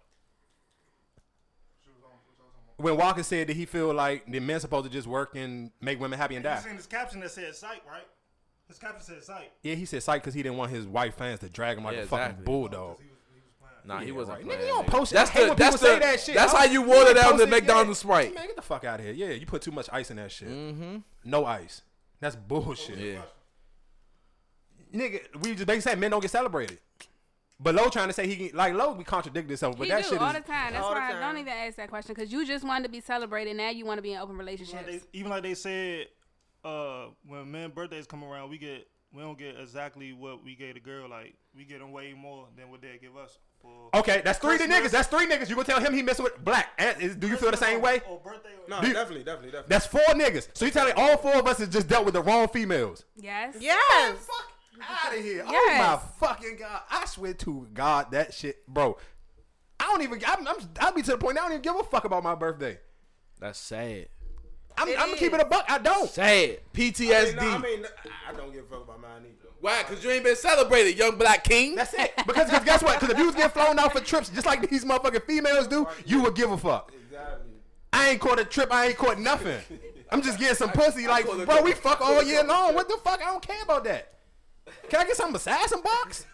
[SPEAKER 1] When Walker said that he feel like the men supposed to just work and make women happy and
[SPEAKER 5] You
[SPEAKER 1] die.
[SPEAKER 5] seen his caption that said sight, right? His caption said sight.
[SPEAKER 1] Yeah, he said psych because he didn't want his white fans to drag him like
[SPEAKER 4] Yeah,
[SPEAKER 1] a fucking
[SPEAKER 4] exactly.
[SPEAKER 1] bulldog.
[SPEAKER 4] Nah, he wasn't.
[SPEAKER 1] Right.
[SPEAKER 4] playing,
[SPEAKER 1] Nigga, you don't post.
[SPEAKER 4] That's
[SPEAKER 1] I hate
[SPEAKER 4] the.
[SPEAKER 1] when people
[SPEAKER 4] That's
[SPEAKER 1] say
[SPEAKER 4] the.
[SPEAKER 1] that shit.
[SPEAKER 4] That's
[SPEAKER 1] I
[SPEAKER 4] how
[SPEAKER 1] don't-
[SPEAKER 4] you
[SPEAKER 1] ain't
[SPEAKER 4] water down the
[SPEAKER 1] posting shit.
[SPEAKER 4] McDonald's Sprite.
[SPEAKER 1] Man, get the fuck out of here. Yeah, you put too much ice in that shit. Mm-hmm. No ice. That's bullshit.
[SPEAKER 4] Yeah.
[SPEAKER 1] Nigga, we just basically saying men don't get celebrated. But Low trying to say he can, like Low, we contradict himself. But
[SPEAKER 2] He
[SPEAKER 1] that
[SPEAKER 2] do
[SPEAKER 1] shit
[SPEAKER 2] all
[SPEAKER 1] is
[SPEAKER 2] the time. That's
[SPEAKER 3] All the
[SPEAKER 2] why I
[SPEAKER 3] time.
[SPEAKER 2] don't even ask that question because you just wanted to be celebrated. Now you want to be in open relationships.
[SPEAKER 5] Like they, even like they said, uh, when men birthdays come around, we get we don't get exactly what we gave the girl. Like we get them way more than what they give us. For
[SPEAKER 1] okay. That's three
[SPEAKER 5] Christmas.
[SPEAKER 1] niggas. That's three niggas. You gonna tell him he messing with black? And is- Do you feel the
[SPEAKER 5] Christmas
[SPEAKER 1] same
[SPEAKER 5] or-
[SPEAKER 1] way?
[SPEAKER 5] Or Oh, birthday. Or,
[SPEAKER 6] No,
[SPEAKER 1] Dude.
[SPEAKER 6] definitely, definitely, definitely.
[SPEAKER 1] That's four niggas. So you telling all four of us is just dealt with the wrong females?
[SPEAKER 2] yes.
[SPEAKER 3] yes,
[SPEAKER 1] out of here. Oh
[SPEAKER 2] Yes.
[SPEAKER 1] my fucking god. I swear to God that shit, bro. I don't even. I'm, I'm. I'll be to the point. I don't even give a fuck about my birthday.
[SPEAKER 4] That's sad.
[SPEAKER 1] I'm.
[SPEAKER 3] It
[SPEAKER 1] I'm
[SPEAKER 3] is.
[SPEAKER 1] keeping a buck. I don't.
[SPEAKER 4] Sad.
[SPEAKER 6] I
[SPEAKER 4] PTSD.
[SPEAKER 6] mean, no, I mean, I don't give a fuck about mine either.
[SPEAKER 4] Why? Because you ain't been celebrated, young black king.
[SPEAKER 1] That's it. Because 'cause guess what? Because if you was getting flown out for trips just like these motherfucking females do, you would give a fuck.
[SPEAKER 6] Exactly.
[SPEAKER 1] I ain't caught a trip. I ain't caught nothing. I'm just getting some pussy. Like,
[SPEAKER 4] call it
[SPEAKER 1] bro,
[SPEAKER 4] a-
[SPEAKER 1] we fuck all year long. What the fuck? I don't care about that. Can I get something besides some bucks?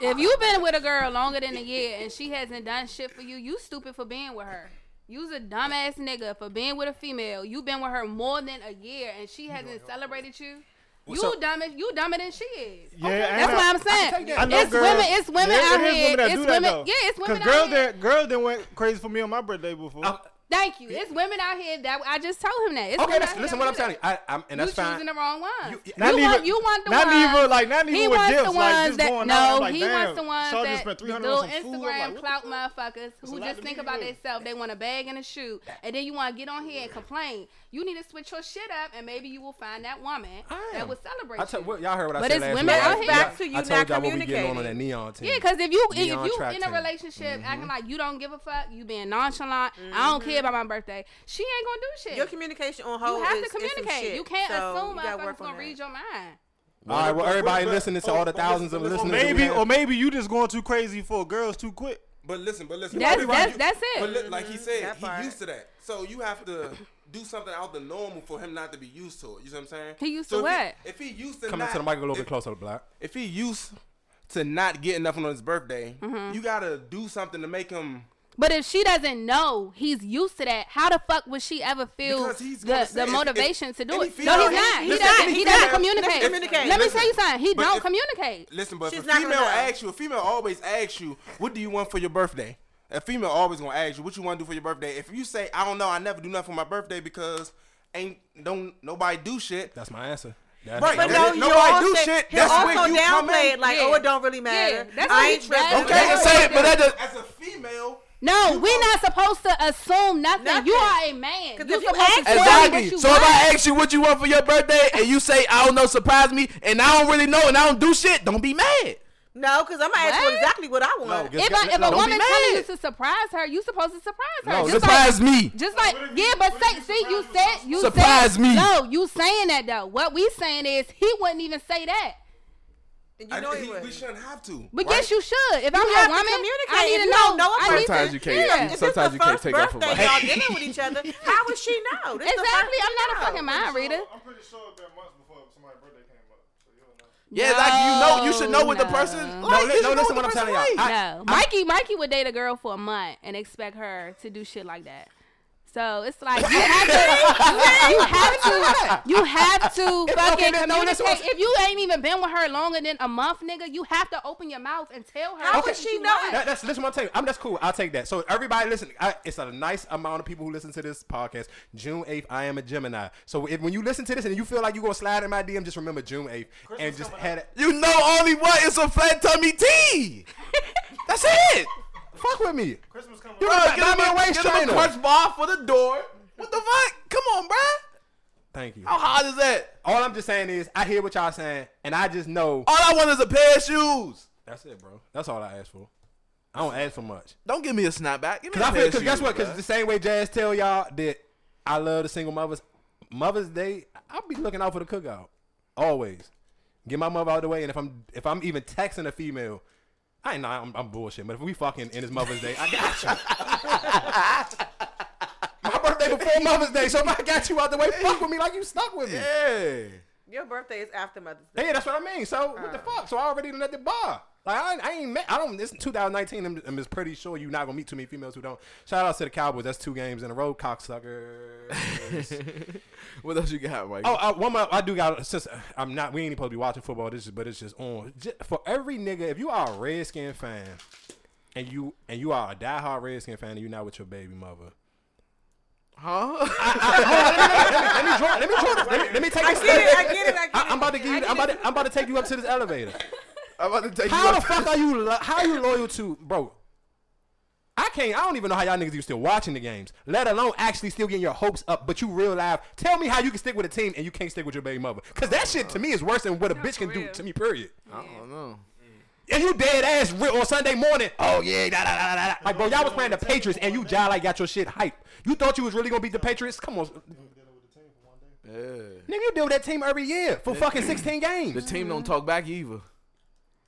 [SPEAKER 2] If you've been with a girl longer than a year and she hasn't done shit for you, you stupid for being with her. You's a dumbass nigga for being with a female. You've been with her more than a year and she hasn't celebrated you. You
[SPEAKER 1] so-
[SPEAKER 2] dumb as you dumber than she is.
[SPEAKER 5] Yeah, and
[SPEAKER 2] That's
[SPEAKER 5] I-
[SPEAKER 2] what I'm saying.
[SPEAKER 1] take that.
[SPEAKER 5] I know
[SPEAKER 2] It's
[SPEAKER 5] girls-
[SPEAKER 2] women. It's women
[SPEAKER 5] Yeah,
[SPEAKER 2] out
[SPEAKER 5] it is
[SPEAKER 2] here.
[SPEAKER 5] women that
[SPEAKER 2] it's
[SPEAKER 5] do
[SPEAKER 2] women.
[SPEAKER 5] That, though.
[SPEAKER 2] yeah, it's women
[SPEAKER 5] 'Cause
[SPEAKER 2] out
[SPEAKER 5] girl
[SPEAKER 2] here.
[SPEAKER 5] That, girl that went crazy for me on my birthday before.
[SPEAKER 1] I'm-
[SPEAKER 2] Thank you. It's women out here that I just told him that. It's
[SPEAKER 1] okay,
[SPEAKER 2] women
[SPEAKER 1] that's,
[SPEAKER 2] out
[SPEAKER 1] listen.
[SPEAKER 2] here
[SPEAKER 1] What
[SPEAKER 2] that
[SPEAKER 1] I'm
[SPEAKER 2] do
[SPEAKER 1] telling you, I, I'm, and that's
[SPEAKER 2] you choosing
[SPEAKER 1] fine.
[SPEAKER 2] the wrong ones.
[SPEAKER 1] You-
[SPEAKER 2] You,
[SPEAKER 5] Not
[SPEAKER 2] want,
[SPEAKER 5] even-
[SPEAKER 2] you want the
[SPEAKER 5] not
[SPEAKER 2] ones.
[SPEAKER 5] even, like, not even
[SPEAKER 2] he
[SPEAKER 5] with
[SPEAKER 2] wants
[SPEAKER 5] gifts,
[SPEAKER 2] the
[SPEAKER 5] like,
[SPEAKER 2] ones
[SPEAKER 5] just
[SPEAKER 2] that
[SPEAKER 5] going
[SPEAKER 2] no,
[SPEAKER 5] out, I'm like,
[SPEAKER 2] he
[SPEAKER 5] damn,
[SPEAKER 2] wants the ones
[SPEAKER 5] Shawty
[SPEAKER 2] that
[SPEAKER 5] spent
[SPEAKER 2] the
[SPEAKER 5] $300
[SPEAKER 2] little
[SPEAKER 5] on some food. I'm like,
[SPEAKER 2] Instagram
[SPEAKER 5] what the
[SPEAKER 2] clout motherfuckers
[SPEAKER 5] a
[SPEAKER 2] who
[SPEAKER 5] lot
[SPEAKER 2] just
[SPEAKER 5] to
[SPEAKER 2] think
[SPEAKER 5] be
[SPEAKER 2] about
[SPEAKER 5] with.
[SPEAKER 2] themselves. They want a bag and a shoe, and then you want to get on here and complain. You need to switch your shit up, and maybe you will find that woman
[SPEAKER 1] I am.
[SPEAKER 2] that will celebrate
[SPEAKER 1] I tell,
[SPEAKER 2] you.
[SPEAKER 1] well, y'all heard what I
[SPEAKER 2] But
[SPEAKER 1] said
[SPEAKER 2] it's
[SPEAKER 1] last
[SPEAKER 2] women
[SPEAKER 1] night.
[SPEAKER 2] out
[SPEAKER 1] I-
[SPEAKER 2] here. Back
[SPEAKER 3] to you
[SPEAKER 1] I
[SPEAKER 3] not
[SPEAKER 1] told y'all what we getting on on that
[SPEAKER 3] communicating.
[SPEAKER 1] neon team.
[SPEAKER 2] Yeah, because if you if
[SPEAKER 1] Neon
[SPEAKER 2] you
[SPEAKER 1] track
[SPEAKER 2] in a
[SPEAKER 1] team.
[SPEAKER 2] relationship
[SPEAKER 5] Mm-hmm.
[SPEAKER 2] acting like you don't give a fuck, you being nonchalant. I don't care about my birthday. She ain't gonna do shit.
[SPEAKER 3] Mm-hmm. Your communication on
[SPEAKER 2] you
[SPEAKER 3] hold.
[SPEAKER 2] have
[SPEAKER 3] is-
[SPEAKER 2] to
[SPEAKER 3] is some
[SPEAKER 2] communicate.
[SPEAKER 3] shit.
[SPEAKER 2] You can't
[SPEAKER 3] So
[SPEAKER 2] assume
[SPEAKER 3] you gotta
[SPEAKER 2] motherfuckers
[SPEAKER 3] work on
[SPEAKER 2] gonna
[SPEAKER 3] that.
[SPEAKER 2] read your mind.
[SPEAKER 1] all right, well,
[SPEAKER 6] But-
[SPEAKER 1] everybody
[SPEAKER 6] but-
[SPEAKER 1] listening to
[SPEAKER 6] oh,
[SPEAKER 1] all the
[SPEAKER 6] but
[SPEAKER 1] thousands of
[SPEAKER 6] listen,
[SPEAKER 1] listeners.
[SPEAKER 5] Or
[SPEAKER 1] that we
[SPEAKER 5] maybe,
[SPEAKER 1] have.
[SPEAKER 5] or maybe you just going too crazy for girls too quick.
[SPEAKER 6] But listen, but listen.
[SPEAKER 2] That's
[SPEAKER 6] but
[SPEAKER 2] that's
[SPEAKER 6] you-
[SPEAKER 2] that's it.
[SPEAKER 6] But li- like he said,
[SPEAKER 3] That part.
[SPEAKER 6] he used to that. So you have to do something out the normal for him not to be used to it. You see what I'm saying?
[SPEAKER 2] He used
[SPEAKER 6] So
[SPEAKER 2] to
[SPEAKER 6] if
[SPEAKER 2] what?
[SPEAKER 6] He, if he used to
[SPEAKER 1] Come
[SPEAKER 6] not,
[SPEAKER 1] into the mic a little bit
[SPEAKER 6] if-
[SPEAKER 1] closer to the black.
[SPEAKER 6] If he used to not getting nothing on his birthday,
[SPEAKER 2] Mm-hmm.
[SPEAKER 6] you gotta do something to make him.
[SPEAKER 2] But if she doesn't know he's used to that, how the fuck would she ever feel
[SPEAKER 6] Because he's gonna
[SPEAKER 2] the,
[SPEAKER 6] say
[SPEAKER 2] the
[SPEAKER 6] if- if-
[SPEAKER 2] motivation to do
[SPEAKER 6] any
[SPEAKER 2] it?
[SPEAKER 6] female-
[SPEAKER 2] No, he's not. He
[SPEAKER 6] listen,
[SPEAKER 2] doesn't.
[SPEAKER 6] any
[SPEAKER 2] He doesn't
[SPEAKER 6] female-
[SPEAKER 2] communicate.
[SPEAKER 6] listen,
[SPEAKER 3] communicate.
[SPEAKER 2] Let me
[SPEAKER 6] listen.
[SPEAKER 2] tell you something. He
[SPEAKER 6] But
[SPEAKER 2] don't
[SPEAKER 6] if-
[SPEAKER 2] communicate.
[SPEAKER 6] Listen, but
[SPEAKER 3] She's
[SPEAKER 6] if a
[SPEAKER 3] not gonna
[SPEAKER 6] female
[SPEAKER 3] know.
[SPEAKER 6] asks you, a female always asks you, "What do you want for your birthday?" A female always gonna ask you, "What you want to do for your birthday?" If you say, "I don't know, I never do nothing for my birthday because ain't don't nobody do shit,"
[SPEAKER 1] That's my answer. That's
[SPEAKER 6] Right,
[SPEAKER 3] But
[SPEAKER 6] If
[SPEAKER 3] no,
[SPEAKER 6] nobody
[SPEAKER 3] you also,
[SPEAKER 6] do shit,
[SPEAKER 3] he'll
[SPEAKER 6] that's
[SPEAKER 3] also
[SPEAKER 6] when you come
[SPEAKER 3] downplay
[SPEAKER 6] in.
[SPEAKER 3] it like,
[SPEAKER 2] Yeah.
[SPEAKER 3] oh, it don't really matter.
[SPEAKER 2] Yeah, that's what
[SPEAKER 3] I
[SPEAKER 2] he
[SPEAKER 3] ain't tripping.
[SPEAKER 2] tried to
[SPEAKER 6] Okay,
[SPEAKER 2] do.
[SPEAKER 6] say it, but that does.
[SPEAKER 2] doesn't-
[SPEAKER 6] As a female,
[SPEAKER 2] No, we're not supposed to assume nothing.
[SPEAKER 3] Nothing.
[SPEAKER 2] You are a man.
[SPEAKER 3] 'Cause
[SPEAKER 2] You
[SPEAKER 3] if you
[SPEAKER 2] supposed to tell me
[SPEAKER 3] ask for it-
[SPEAKER 2] what
[SPEAKER 4] Exactly.
[SPEAKER 2] you
[SPEAKER 4] So if I
[SPEAKER 2] want.
[SPEAKER 4] ask you what you want for your birthday and you say I don't know, surprise me, and I don't really know and I don't do shit, don't be mad.
[SPEAKER 3] No, because I'm gonna ask you
[SPEAKER 2] What?
[SPEAKER 3] exactly what I want.
[SPEAKER 1] No,
[SPEAKER 2] if, I, if
[SPEAKER 1] Don't
[SPEAKER 2] a
[SPEAKER 1] be
[SPEAKER 2] woman
[SPEAKER 4] mad.
[SPEAKER 2] telling you to surprise her, you supposed to surprise her.
[SPEAKER 1] No,
[SPEAKER 2] Just
[SPEAKER 4] Surprise
[SPEAKER 2] like,
[SPEAKER 4] me.
[SPEAKER 2] Just like
[SPEAKER 5] what if you-
[SPEAKER 2] yeah, but
[SPEAKER 5] what if
[SPEAKER 2] say,
[SPEAKER 5] you
[SPEAKER 2] see, you
[SPEAKER 5] surprise
[SPEAKER 2] said you
[SPEAKER 4] Surprise
[SPEAKER 2] said,
[SPEAKER 4] me.
[SPEAKER 2] No, you saying that though. What we saying is he wouldn't even say that.
[SPEAKER 3] And
[SPEAKER 6] I-
[SPEAKER 3] you know
[SPEAKER 6] he-
[SPEAKER 3] he
[SPEAKER 6] we
[SPEAKER 3] would.
[SPEAKER 6] shouldn't have to.
[SPEAKER 2] But
[SPEAKER 6] right?
[SPEAKER 2] yes, you should. If I'm a
[SPEAKER 3] have to
[SPEAKER 2] woman, I
[SPEAKER 3] communicate.
[SPEAKER 2] need
[SPEAKER 3] If
[SPEAKER 2] to
[SPEAKER 3] you
[SPEAKER 2] know.
[SPEAKER 3] don't know a
[SPEAKER 2] I need
[SPEAKER 7] Sometimes
[SPEAKER 2] to,
[SPEAKER 7] you can't-
[SPEAKER 2] Yeah.
[SPEAKER 3] If
[SPEAKER 7] Sometimes
[SPEAKER 3] it's
[SPEAKER 7] you
[SPEAKER 3] the
[SPEAKER 7] can't
[SPEAKER 3] first
[SPEAKER 7] take that for
[SPEAKER 3] birthday, y'all
[SPEAKER 7] granted.
[SPEAKER 3] dealing with each other. How would she know? This the first
[SPEAKER 2] Exactly. I'm not a
[SPEAKER 3] thing.
[SPEAKER 2] fucking mind reader.
[SPEAKER 5] I'm pretty sure it's been months before somebody's birthday came up. So you don't know.
[SPEAKER 4] Yeah, like you know, you should know what
[SPEAKER 2] No,
[SPEAKER 4] the person.
[SPEAKER 2] no.
[SPEAKER 1] No,
[SPEAKER 4] Like,
[SPEAKER 1] li-
[SPEAKER 4] you should
[SPEAKER 1] no,
[SPEAKER 4] know
[SPEAKER 1] listen
[SPEAKER 4] what
[SPEAKER 1] what
[SPEAKER 4] the
[SPEAKER 1] I'm
[SPEAKER 4] person
[SPEAKER 1] telling y'all.
[SPEAKER 4] like.
[SPEAKER 2] No, Mikey, Mikey would date a girl for a month and expect her to do shit like that. So it's like you have to, you have to, you have to fucking
[SPEAKER 1] then no,
[SPEAKER 2] communicate.
[SPEAKER 1] that's what I'm saying.
[SPEAKER 2] If you ain't even been with her longer than a month, nigga, you have to open your mouth and tell her.
[SPEAKER 3] How
[SPEAKER 2] what
[SPEAKER 3] would she
[SPEAKER 2] you
[SPEAKER 3] know
[SPEAKER 2] want.
[SPEAKER 1] That, that's listen. What I'm telling you, I'm that's cool. I'll take that. So everybody, listen. I, it's a nice amount of people who listen to this podcast. June 8th, I am a Gemini. So if when you listen to this and you feel like you're gonna slide in my DM, just remember June 8th and just had it.
[SPEAKER 4] You know only what is a flat tummy tea. That's it.
[SPEAKER 1] Fuck with me.
[SPEAKER 5] Christmas coming
[SPEAKER 1] You
[SPEAKER 5] up.
[SPEAKER 1] know,
[SPEAKER 4] Bruh,
[SPEAKER 1] get me a waist
[SPEAKER 4] get him a
[SPEAKER 1] trainer.
[SPEAKER 4] crunch bar for the door. What the fuck? Come on, bruh.
[SPEAKER 1] Thank you.
[SPEAKER 4] How hard is that?
[SPEAKER 1] All I'm just saying is, I hear what y'all saying, and I just know.
[SPEAKER 4] All I want is a pair of shoes.
[SPEAKER 1] That's it, bro. That's all I ask for. I don't ask for much.
[SPEAKER 4] Don't give me a snapback. Give me
[SPEAKER 1] Cause
[SPEAKER 4] a
[SPEAKER 1] I
[SPEAKER 4] pair
[SPEAKER 1] feel,
[SPEAKER 4] of
[SPEAKER 1] cause
[SPEAKER 4] shoes.
[SPEAKER 1] guess what?
[SPEAKER 4] bruh.
[SPEAKER 1] Cause the same way Jazz tell y'all that I love the single mothers, Mother's Day, I'll be looking out for the cookout always. Get my mother out of the way, and if I'm if I'm even texting a female, I ain't nah, I'm, I'm bullshit. But if we fucking and it's Mother's Day, I got you. my birthday before Mother's Day, so if I got you out the way, fuck with me like you stuck with me. Yeah,
[SPEAKER 4] Yeah.
[SPEAKER 3] Your birthday is after Mother's Day.
[SPEAKER 1] hey, that's what I mean. So what the fuck? So I already done at the bar. Like I, ain't- I ain't met. I don't. This 2019. I'm, I'm just pretty sure you're not gonna meet too many females who don't. Shout out to the Cowboys. That's two games in a row, cocksucker.
[SPEAKER 4] What else you got, Mike?
[SPEAKER 1] Oh, I, one more. I do got since I'm not. We ain't supposed to be watching football. This is, but it's just on. Ju- For every nigga, if you are a Redskin fan, and you and you are a diehard Redskin fan, and you're not with your baby mother.
[SPEAKER 4] Huh?
[SPEAKER 1] Let me draw. Let me draw. this- Let me, let me take.
[SPEAKER 3] I
[SPEAKER 1] this-
[SPEAKER 3] get it. I get it. I get
[SPEAKER 1] I,
[SPEAKER 3] it.
[SPEAKER 1] am about to give you. I'm about to, I'm about to take you up to this elevator.
[SPEAKER 4] I'm about to take
[SPEAKER 1] How
[SPEAKER 4] you
[SPEAKER 1] the
[SPEAKER 4] up.
[SPEAKER 1] fuck are you? Lo- how you loyal to, bro? I can't. I don't even know how y'all niggas you still watching the games, let alone actually still getting your hopes up. But you real live. Tell me how you can stick with a team and you can't stick with your baby mother, because that shit to me is worse than what a bitch
[SPEAKER 2] for
[SPEAKER 1] can do
[SPEAKER 2] real.
[SPEAKER 1] to me. Period.
[SPEAKER 4] I don't know.
[SPEAKER 1] And you dead ass real on Sunday morning. Oh yeah, da, da, da, da, da. like bro, y'all was playing the Patriots and you jive like got your shit hype. You thought you was really gonna beat the Patriots? Come on, nigga,
[SPEAKER 4] Yeah.
[SPEAKER 1] you deal with that team every year for fucking sixteen
[SPEAKER 4] The
[SPEAKER 1] games.
[SPEAKER 4] team don't talk back either.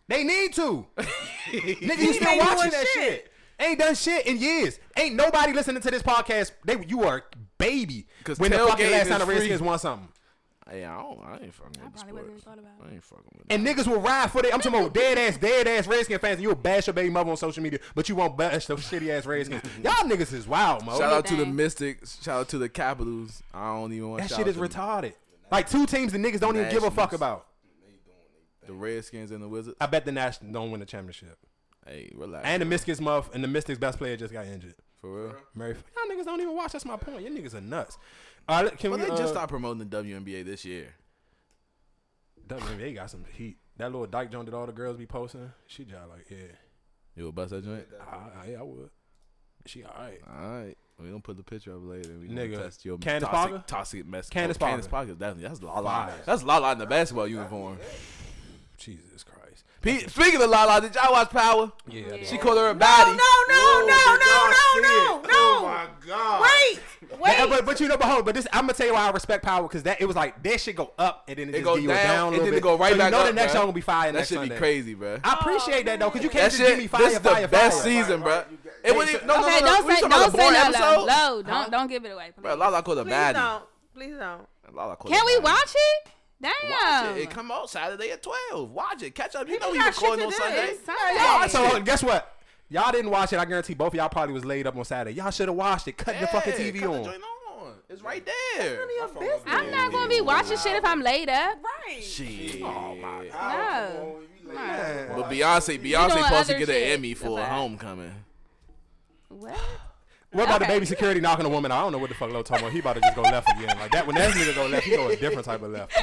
[SPEAKER 1] They need to. nigga, you still
[SPEAKER 3] ain't
[SPEAKER 1] watching
[SPEAKER 3] doing
[SPEAKER 1] that shit.
[SPEAKER 3] shit.
[SPEAKER 1] Ain't done shit in years. Ain't nobody listening to this podcast. They you are baby.
[SPEAKER 4] 'Cause
[SPEAKER 1] When the fucking
[SPEAKER 4] tailgating
[SPEAKER 1] last time
[SPEAKER 4] is
[SPEAKER 1] the
[SPEAKER 4] free.
[SPEAKER 1] Redskins won something.
[SPEAKER 4] Hey, I don't. I ain't fucking
[SPEAKER 2] I
[SPEAKER 4] with the
[SPEAKER 2] probably wouldn't even
[SPEAKER 4] sports.
[SPEAKER 2] thought about it.
[SPEAKER 4] I ain't fucking with.
[SPEAKER 1] And niggas will ride for it. I'm talking about dead ass, dead ass Redskin fans, and you'll bash your baby mother on social media, but you won't bash those shitty ass Redskins. Y'all niggas is wild, mo.
[SPEAKER 4] Shout out to the
[SPEAKER 2] Dang.
[SPEAKER 4] Mystics. Shout out to the Capitals. I don't even want
[SPEAKER 1] that
[SPEAKER 4] shout
[SPEAKER 1] shit
[SPEAKER 4] out
[SPEAKER 1] is
[SPEAKER 4] to
[SPEAKER 1] retarded. Like two teams the niggas don't even give a fuck
[SPEAKER 4] Nationals.
[SPEAKER 1] about.
[SPEAKER 4] The Redskins and the Wizards.
[SPEAKER 1] I bet the Nationals don't win the championship.
[SPEAKER 4] Hey, relax.
[SPEAKER 1] And the Mystics muff and the Mystics best player just got injured.
[SPEAKER 4] for real.
[SPEAKER 1] Murray, y'all niggas don't even watch. That's my point. You niggas are nuts. All right, can
[SPEAKER 4] Well,
[SPEAKER 1] we
[SPEAKER 4] they just
[SPEAKER 1] uh,
[SPEAKER 4] stopped promoting the WNBA this year.
[SPEAKER 1] WNBA got some heat. That little Dyke joint that all the girls be posting. She just like, yeah,
[SPEAKER 4] You will bust that joint.
[SPEAKER 1] I, I, yeah, I would. She all right.
[SPEAKER 4] All right. We gonna put the picture up later. We gonna
[SPEAKER 1] Nigga.
[SPEAKER 4] test your
[SPEAKER 1] Candace
[SPEAKER 4] toxic,
[SPEAKER 1] Parker?
[SPEAKER 4] toxic mess.
[SPEAKER 1] Candace
[SPEAKER 4] oh, Candace
[SPEAKER 1] Parker.
[SPEAKER 4] Parker, definitely. That's Lala. That's Lala in the basketball uniform.
[SPEAKER 1] Jesus Christ.
[SPEAKER 4] Pe- Speaking of Lala, did y'all watch Power?
[SPEAKER 1] Yeah. I
[SPEAKER 2] Yeah.
[SPEAKER 1] did.
[SPEAKER 4] She called her a baddie.
[SPEAKER 3] No, no, no,
[SPEAKER 6] did y'all see
[SPEAKER 3] no, no, no,
[SPEAKER 6] it?
[SPEAKER 3] no.
[SPEAKER 6] Oh my god.
[SPEAKER 3] Wait, wait.
[SPEAKER 1] Yeah, but, but you know, but hold, on, but this I'm gonna tell you why I respect power because that it was like that shit go up and then it,
[SPEAKER 4] It
[SPEAKER 1] just
[SPEAKER 4] go
[SPEAKER 1] give you a
[SPEAKER 4] down,
[SPEAKER 1] down a
[SPEAKER 4] and
[SPEAKER 1] little
[SPEAKER 4] then it
[SPEAKER 1] bit.
[SPEAKER 4] go right
[SPEAKER 1] so
[SPEAKER 4] back
[SPEAKER 1] you know
[SPEAKER 4] up,
[SPEAKER 1] the next
[SPEAKER 4] bruh.
[SPEAKER 1] song gonna be fire.
[SPEAKER 4] That
[SPEAKER 1] next
[SPEAKER 4] should be
[SPEAKER 1] Sunday.
[SPEAKER 4] crazy, bro.
[SPEAKER 1] I appreciate that though because you
[SPEAKER 4] That
[SPEAKER 1] can't just
[SPEAKER 4] shit.
[SPEAKER 1] give me
[SPEAKER 4] this
[SPEAKER 1] fire,
[SPEAKER 4] is the
[SPEAKER 1] fire,
[SPEAKER 4] best
[SPEAKER 1] fire.
[SPEAKER 4] season, bro.
[SPEAKER 6] right, you got-
[SPEAKER 4] It wasn't even. No, no,
[SPEAKER 2] okay,
[SPEAKER 4] no, no.
[SPEAKER 2] don't
[SPEAKER 4] We
[SPEAKER 2] say
[SPEAKER 4] talking about
[SPEAKER 2] don't
[SPEAKER 4] the
[SPEAKER 2] say
[SPEAKER 4] boring
[SPEAKER 2] no
[SPEAKER 4] episode?
[SPEAKER 2] low. Low, don't don't give it away.
[SPEAKER 4] Bro,
[SPEAKER 2] Please.
[SPEAKER 4] Lala called a
[SPEAKER 3] Please
[SPEAKER 4] baddie.
[SPEAKER 3] don't. Please don't.
[SPEAKER 4] Lala called
[SPEAKER 2] Can
[SPEAKER 4] a
[SPEAKER 2] we
[SPEAKER 4] baddie.
[SPEAKER 2] watch it? Damn.
[SPEAKER 4] Watch it. It come out Saturday at twelve. Watch it. Catch up. You
[SPEAKER 3] People
[SPEAKER 4] know we
[SPEAKER 3] got shit
[SPEAKER 4] recording
[SPEAKER 3] to
[SPEAKER 4] on
[SPEAKER 3] do.
[SPEAKER 4] Sunday.
[SPEAKER 2] It's Sunday.
[SPEAKER 1] Y'all- So guess what? Y'all didn't watch it. I guarantee both of y'all probably was laid up on Saturday. Y'all should have watched it. Cut your fucking
[SPEAKER 4] Yeah,
[SPEAKER 1] TV
[SPEAKER 4] cut the
[SPEAKER 1] on.
[SPEAKER 4] joint on. It's right there.
[SPEAKER 3] None of your
[SPEAKER 6] phone
[SPEAKER 3] business.
[SPEAKER 6] was
[SPEAKER 2] I'm not gonna be watching shit if I'm laid up.
[SPEAKER 3] right.
[SPEAKER 4] Shit. Oh my god.
[SPEAKER 2] No.
[SPEAKER 1] Man.
[SPEAKER 4] But Beyonce, Beyonce
[SPEAKER 2] doing
[SPEAKER 4] supposed to
[SPEAKER 2] other
[SPEAKER 4] get
[SPEAKER 2] shit.
[SPEAKER 4] an Emmy for
[SPEAKER 2] Okay.
[SPEAKER 4] Homecoming.
[SPEAKER 2] What?
[SPEAKER 1] What about the
[SPEAKER 2] Okay.
[SPEAKER 1] baby security knocking a woman? out? I don't know what the fuck Lo talking about. He about to just go left again like that. When that nigga go left, he go a different type of left.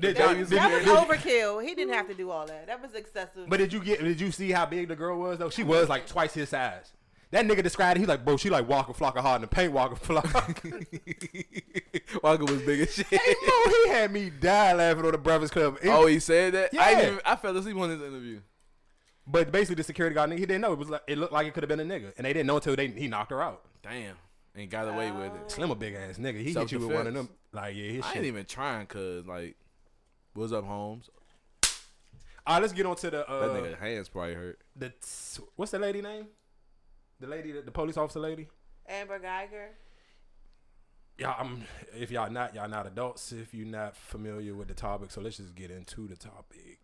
[SPEAKER 1] Did y'all- did-
[SPEAKER 3] That was
[SPEAKER 1] did-
[SPEAKER 3] overkill. He didn't have to do all that. That was excessive.
[SPEAKER 1] But did you get? Did you see how big the girl was though? She was like twice his size. That nigga described it. He like, bro, she like walking flocka hard in the paint, walking flocka.
[SPEAKER 4] Walker was big as shit.
[SPEAKER 1] hey, bro, he had me die laughing on the Breakfast Club. He-
[SPEAKER 4] Oh, he said that. I
[SPEAKER 1] Yeah.
[SPEAKER 4] didn't even, I fell asleep on his interview.
[SPEAKER 1] But basically, the security guard nigga, he didn't know. It was like it looked like it could have been a nigga, and they didn't know until they he knocked her out.
[SPEAKER 4] Damn, and got away with it.
[SPEAKER 1] Slim a big ass nigga. He hit you with one of them. Like yeah, his
[SPEAKER 4] I
[SPEAKER 1] shit.
[SPEAKER 4] ain't even trying, cause like, what's up, Holmes?
[SPEAKER 1] All right, let's get on to the
[SPEAKER 4] That
[SPEAKER 1] uh,
[SPEAKER 4] nigga hands probably hurt.
[SPEAKER 1] the t- what's the lady name? The lady, that the police officer lady.
[SPEAKER 3] Amber Geiger.
[SPEAKER 1] y'all, I'm, if y'all not, y'all not adults. If you're not familiar with the topic, so let's just get into the topic.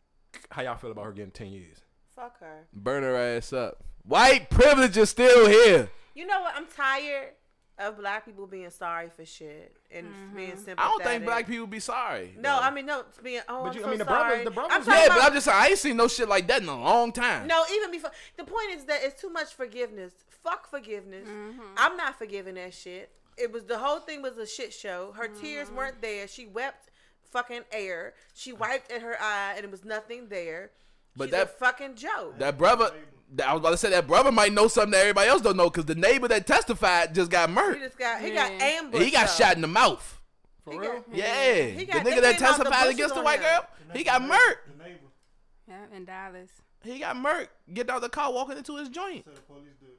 [SPEAKER 1] How y'all feel about her getting ten years?
[SPEAKER 3] Fuck her.
[SPEAKER 4] Burn her ass up. White privilege is still here.
[SPEAKER 3] You know what? I'm tired of black people being sorry for shit and being sympathetic.
[SPEAKER 4] I don't think black people be sorry.
[SPEAKER 3] No,
[SPEAKER 4] though.
[SPEAKER 3] I mean no. it's Being oh,
[SPEAKER 1] But
[SPEAKER 3] I'm
[SPEAKER 1] you- I
[SPEAKER 3] so
[SPEAKER 1] mean, the
[SPEAKER 3] sorry.
[SPEAKER 1] brothers- the
[SPEAKER 3] I'm
[SPEAKER 1] brothers-
[SPEAKER 3] talking
[SPEAKER 4] yeah, but
[SPEAKER 3] about-
[SPEAKER 4] I'm just saying I ain't seen no shit like that in a long time.
[SPEAKER 3] No, even before the point is that it's too much forgiveness. Fuck forgiveness. I'm not forgiving that shit. It was the whole thing was a shit show. Her tears weren't there. She wept fucking air. She wiped at her eye and it was nothing there.
[SPEAKER 4] But
[SPEAKER 3] She's a
[SPEAKER 4] that-
[SPEAKER 3] fucking joke.
[SPEAKER 4] That brother, that, I was about to say that brother might know something that everybody else don't know because the neighbor that testified just got
[SPEAKER 3] he
[SPEAKER 4] murdered.
[SPEAKER 3] just got he
[SPEAKER 2] Yeah.
[SPEAKER 3] got ambushed.
[SPEAKER 4] He got
[SPEAKER 3] though.
[SPEAKER 4] shot in the mouth.
[SPEAKER 1] For
[SPEAKER 3] He
[SPEAKER 1] real?
[SPEAKER 3] got-
[SPEAKER 4] Yeah,
[SPEAKER 3] He
[SPEAKER 4] the
[SPEAKER 3] got- they
[SPEAKER 4] nigga that
[SPEAKER 3] came out the
[SPEAKER 4] testified
[SPEAKER 3] bushes
[SPEAKER 4] against the
[SPEAKER 3] on
[SPEAKER 4] white
[SPEAKER 3] him.
[SPEAKER 4] girl, he got murked.
[SPEAKER 5] The neighbor
[SPEAKER 2] Yeah, in Dallas.
[SPEAKER 4] He got murked. Get out the car, walking into his joint.
[SPEAKER 5] said the police did.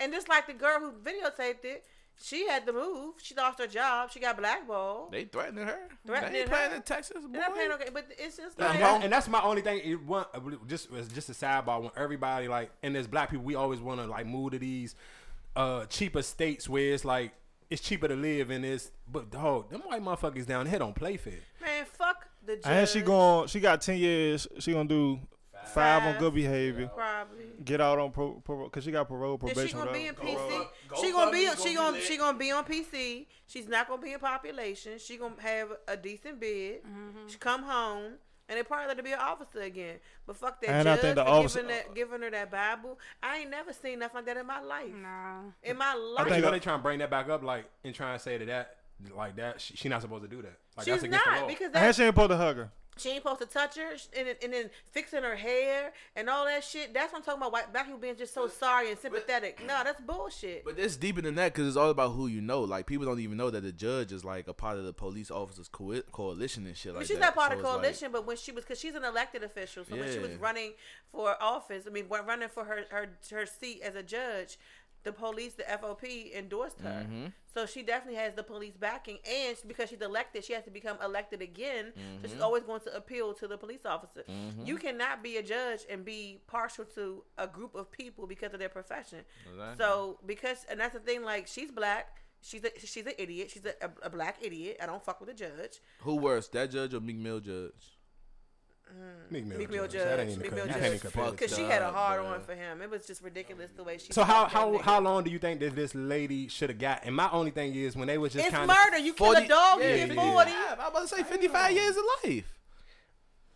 [SPEAKER 3] And just like the girl who videotaped it, she had to move. She lost her job. She got blackballed.
[SPEAKER 4] They threatening her.
[SPEAKER 3] Threatening
[SPEAKER 4] they ain't playing
[SPEAKER 3] her.
[SPEAKER 4] in Texas, boy.
[SPEAKER 3] They're not playing no game, but it's just
[SPEAKER 1] And,
[SPEAKER 3] like
[SPEAKER 1] that- and that's my only thing. It one just it's just a sidebar when everybody like and as black people, we always want to like move to these uh cheaper states where it's like it's cheaper to live and it's but dog, them white motherfuckers down here don't play fair.
[SPEAKER 3] man, fuck the judge.
[SPEAKER 5] And she going. She got ten years. She gonna do five, on
[SPEAKER 3] Five.
[SPEAKER 5] good behavior.
[SPEAKER 3] probably.
[SPEAKER 5] Get out on pro, pro, cause she got parole
[SPEAKER 3] Then
[SPEAKER 5] probation.
[SPEAKER 3] she gonna be in
[SPEAKER 5] whatever.
[SPEAKER 3] PC.
[SPEAKER 6] Go-
[SPEAKER 3] she gonna
[SPEAKER 6] GoFundMe
[SPEAKER 3] be
[SPEAKER 6] gonna
[SPEAKER 3] she
[SPEAKER 6] be
[SPEAKER 3] gonna
[SPEAKER 6] lit.
[SPEAKER 3] she gonna be on PC. She's not gonna be in population. She gonna have a decent bed. She come home and they probably let her be an officer again. But fuck that
[SPEAKER 5] And I
[SPEAKER 3] judge
[SPEAKER 5] think the
[SPEAKER 3] for
[SPEAKER 5] officer-
[SPEAKER 3] giving that giving her that Bible. I ain't never seen nothing like that in my life.
[SPEAKER 2] No.
[SPEAKER 3] In my
[SPEAKER 1] I
[SPEAKER 3] life,
[SPEAKER 1] think you know
[SPEAKER 5] I-
[SPEAKER 1] they trying to bring that back up, like and trying to say that that like that she, she not supposed to do that. Like
[SPEAKER 3] she's
[SPEAKER 1] that's against the
[SPEAKER 3] not
[SPEAKER 1] law.
[SPEAKER 3] because
[SPEAKER 5] And
[SPEAKER 3] that's
[SPEAKER 5] she ain't supposed to hug her.
[SPEAKER 3] She ain't supposed to touch her, sh- and, then- and then fixing her hair and all that shit. That's what I'm talking about. White black people being just so sorry and sympathetic. No, that's bullshit.
[SPEAKER 4] But it's deeper than that because it's all about who you know. Like people don't even know that the judge is like a part of the police officers co- coalition and
[SPEAKER 3] I
[SPEAKER 4] shit
[SPEAKER 3] mean,
[SPEAKER 4] like
[SPEAKER 3] she's not
[SPEAKER 4] that.
[SPEAKER 3] part
[SPEAKER 4] So
[SPEAKER 3] of
[SPEAKER 4] it's like-
[SPEAKER 3] coalition, but when she was, because she's an elected official, so when she was
[SPEAKER 4] Yeah.
[SPEAKER 3] running for office, I mean, when running for her her her seat as a judge, the police, the FOP endorsed her.
[SPEAKER 4] Mm-hmm.
[SPEAKER 3] So she definitely has the police backing, and she- because she's elected, she has to become elected again. So
[SPEAKER 4] Mm-hmm.
[SPEAKER 3] she's always going to appeal to the police officer. You cannot be a judge and be partial to a group of people because of their profession. So because, and that's the thing, like she's black. She's a, she's an idiot. She's a, a, a black idiot. I don't fuck with a judge.
[SPEAKER 4] who worse, that judge or Meek Mill judge?
[SPEAKER 1] Meek Mill,
[SPEAKER 3] Meek Mill
[SPEAKER 1] judge. That ain't
[SPEAKER 3] Judge.
[SPEAKER 1] even
[SPEAKER 3] Meek
[SPEAKER 1] co-
[SPEAKER 3] Mill
[SPEAKER 1] you can't even
[SPEAKER 3] Judge.
[SPEAKER 1] compare it.
[SPEAKER 4] Fuck.
[SPEAKER 3] Because she had a
[SPEAKER 4] Dog,
[SPEAKER 3] hard
[SPEAKER 4] bruh.
[SPEAKER 3] one for him. It was just ridiculous the way she.
[SPEAKER 1] So how
[SPEAKER 3] slapped that
[SPEAKER 1] how
[SPEAKER 3] nigga.
[SPEAKER 1] how long do you think that this lady should have got? And my only thing is when they was just
[SPEAKER 3] It's
[SPEAKER 1] kind
[SPEAKER 3] murder. You kill
[SPEAKER 4] 40
[SPEAKER 3] a dog.
[SPEAKER 4] yeah,
[SPEAKER 3] you get
[SPEAKER 1] yeah, yeah.
[SPEAKER 3] forty.
[SPEAKER 4] Yeah, I'm about to say 55 years of life.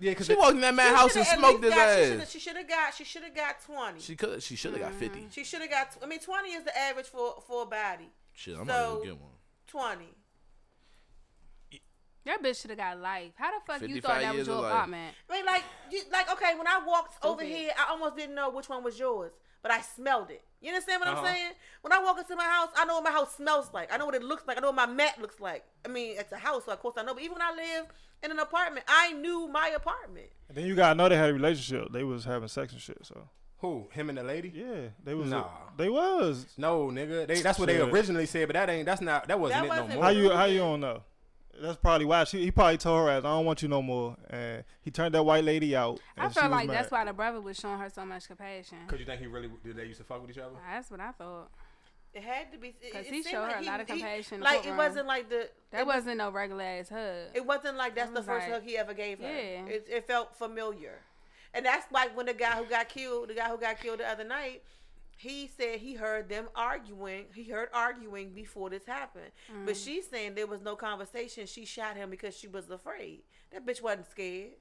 [SPEAKER 1] yeah, because
[SPEAKER 4] She walked in that man's house and smoked his ass.
[SPEAKER 3] She should have got. She should have got twenty.
[SPEAKER 4] She could. She should have got 50.
[SPEAKER 3] She should have got. tw- I mean, twenty is the average for for a body.
[SPEAKER 4] Shit, I'm about to
[SPEAKER 3] So-
[SPEAKER 4] go get one.
[SPEAKER 3] Twenty.
[SPEAKER 2] That bitch should have got life. How the fuck you thought
[SPEAKER 4] 55
[SPEAKER 2] that
[SPEAKER 4] years
[SPEAKER 2] was your
[SPEAKER 4] of life.
[SPEAKER 2] apartment?
[SPEAKER 3] I mean, like, you, like okay, when I walked over
[SPEAKER 2] Stupid.
[SPEAKER 3] here, I almost didn't know which one was yours, but I smelled it. You understand what I'm
[SPEAKER 1] Uh-huh.
[SPEAKER 3] saying? When I walk into my house, I know what my house smells like. I know what it looks like. I know what my mat looks like. I mean, it's a house, so of course I know. But even when I live in an apartment, I knew my apartment.
[SPEAKER 5] And then you gotta know they had a relationship. They was having sex and shit. So
[SPEAKER 1] who him and the lady?
[SPEAKER 5] yeah, they was.
[SPEAKER 1] Nah.
[SPEAKER 5] they was.
[SPEAKER 1] No, nigga, they, that's what they
[SPEAKER 5] Shit.
[SPEAKER 1] originally said, but that ain't that's not that wasn't
[SPEAKER 3] That
[SPEAKER 1] it
[SPEAKER 3] wasn't-
[SPEAKER 1] no more.
[SPEAKER 5] How you how you don't know? That's probably why she. He probably told her, "I don't want you no more," and he turned that white lady out.
[SPEAKER 2] I
[SPEAKER 5] and she
[SPEAKER 2] felt
[SPEAKER 5] was
[SPEAKER 2] like
[SPEAKER 5] mad.
[SPEAKER 2] that's why the brother was showing her so much compassion.
[SPEAKER 1] Cause you think he really did they used to fuck with each other?
[SPEAKER 2] That's what I thought.
[SPEAKER 3] It had to be. It,
[SPEAKER 2] 'Cause
[SPEAKER 3] it
[SPEAKER 2] he
[SPEAKER 3] seemed
[SPEAKER 2] showed
[SPEAKER 3] like
[SPEAKER 2] her a lot of
[SPEAKER 3] he-
[SPEAKER 2] compassion in the
[SPEAKER 3] Like it
[SPEAKER 2] courtroom.
[SPEAKER 3] wasn't like the.
[SPEAKER 2] That
[SPEAKER 3] it was-
[SPEAKER 2] wasn't no regular ass hug.
[SPEAKER 3] It wasn't like that's the
[SPEAKER 2] was
[SPEAKER 3] first
[SPEAKER 2] like-
[SPEAKER 3] hug he ever gave her.
[SPEAKER 2] Yeah.
[SPEAKER 3] It, it felt familiar, and that's like when the guy who got killed, the guy who got killed the other night, he said he heard them arguing. He heard arguing before this happened, but
[SPEAKER 2] Mm.
[SPEAKER 3] she's saying there was no conversation. She shot him because she was afraid. That bitch wasn't scared.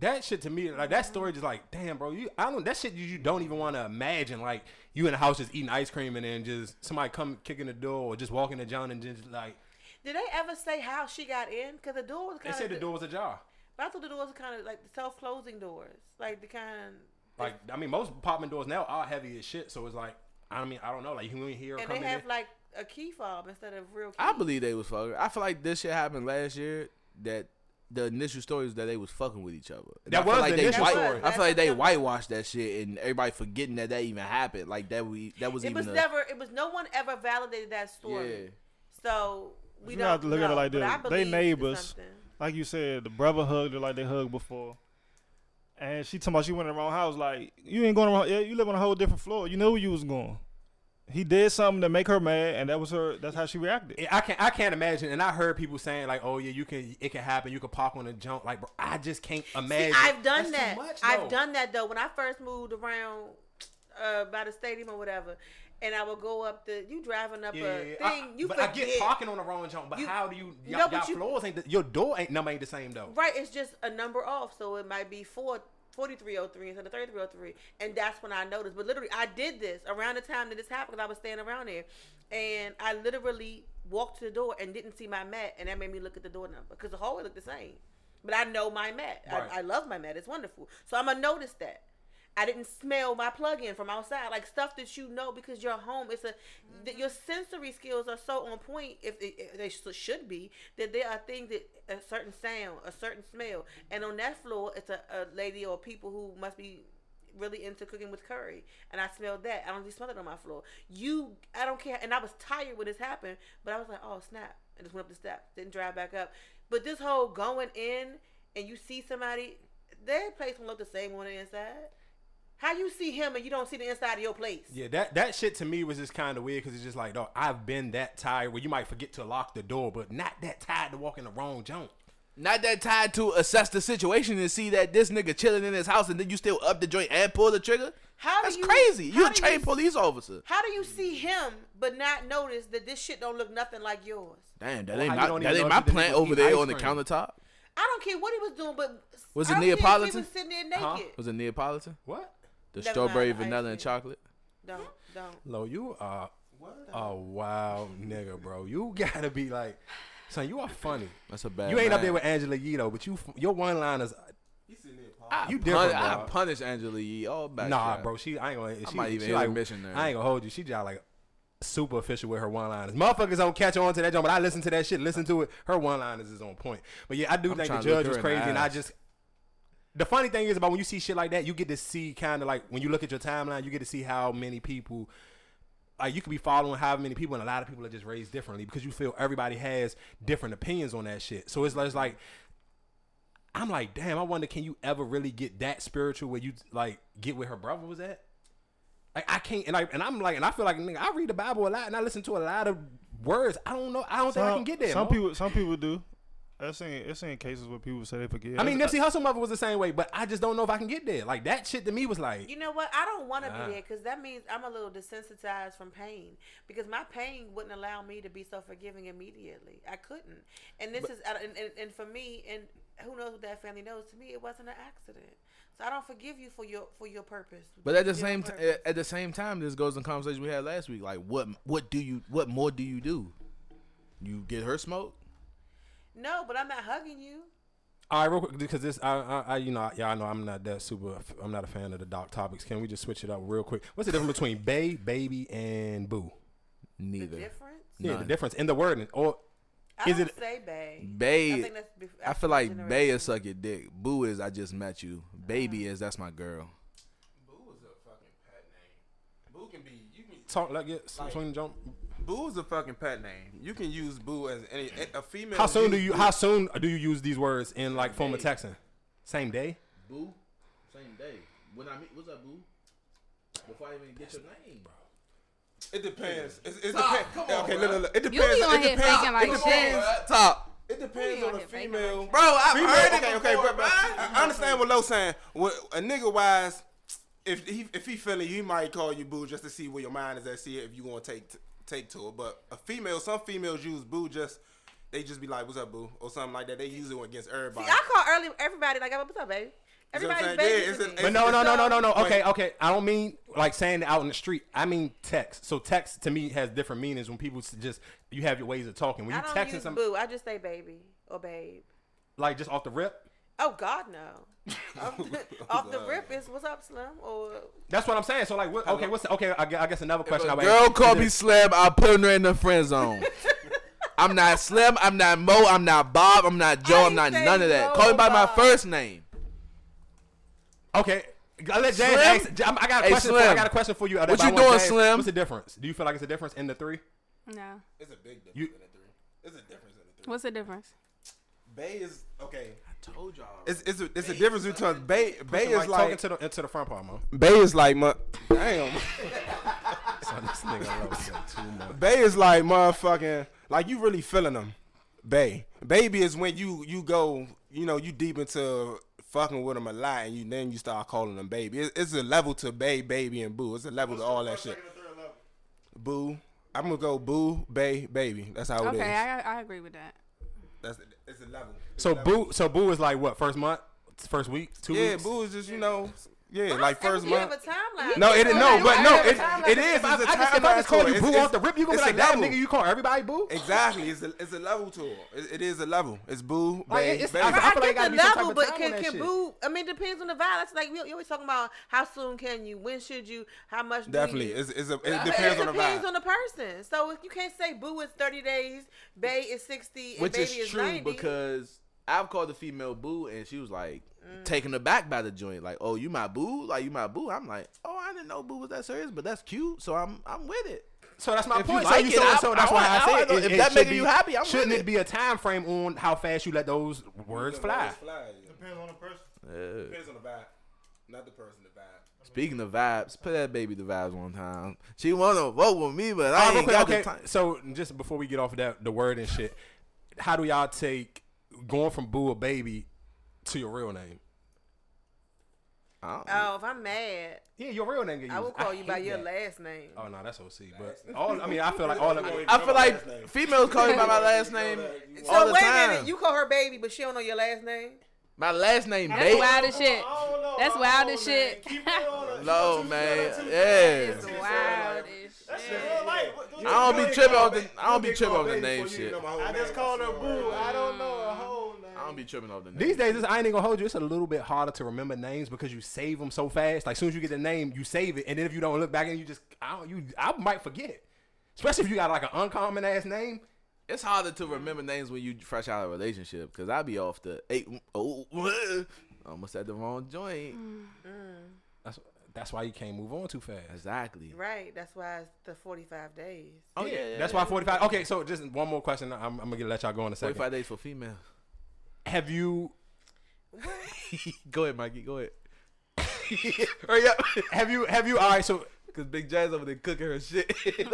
[SPEAKER 1] That shit to me, like that story, just like damn, bro. You, I don't. That shit you, you don't even want to imagine. Like you in the house just eating ice cream and then just somebody come kicking the door or just walking to John and just like
[SPEAKER 3] Did they ever say how she got in? Because the door was
[SPEAKER 1] they
[SPEAKER 3] kind
[SPEAKER 1] said
[SPEAKER 3] of.
[SPEAKER 1] the door was ajar.
[SPEAKER 3] But I thought the doors were kind of like the self closing doors, like the kind.
[SPEAKER 1] Like I mean, most apartment doors now are heavy as shit, so it's like I mean I don't know. Like you can only hear her
[SPEAKER 3] And they
[SPEAKER 1] coming
[SPEAKER 3] have
[SPEAKER 1] in.
[SPEAKER 3] like a key fob instead of real. Key.
[SPEAKER 4] I believe they was fucking. I feel like this shit happened last year. That the initial story is that they was fucking with each other. And
[SPEAKER 1] That
[SPEAKER 4] I
[SPEAKER 1] was
[SPEAKER 4] feel like
[SPEAKER 1] the
[SPEAKER 4] they
[SPEAKER 1] initial
[SPEAKER 4] white,
[SPEAKER 1] story.
[SPEAKER 4] I
[SPEAKER 3] That's
[SPEAKER 4] feel like they
[SPEAKER 3] what-
[SPEAKER 4] whitewashed that shit and everybody forgetting that that even happened. Like that we that was
[SPEAKER 3] it
[SPEAKER 4] even
[SPEAKER 3] was
[SPEAKER 4] a,
[SPEAKER 3] never. It was no one ever validated that story.
[SPEAKER 4] yeah.
[SPEAKER 3] So we
[SPEAKER 5] You
[SPEAKER 3] don't
[SPEAKER 5] have to look
[SPEAKER 3] know,
[SPEAKER 5] at it like
[SPEAKER 3] but
[SPEAKER 5] this.
[SPEAKER 3] I believe
[SPEAKER 5] They
[SPEAKER 3] it's
[SPEAKER 5] neighbors.
[SPEAKER 3] something.
[SPEAKER 5] Like you said, the brother hugged her like they hugged before. And she talking about she went in the wrong house. Like you ain't going around. Yeah, you live on a whole different floor. You know where you was going. He did something to make her mad, and that was her. That's how she reacted.
[SPEAKER 1] I can't I can't imagine. And I heard people saying like, "Oh yeah, you can it can happen. You can park on a jump." Like, bro, I just can't
[SPEAKER 3] See,
[SPEAKER 1] imagine.
[SPEAKER 3] I've done
[SPEAKER 1] That's
[SPEAKER 3] that.
[SPEAKER 1] Too much,
[SPEAKER 3] I've
[SPEAKER 1] though.
[SPEAKER 3] done that though. When I first moved around uh, by the stadium or whatever, and I would go up the. You driving up
[SPEAKER 1] Yeah,
[SPEAKER 3] a
[SPEAKER 1] yeah,
[SPEAKER 3] thing.
[SPEAKER 1] yeah. I,
[SPEAKER 3] you
[SPEAKER 1] but
[SPEAKER 3] forget.
[SPEAKER 1] I get parking on the wrong jump. But
[SPEAKER 3] You-
[SPEAKER 1] how do you?
[SPEAKER 3] No,
[SPEAKER 1] Y'all,
[SPEAKER 3] but
[SPEAKER 1] y'all
[SPEAKER 3] you-
[SPEAKER 1] floors ain't the, your door ain't number ain't the same though.
[SPEAKER 3] Right, it's just a number off, so it might be four. 4303 instead of 3303 and that's when i noticed but literally i did this around the time that this happened 'cause i was staying around there and i literally walked to the door and didn't see my mat and that made me look at the door number because the hallway looked the same but i know my mat
[SPEAKER 1] Right.
[SPEAKER 3] I, I love my mat it's wonderful so i'm gonna notice that i didn't smell my plug-in from outside like stuff that you know because your home it's a that your sensory skills are so on point if they, if they sh- should be that there are things that a certain sound a certain smell and on that floor it's a, a lady or people who must be really into cooking with curry and i smelled that i don't just smell it on my floor you i don't care and i was tired when this happened but i was like oh snap and just went up the steps didn't drive back up but this whole going in and you see somebody their place won't look the same on the inside how you see him and you don't see the inside of your place
[SPEAKER 1] Yeah, that that shit to me was just kind of weird because it's just like, dog, I've been that tired where you might forget to lock the door, but not that tired to walk in the wrong jump.
[SPEAKER 4] Not that tied to assess the situation and see that this nigga chilling in his house and then you still up the joint and pull the trigger.
[SPEAKER 3] How do
[SPEAKER 4] That's
[SPEAKER 3] you-
[SPEAKER 4] crazy.
[SPEAKER 3] how
[SPEAKER 4] You a
[SPEAKER 3] do you
[SPEAKER 4] trained
[SPEAKER 3] s-
[SPEAKER 4] police officer.
[SPEAKER 3] How do you see him but not notice that this shit don't look nothing like yours?
[SPEAKER 4] Damn, that
[SPEAKER 1] Well,
[SPEAKER 4] ain't
[SPEAKER 1] how you
[SPEAKER 4] my,
[SPEAKER 1] don't
[SPEAKER 4] that
[SPEAKER 1] even know
[SPEAKER 4] ain't my
[SPEAKER 1] if you
[SPEAKER 4] plant
[SPEAKER 1] didn't
[SPEAKER 4] over
[SPEAKER 1] eat
[SPEAKER 4] there
[SPEAKER 1] ice
[SPEAKER 4] on the
[SPEAKER 1] cream?
[SPEAKER 4] countertop.
[SPEAKER 3] I don't care what he was doing, but
[SPEAKER 4] Was
[SPEAKER 3] I
[SPEAKER 4] it
[SPEAKER 3] don't care if He
[SPEAKER 4] Neapolitan?
[SPEAKER 3] was sitting there naked.
[SPEAKER 1] Huh?
[SPEAKER 4] Was it Neapolitan?
[SPEAKER 1] What?
[SPEAKER 4] The
[SPEAKER 3] Never mind,
[SPEAKER 4] strawberry,
[SPEAKER 3] the ice
[SPEAKER 4] vanilla, and
[SPEAKER 3] cream.
[SPEAKER 4] chocolate.
[SPEAKER 3] Don't, don't.
[SPEAKER 1] Lo, you are a wild nigga, bro. You gotta be like, Son, you are funny.
[SPEAKER 4] That's a bad.
[SPEAKER 1] you ain't
[SPEAKER 4] man.
[SPEAKER 1] up there with Angela Yee though, but you f- your one liners.
[SPEAKER 6] He's sitting there. Paul.
[SPEAKER 4] I
[SPEAKER 1] you
[SPEAKER 4] pun-
[SPEAKER 1] different,
[SPEAKER 4] I
[SPEAKER 1] dog.
[SPEAKER 4] punish Angela Yee all back.
[SPEAKER 1] Nah,
[SPEAKER 4] shot.
[SPEAKER 1] bro. She I ain't gonna. She,
[SPEAKER 4] I might even
[SPEAKER 1] she
[SPEAKER 4] hit
[SPEAKER 1] like,
[SPEAKER 4] a mission there.
[SPEAKER 1] I ain't gonna hold you. She just like super official with her one liners. Motherfuckers don't catch on to that joint, but I listen to that shit. Listen to it. Her one liners is on point. But yeah, I do
[SPEAKER 4] I'm
[SPEAKER 1] think the
[SPEAKER 4] trying to look
[SPEAKER 1] judge
[SPEAKER 4] her
[SPEAKER 1] was
[SPEAKER 4] in the
[SPEAKER 1] crazy, and I
[SPEAKER 4] eyes.
[SPEAKER 1] just. The funny thing is about when you see shit like that, you get to see kind of like when you look at your timeline, you get to see how many people like you could be following how many people and a lot of people are just raised differently because you feel everybody has different opinions on that shit. So it's like, it's like I'm like, damn, I wonder can you ever really get that spiritual where you like get where her brother was at? Like I can't and I and I'm like and I feel like nigga, I read the Bible a lot and I listen to a lot of words. I don't know. I don't think I can get there.
[SPEAKER 5] Some
[SPEAKER 1] mo.
[SPEAKER 5] people, some people do. I've seen, I've seen cases where people say they forget.
[SPEAKER 1] I mean Nipsey Hussle mother was the same way, but I just don't know if I can get there. Like that shit to me was like
[SPEAKER 3] You know what? I don't want to
[SPEAKER 1] Nah.
[SPEAKER 3] be there because that means I'm a little desensitized from pain because my pain wouldn't allow me to be so forgiving immediately. I couldn't. And this is, uh, and, and, and for me, and who knows what that family knows, to me, it wasn't an accident. So I don't forgive you for your for your purpose.
[SPEAKER 4] But at the
[SPEAKER 3] Your
[SPEAKER 4] same t-
[SPEAKER 3] purpose.
[SPEAKER 4] at the same time, this goes in conversation we had last week. Like, what what do you what more do you do? You get her smoke.
[SPEAKER 3] no, but I'm not hugging you.
[SPEAKER 1] All right, real quick, because this, I, I, I, you know, y'all know I'm not that super. I'm not a fan of the doc topics. Can we just switch it up real quick? What's the difference between bay, baby, and boo?
[SPEAKER 3] The
[SPEAKER 4] Neither.
[SPEAKER 3] difference?
[SPEAKER 1] Yeah, the
[SPEAKER 4] None.
[SPEAKER 1] difference in the wording. Or
[SPEAKER 3] I
[SPEAKER 1] Is
[SPEAKER 3] don't
[SPEAKER 1] it-
[SPEAKER 3] say babe. I,
[SPEAKER 4] Bae,
[SPEAKER 3] think that's bef-
[SPEAKER 4] I
[SPEAKER 3] after
[SPEAKER 4] feel
[SPEAKER 3] my
[SPEAKER 4] like Bay
[SPEAKER 3] generation.
[SPEAKER 4] is suck your dick. Boo is I just met you. Baby is that's my girl.
[SPEAKER 6] Boo is a fucking pet name. Boo can be. You can.
[SPEAKER 1] talk like it, sw- swing and jump.
[SPEAKER 6] Boo is a fucking pet name. You can use boo as any a
[SPEAKER 3] uh,
[SPEAKER 6] female.
[SPEAKER 1] How soon do
[SPEAKER 6] use
[SPEAKER 1] you?
[SPEAKER 6] Boo.
[SPEAKER 1] How soon do you use these words in like formal texting? Same day.
[SPEAKER 4] Boo, same day. When I meet, what's up, Boo? Before I even get your name,
[SPEAKER 6] It depends. It's, it's
[SPEAKER 4] Stop.
[SPEAKER 6] depends.
[SPEAKER 4] Come on,
[SPEAKER 6] okay,
[SPEAKER 4] bro.
[SPEAKER 6] look, look, look. It
[SPEAKER 2] be
[SPEAKER 6] depends.
[SPEAKER 2] on
[SPEAKER 6] It
[SPEAKER 2] here
[SPEAKER 6] depends.
[SPEAKER 2] faking like
[SPEAKER 6] it
[SPEAKER 4] Come
[SPEAKER 2] shit.
[SPEAKER 6] depends.
[SPEAKER 4] on, bro. Top,
[SPEAKER 6] It depends
[SPEAKER 2] You
[SPEAKER 6] on
[SPEAKER 2] on
[SPEAKER 6] the
[SPEAKER 2] here faking like
[SPEAKER 6] female.
[SPEAKER 4] bro. I've
[SPEAKER 6] Female-
[SPEAKER 4] heard
[SPEAKER 6] okay,
[SPEAKER 4] it
[SPEAKER 6] okay,
[SPEAKER 4] before,
[SPEAKER 6] but, but I I understand what Lo's saying. What a nigga wise, if he if he feeling you, he might call you boo just to see where your mind is at, see if you gonna take t- take to it. But a female, some females use boo just they just be like, "What's up, boo?" or something like that. They use it against
[SPEAKER 3] See,
[SPEAKER 6] everybody.
[SPEAKER 3] I call early everybody like, what's up, babe?
[SPEAKER 6] what I'm
[SPEAKER 3] Everybody's
[SPEAKER 6] saying? Yeah,
[SPEAKER 3] baby.
[SPEAKER 6] it's
[SPEAKER 3] to
[SPEAKER 6] a-
[SPEAKER 3] me.
[SPEAKER 6] it's
[SPEAKER 1] But no, no, no, no, no, no.
[SPEAKER 6] Wait.
[SPEAKER 1] Okay, okay. I don't mean like saying it out in the street. I mean text. So text to me has different meanings when people s- just you have your ways of talking. When
[SPEAKER 3] I
[SPEAKER 1] you
[SPEAKER 3] don't
[SPEAKER 1] texting
[SPEAKER 3] use
[SPEAKER 1] some
[SPEAKER 3] boo. I just say baby or babe.
[SPEAKER 1] like just off the rip.
[SPEAKER 3] Oh God, no. off the, off the rip is what's up, Slim? Or
[SPEAKER 1] That's what I'm saying. So like, what, okay, what's the, okay? I gue- I guess another question. I
[SPEAKER 4] A
[SPEAKER 1] would
[SPEAKER 4] girl
[SPEAKER 1] ask-
[SPEAKER 4] call me Slim, I put her in the friend zone. I'm not Slim, I'm not Mo, I'm not Bob, I'm not Joe,
[SPEAKER 3] I
[SPEAKER 4] I'm not
[SPEAKER 3] ain't
[SPEAKER 4] none
[SPEAKER 3] say
[SPEAKER 4] of that.
[SPEAKER 3] Mo
[SPEAKER 4] Call me by my
[SPEAKER 3] Bob.
[SPEAKER 4] first name.
[SPEAKER 1] Okay. I let James
[SPEAKER 4] Slim?
[SPEAKER 1] ask. Jam- I got a
[SPEAKER 4] Hey,
[SPEAKER 1] question. for, I
[SPEAKER 4] Slim.
[SPEAKER 1] got a question for you.
[SPEAKER 4] What
[SPEAKER 1] I
[SPEAKER 4] you
[SPEAKER 1] want
[SPEAKER 4] doing,
[SPEAKER 1] James-
[SPEAKER 4] Slim?
[SPEAKER 1] What's the difference? Do you feel like it's a difference in the three?
[SPEAKER 2] No.
[SPEAKER 6] It's a big difference
[SPEAKER 1] You-
[SPEAKER 6] in the three. It's a difference in the three.
[SPEAKER 2] What's the difference?
[SPEAKER 6] Bay is okay.
[SPEAKER 4] Told y'all.
[SPEAKER 6] It's it's a, it's a difference between Bay Bay
[SPEAKER 1] Like,
[SPEAKER 6] is
[SPEAKER 1] talking
[SPEAKER 6] like
[SPEAKER 1] to the into the front part, man.
[SPEAKER 6] Bay is like my damn.
[SPEAKER 1] Son, this nigga loves it too much.
[SPEAKER 6] Bay is like motherfucking like you really feeling them. Bay. Baby is when you you go, you know, you deep into fucking with them a lot and you then you start calling them baby. It's, it's a level to bay, baby and boo. It's a level to all that shit. Boo. I'm gonna go boo, bay, baby. That's how it is.
[SPEAKER 2] Okay, I, I agree with that.
[SPEAKER 6] That's it's a level. It's
[SPEAKER 1] So
[SPEAKER 6] a level.
[SPEAKER 1] boo. So boo is like what? First month? First week? Two
[SPEAKER 6] Yeah,
[SPEAKER 1] weeks?
[SPEAKER 6] boo is just, you know, yeah, like
[SPEAKER 3] I
[SPEAKER 6] first
[SPEAKER 3] mean, you
[SPEAKER 6] month.
[SPEAKER 3] have a timeline.
[SPEAKER 6] No, it
[SPEAKER 3] You
[SPEAKER 6] is
[SPEAKER 3] know,
[SPEAKER 6] no,
[SPEAKER 3] you
[SPEAKER 6] but
[SPEAKER 3] have
[SPEAKER 6] no,
[SPEAKER 3] a
[SPEAKER 6] it,
[SPEAKER 3] timeline.
[SPEAKER 6] it is. It's
[SPEAKER 1] I,
[SPEAKER 6] a
[SPEAKER 1] I just, if I
[SPEAKER 6] timeline
[SPEAKER 1] just call
[SPEAKER 6] to it.
[SPEAKER 1] you boo
[SPEAKER 6] It's-
[SPEAKER 1] off the rip, you gonna be
[SPEAKER 6] it's a
[SPEAKER 1] like, damn,
[SPEAKER 6] level.
[SPEAKER 1] nigga, you call everybody boo?
[SPEAKER 6] Exactly, it's a it's a level to it. It, it is a level. It's boo,
[SPEAKER 1] Like,
[SPEAKER 6] babe,
[SPEAKER 1] it's-
[SPEAKER 6] babe.
[SPEAKER 1] I-
[SPEAKER 3] I,
[SPEAKER 1] I feel like it
[SPEAKER 3] get
[SPEAKER 1] gotta
[SPEAKER 3] the
[SPEAKER 1] be some type
[SPEAKER 3] level,
[SPEAKER 1] of
[SPEAKER 3] but
[SPEAKER 1] time on
[SPEAKER 3] can,
[SPEAKER 1] that
[SPEAKER 3] can
[SPEAKER 1] shit.
[SPEAKER 3] boo? I mean, depends on the violence. Like we, you always talking about how soon can you, when should you, how much.
[SPEAKER 6] Definitely,
[SPEAKER 3] do you?
[SPEAKER 6] it's, it's a, it
[SPEAKER 3] But
[SPEAKER 6] depends
[SPEAKER 3] it
[SPEAKER 6] on the
[SPEAKER 3] depends
[SPEAKER 6] vibe.
[SPEAKER 3] on the person. So if you can't say boo is thirty days, bay is sixty, and
[SPEAKER 4] Which
[SPEAKER 3] baby
[SPEAKER 4] is true
[SPEAKER 3] 90.
[SPEAKER 4] because I've called the female boo and she was like taken aback by the joint. Like, oh, you my boo? Like you my boo? I'm like, oh, I didn't know boo was that serious, but that's cute, so I'm I'm with it.
[SPEAKER 1] So that's my
[SPEAKER 4] If you
[SPEAKER 1] point.
[SPEAKER 4] like
[SPEAKER 1] so
[SPEAKER 4] it,
[SPEAKER 1] you so,
[SPEAKER 4] I-
[SPEAKER 1] so that's why
[SPEAKER 4] I want- I
[SPEAKER 1] I
[SPEAKER 4] want
[SPEAKER 1] said
[SPEAKER 4] to-
[SPEAKER 1] it,
[SPEAKER 4] if
[SPEAKER 1] it
[SPEAKER 4] that
[SPEAKER 1] should
[SPEAKER 4] making you
[SPEAKER 1] be-
[SPEAKER 4] happy, I'm with
[SPEAKER 1] shouldn't
[SPEAKER 4] it.
[SPEAKER 1] it be a time frame on how fast you let those words fly?
[SPEAKER 5] depends on the person.
[SPEAKER 4] Uh,
[SPEAKER 6] Depends on the vibe, not the person, the vibe.
[SPEAKER 4] speaking of vibes, put that baby the vibes one time. She wanna vote with me, but
[SPEAKER 1] All
[SPEAKER 4] I
[SPEAKER 1] right, real
[SPEAKER 4] ain't
[SPEAKER 1] quick,
[SPEAKER 4] got
[SPEAKER 1] okay.
[SPEAKER 4] the time.
[SPEAKER 1] So just before we get off of that, the word and shit, how do y'all take going from boo or baby to your real name?
[SPEAKER 4] I don't-
[SPEAKER 3] oh, if I'm mad,
[SPEAKER 1] Yeah, your real name. get
[SPEAKER 3] I will
[SPEAKER 1] used.
[SPEAKER 3] call you
[SPEAKER 1] hate
[SPEAKER 3] by your
[SPEAKER 1] that.
[SPEAKER 3] last name.
[SPEAKER 1] Oh no, that's OC. But all I mean, I feel like all of
[SPEAKER 6] I-
[SPEAKER 4] I feel like females call me by my last name all
[SPEAKER 3] so
[SPEAKER 4] the
[SPEAKER 3] wait a
[SPEAKER 4] time.
[SPEAKER 3] minute, you call her baby, but she don't know your last name.
[SPEAKER 4] My last name,
[SPEAKER 2] That's
[SPEAKER 4] baby.
[SPEAKER 2] wild as shit. That's wild as shit.
[SPEAKER 4] No, man.
[SPEAKER 2] It's
[SPEAKER 4] Yeah.
[SPEAKER 2] wild as shit.
[SPEAKER 6] Like,
[SPEAKER 4] I don't
[SPEAKER 6] you
[SPEAKER 4] be
[SPEAKER 6] ain't
[SPEAKER 4] tripping
[SPEAKER 6] call
[SPEAKER 4] on the-
[SPEAKER 6] ba-
[SPEAKER 4] I don't
[SPEAKER 6] you
[SPEAKER 4] be
[SPEAKER 6] ain't
[SPEAKER 4] tripping
[SPEAKER 6] call
[SPEAKER 4] on the
[SPEAKER 6] baby
[SPEAKER 4] name
[SPEAKER 6] before you
[SPEAKER 4] shit.
[SPEAKER 6] know my whole
[SPEAKER 5] I
[SPEAKER 6] name.
[SPEAKER 5] just called her
[SPEAKER 6] Sorry.
[SPEAKER 5] boo. I don't know a whole name.
[SPEAKER 4] I don't be tripping off the name.
[SPEAKER 1] These days, this, I ain't even gonna hold you. It's a little bit harder to remember names because you save them so fast. Like, soon as you get the name, you save it, and then if you don't look back and you just, I don't, you, I might forget it. Especially if you got like an uncommon ass name.
[SPEAKER 4] It's harder to remember names when you fresh out of a relationship because I be off the eight. Oh, almost at the wrong joint.
[SPEAKER 1] That's that's why you can't move on too fast.
[SPEAKER 4] Exactly.
[SPEAKER 3] Right. That's why it's the 45 days.
[SPEAKER 4] Oh yeah, yeah
[SPEAKER 1] that's
[SPEAKER 4] yeah.
[SPEAKER 1] why 45. Okay, so just one more question. I'm, I'm gonna let y'all go in a second.
[SPEAKER 4] Forty-five days for female.
[SPEAKER 1] Have you
[SPEAKER 4] go ahead, Mikey. Go ahead. Hurry up,
[SPEAKER 1] have you have you all right so
[SPEAKER 4] because Big Jazz over there cooking her shit.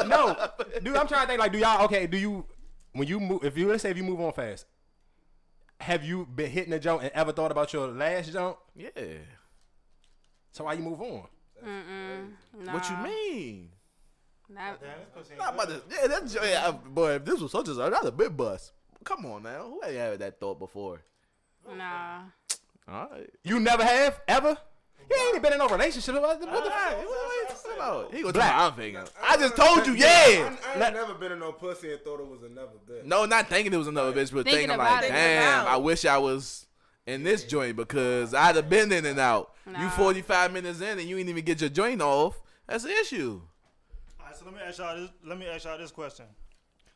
[SPEAKER 1] no dude i'm trying to think like do y'all okay do you when you move if you let's say if you move on fast have you been hitting a jump and ever thought about your last jump
[SPEAKER 4] yeah.
[SPEAKER 1] so why you move on
[SPEAKER 2] Mm-mm. Nah,
[SPEAKER 4] What you mean?
[SPEAKER 2] Not,
[SPEAKER 4] Not about this. Yeah, that's yeah, I- boy. If this was such a not a big bus. Come on now, who ain't had that thought before?
[SPEAKER 2] nah.
[SPEAKER 4] All right.
[SPEAKER 1] you never have ever you ain't even been in no relationship what the, what the fuck?
[SPEAKER 4] What are you talking about? He gonna
[SPEAKER 1] Black.
[SPEAKER 4] tell me I'm thinking. I just told you, yeah.
[SPEAKER 6] I, I ain't
[SPEAKER 1] Let-
[SPEAKER 6] never been in no pussy and thought it was another bitch.
[SPEAKER 4] No, not thinking it was another bitch, but
[SPEAKER 2] Thinking
[SPEAKER 4] thinking,
[SPEAKER 2] about
[SPEAKER 4] like,
[SPEAKER 2] it.
[SPEAKER 4] damn,
[SPEAKER 3] About.
[SPEAKER 4] I wish I was in this joint because I'd have been in and out. You
[SPEAKER 2] Nah.
[SPEAKER 4] 45 minutes in and you ain't even get your joint off. That's the issue.
[SPEAKER 5] All right, so let me ask y'all this. Let me ask y'all this question.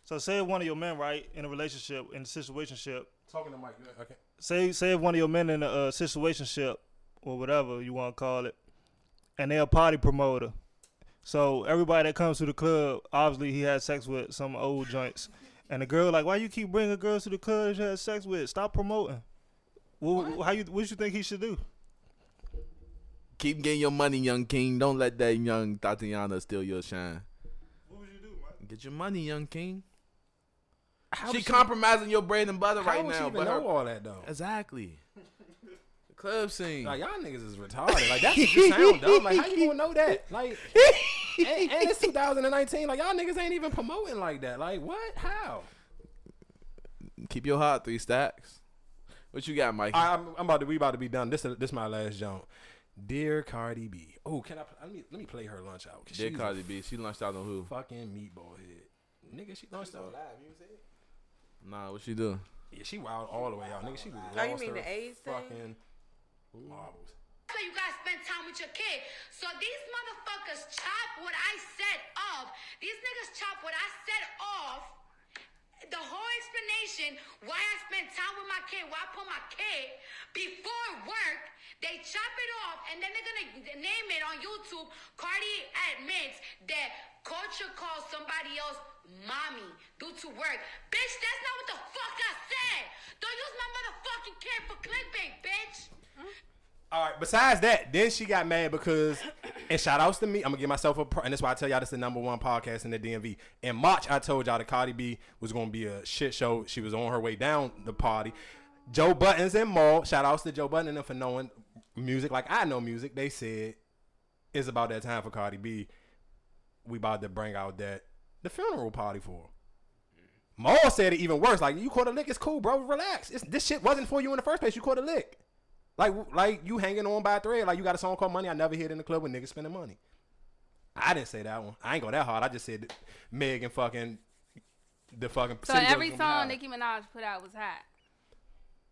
[SPEAKER 5] So, say one of your men, right, in a relationship, in a situationship.
[SPEAKER 1] talking to mike okay
[SPEAKER 5] Say, say if one of your men in a uh, situationship or whatever you want to call it, and they're a party promoter. So everybody that comes to the club, obviously he had sex with some old joints, and the girl like, why you keep bringing girls to the club that you had sex with? Stop promoting. Well, how you? What you think he should do?
[SPEAKER 4] Keep getting your money, young king. Don't let that young Tatiana steal your shine.
[SPEAKER 5] What would you do, Mike?
[SPEAKER 4] Get your money, young king.
[SPEAKER 1] how
[SPEAKER 4] she
[SPEAKER 1] would
[SPEAKER 4] compromising your bread and butter
[SPEAKER 1] how
[SPEAKER 4] right
[SPEAKER 1] would she
[SPEAKER 4] now.
[SPEAKER 1] even
[SPEAKER 4] But
[SPEAKER 1] know
[SPEAKER 4] her-
[SPEAKER 1] all that though
[SPEAKER 4] exactly. the club scene.
[SPEAKER 1] like y'all niggas is retarded. Like that's what you sound dumb. Like how you gonna know that? Like, and, and it's 2019. Like y'all niggas ain't even promoting like that. Like what? How?
[SPEAKER 4] Keep your heart three stacks. What you got, Mike?
[SPEAKER 1] I, I'm, I'm about to. We about to be done. This is this my last jump. Dear Cardi B. Oh, can I? Let me let me play her lunch out. 'cause
[SPEAKER 4] Dear
[SPEAKER 1] she's a
[SPEAKER 4] Cardi B, she lunched out on who?
[SPEAKER 1] Fucking meatball head. Nigga, she launched out.
[SPEAKER 4] Nah, what she do?
[SPEAKER 1] Yeah, she wild all the way out. Nigga, she was.
[SPEAKER 3] Oh, you mean the AIDS thing?
[SPEAKER 1] Fucking marbles.
[SPEAKER 7] So you guys spend time with your kid. So these motherfuckers chop what I said up. These niggas chop what I said off. The whole explanation why I spent time with my kid, why I put my kid before work, they chop it off and then they're gonna name it on YouTube. Cardi admits that culture calls somebody else mommy due to work. Bitch, that's not what the fuck I said. Don't use my motherfucking kid for clickbait, bitch.
[SPEAKER 1] All right. Besides that, then she got mad because, and shout outs to me. I'm gonna give myself a, pro- and that's why I tell y'all this is the number one podcast in the DMV. In March, I told y'all that Cardi B was gonna be a shit show. She was on her way down the party. Joe Buttons and Maul. Shout outs to Joe Button and them for knowing music like I know music. They said it's about that time for Cardi B. We about to bring out that the funeral party for. her. Maul said it even worse. Like you caught a lick, it's cool, bro. Relax. It's, this shit wasn't for you in the first place. You caught a lick. Like like you hanging on by a thread. Like you got a song called Money. I never hear it in the club when niggas spending money. I didn't say that one. I ain't go that hard. I just said Meg and fucking the fucking.
[SPEAKER 2] So
[SPEAKER 1] City Girls
[SPEAKER 2] every
[SPEAKER 1] gonna be
[SPEAKER 2] song
[SPEAKER 1] high.
[SPEAKER 2] Nicki Minaj put out was hot.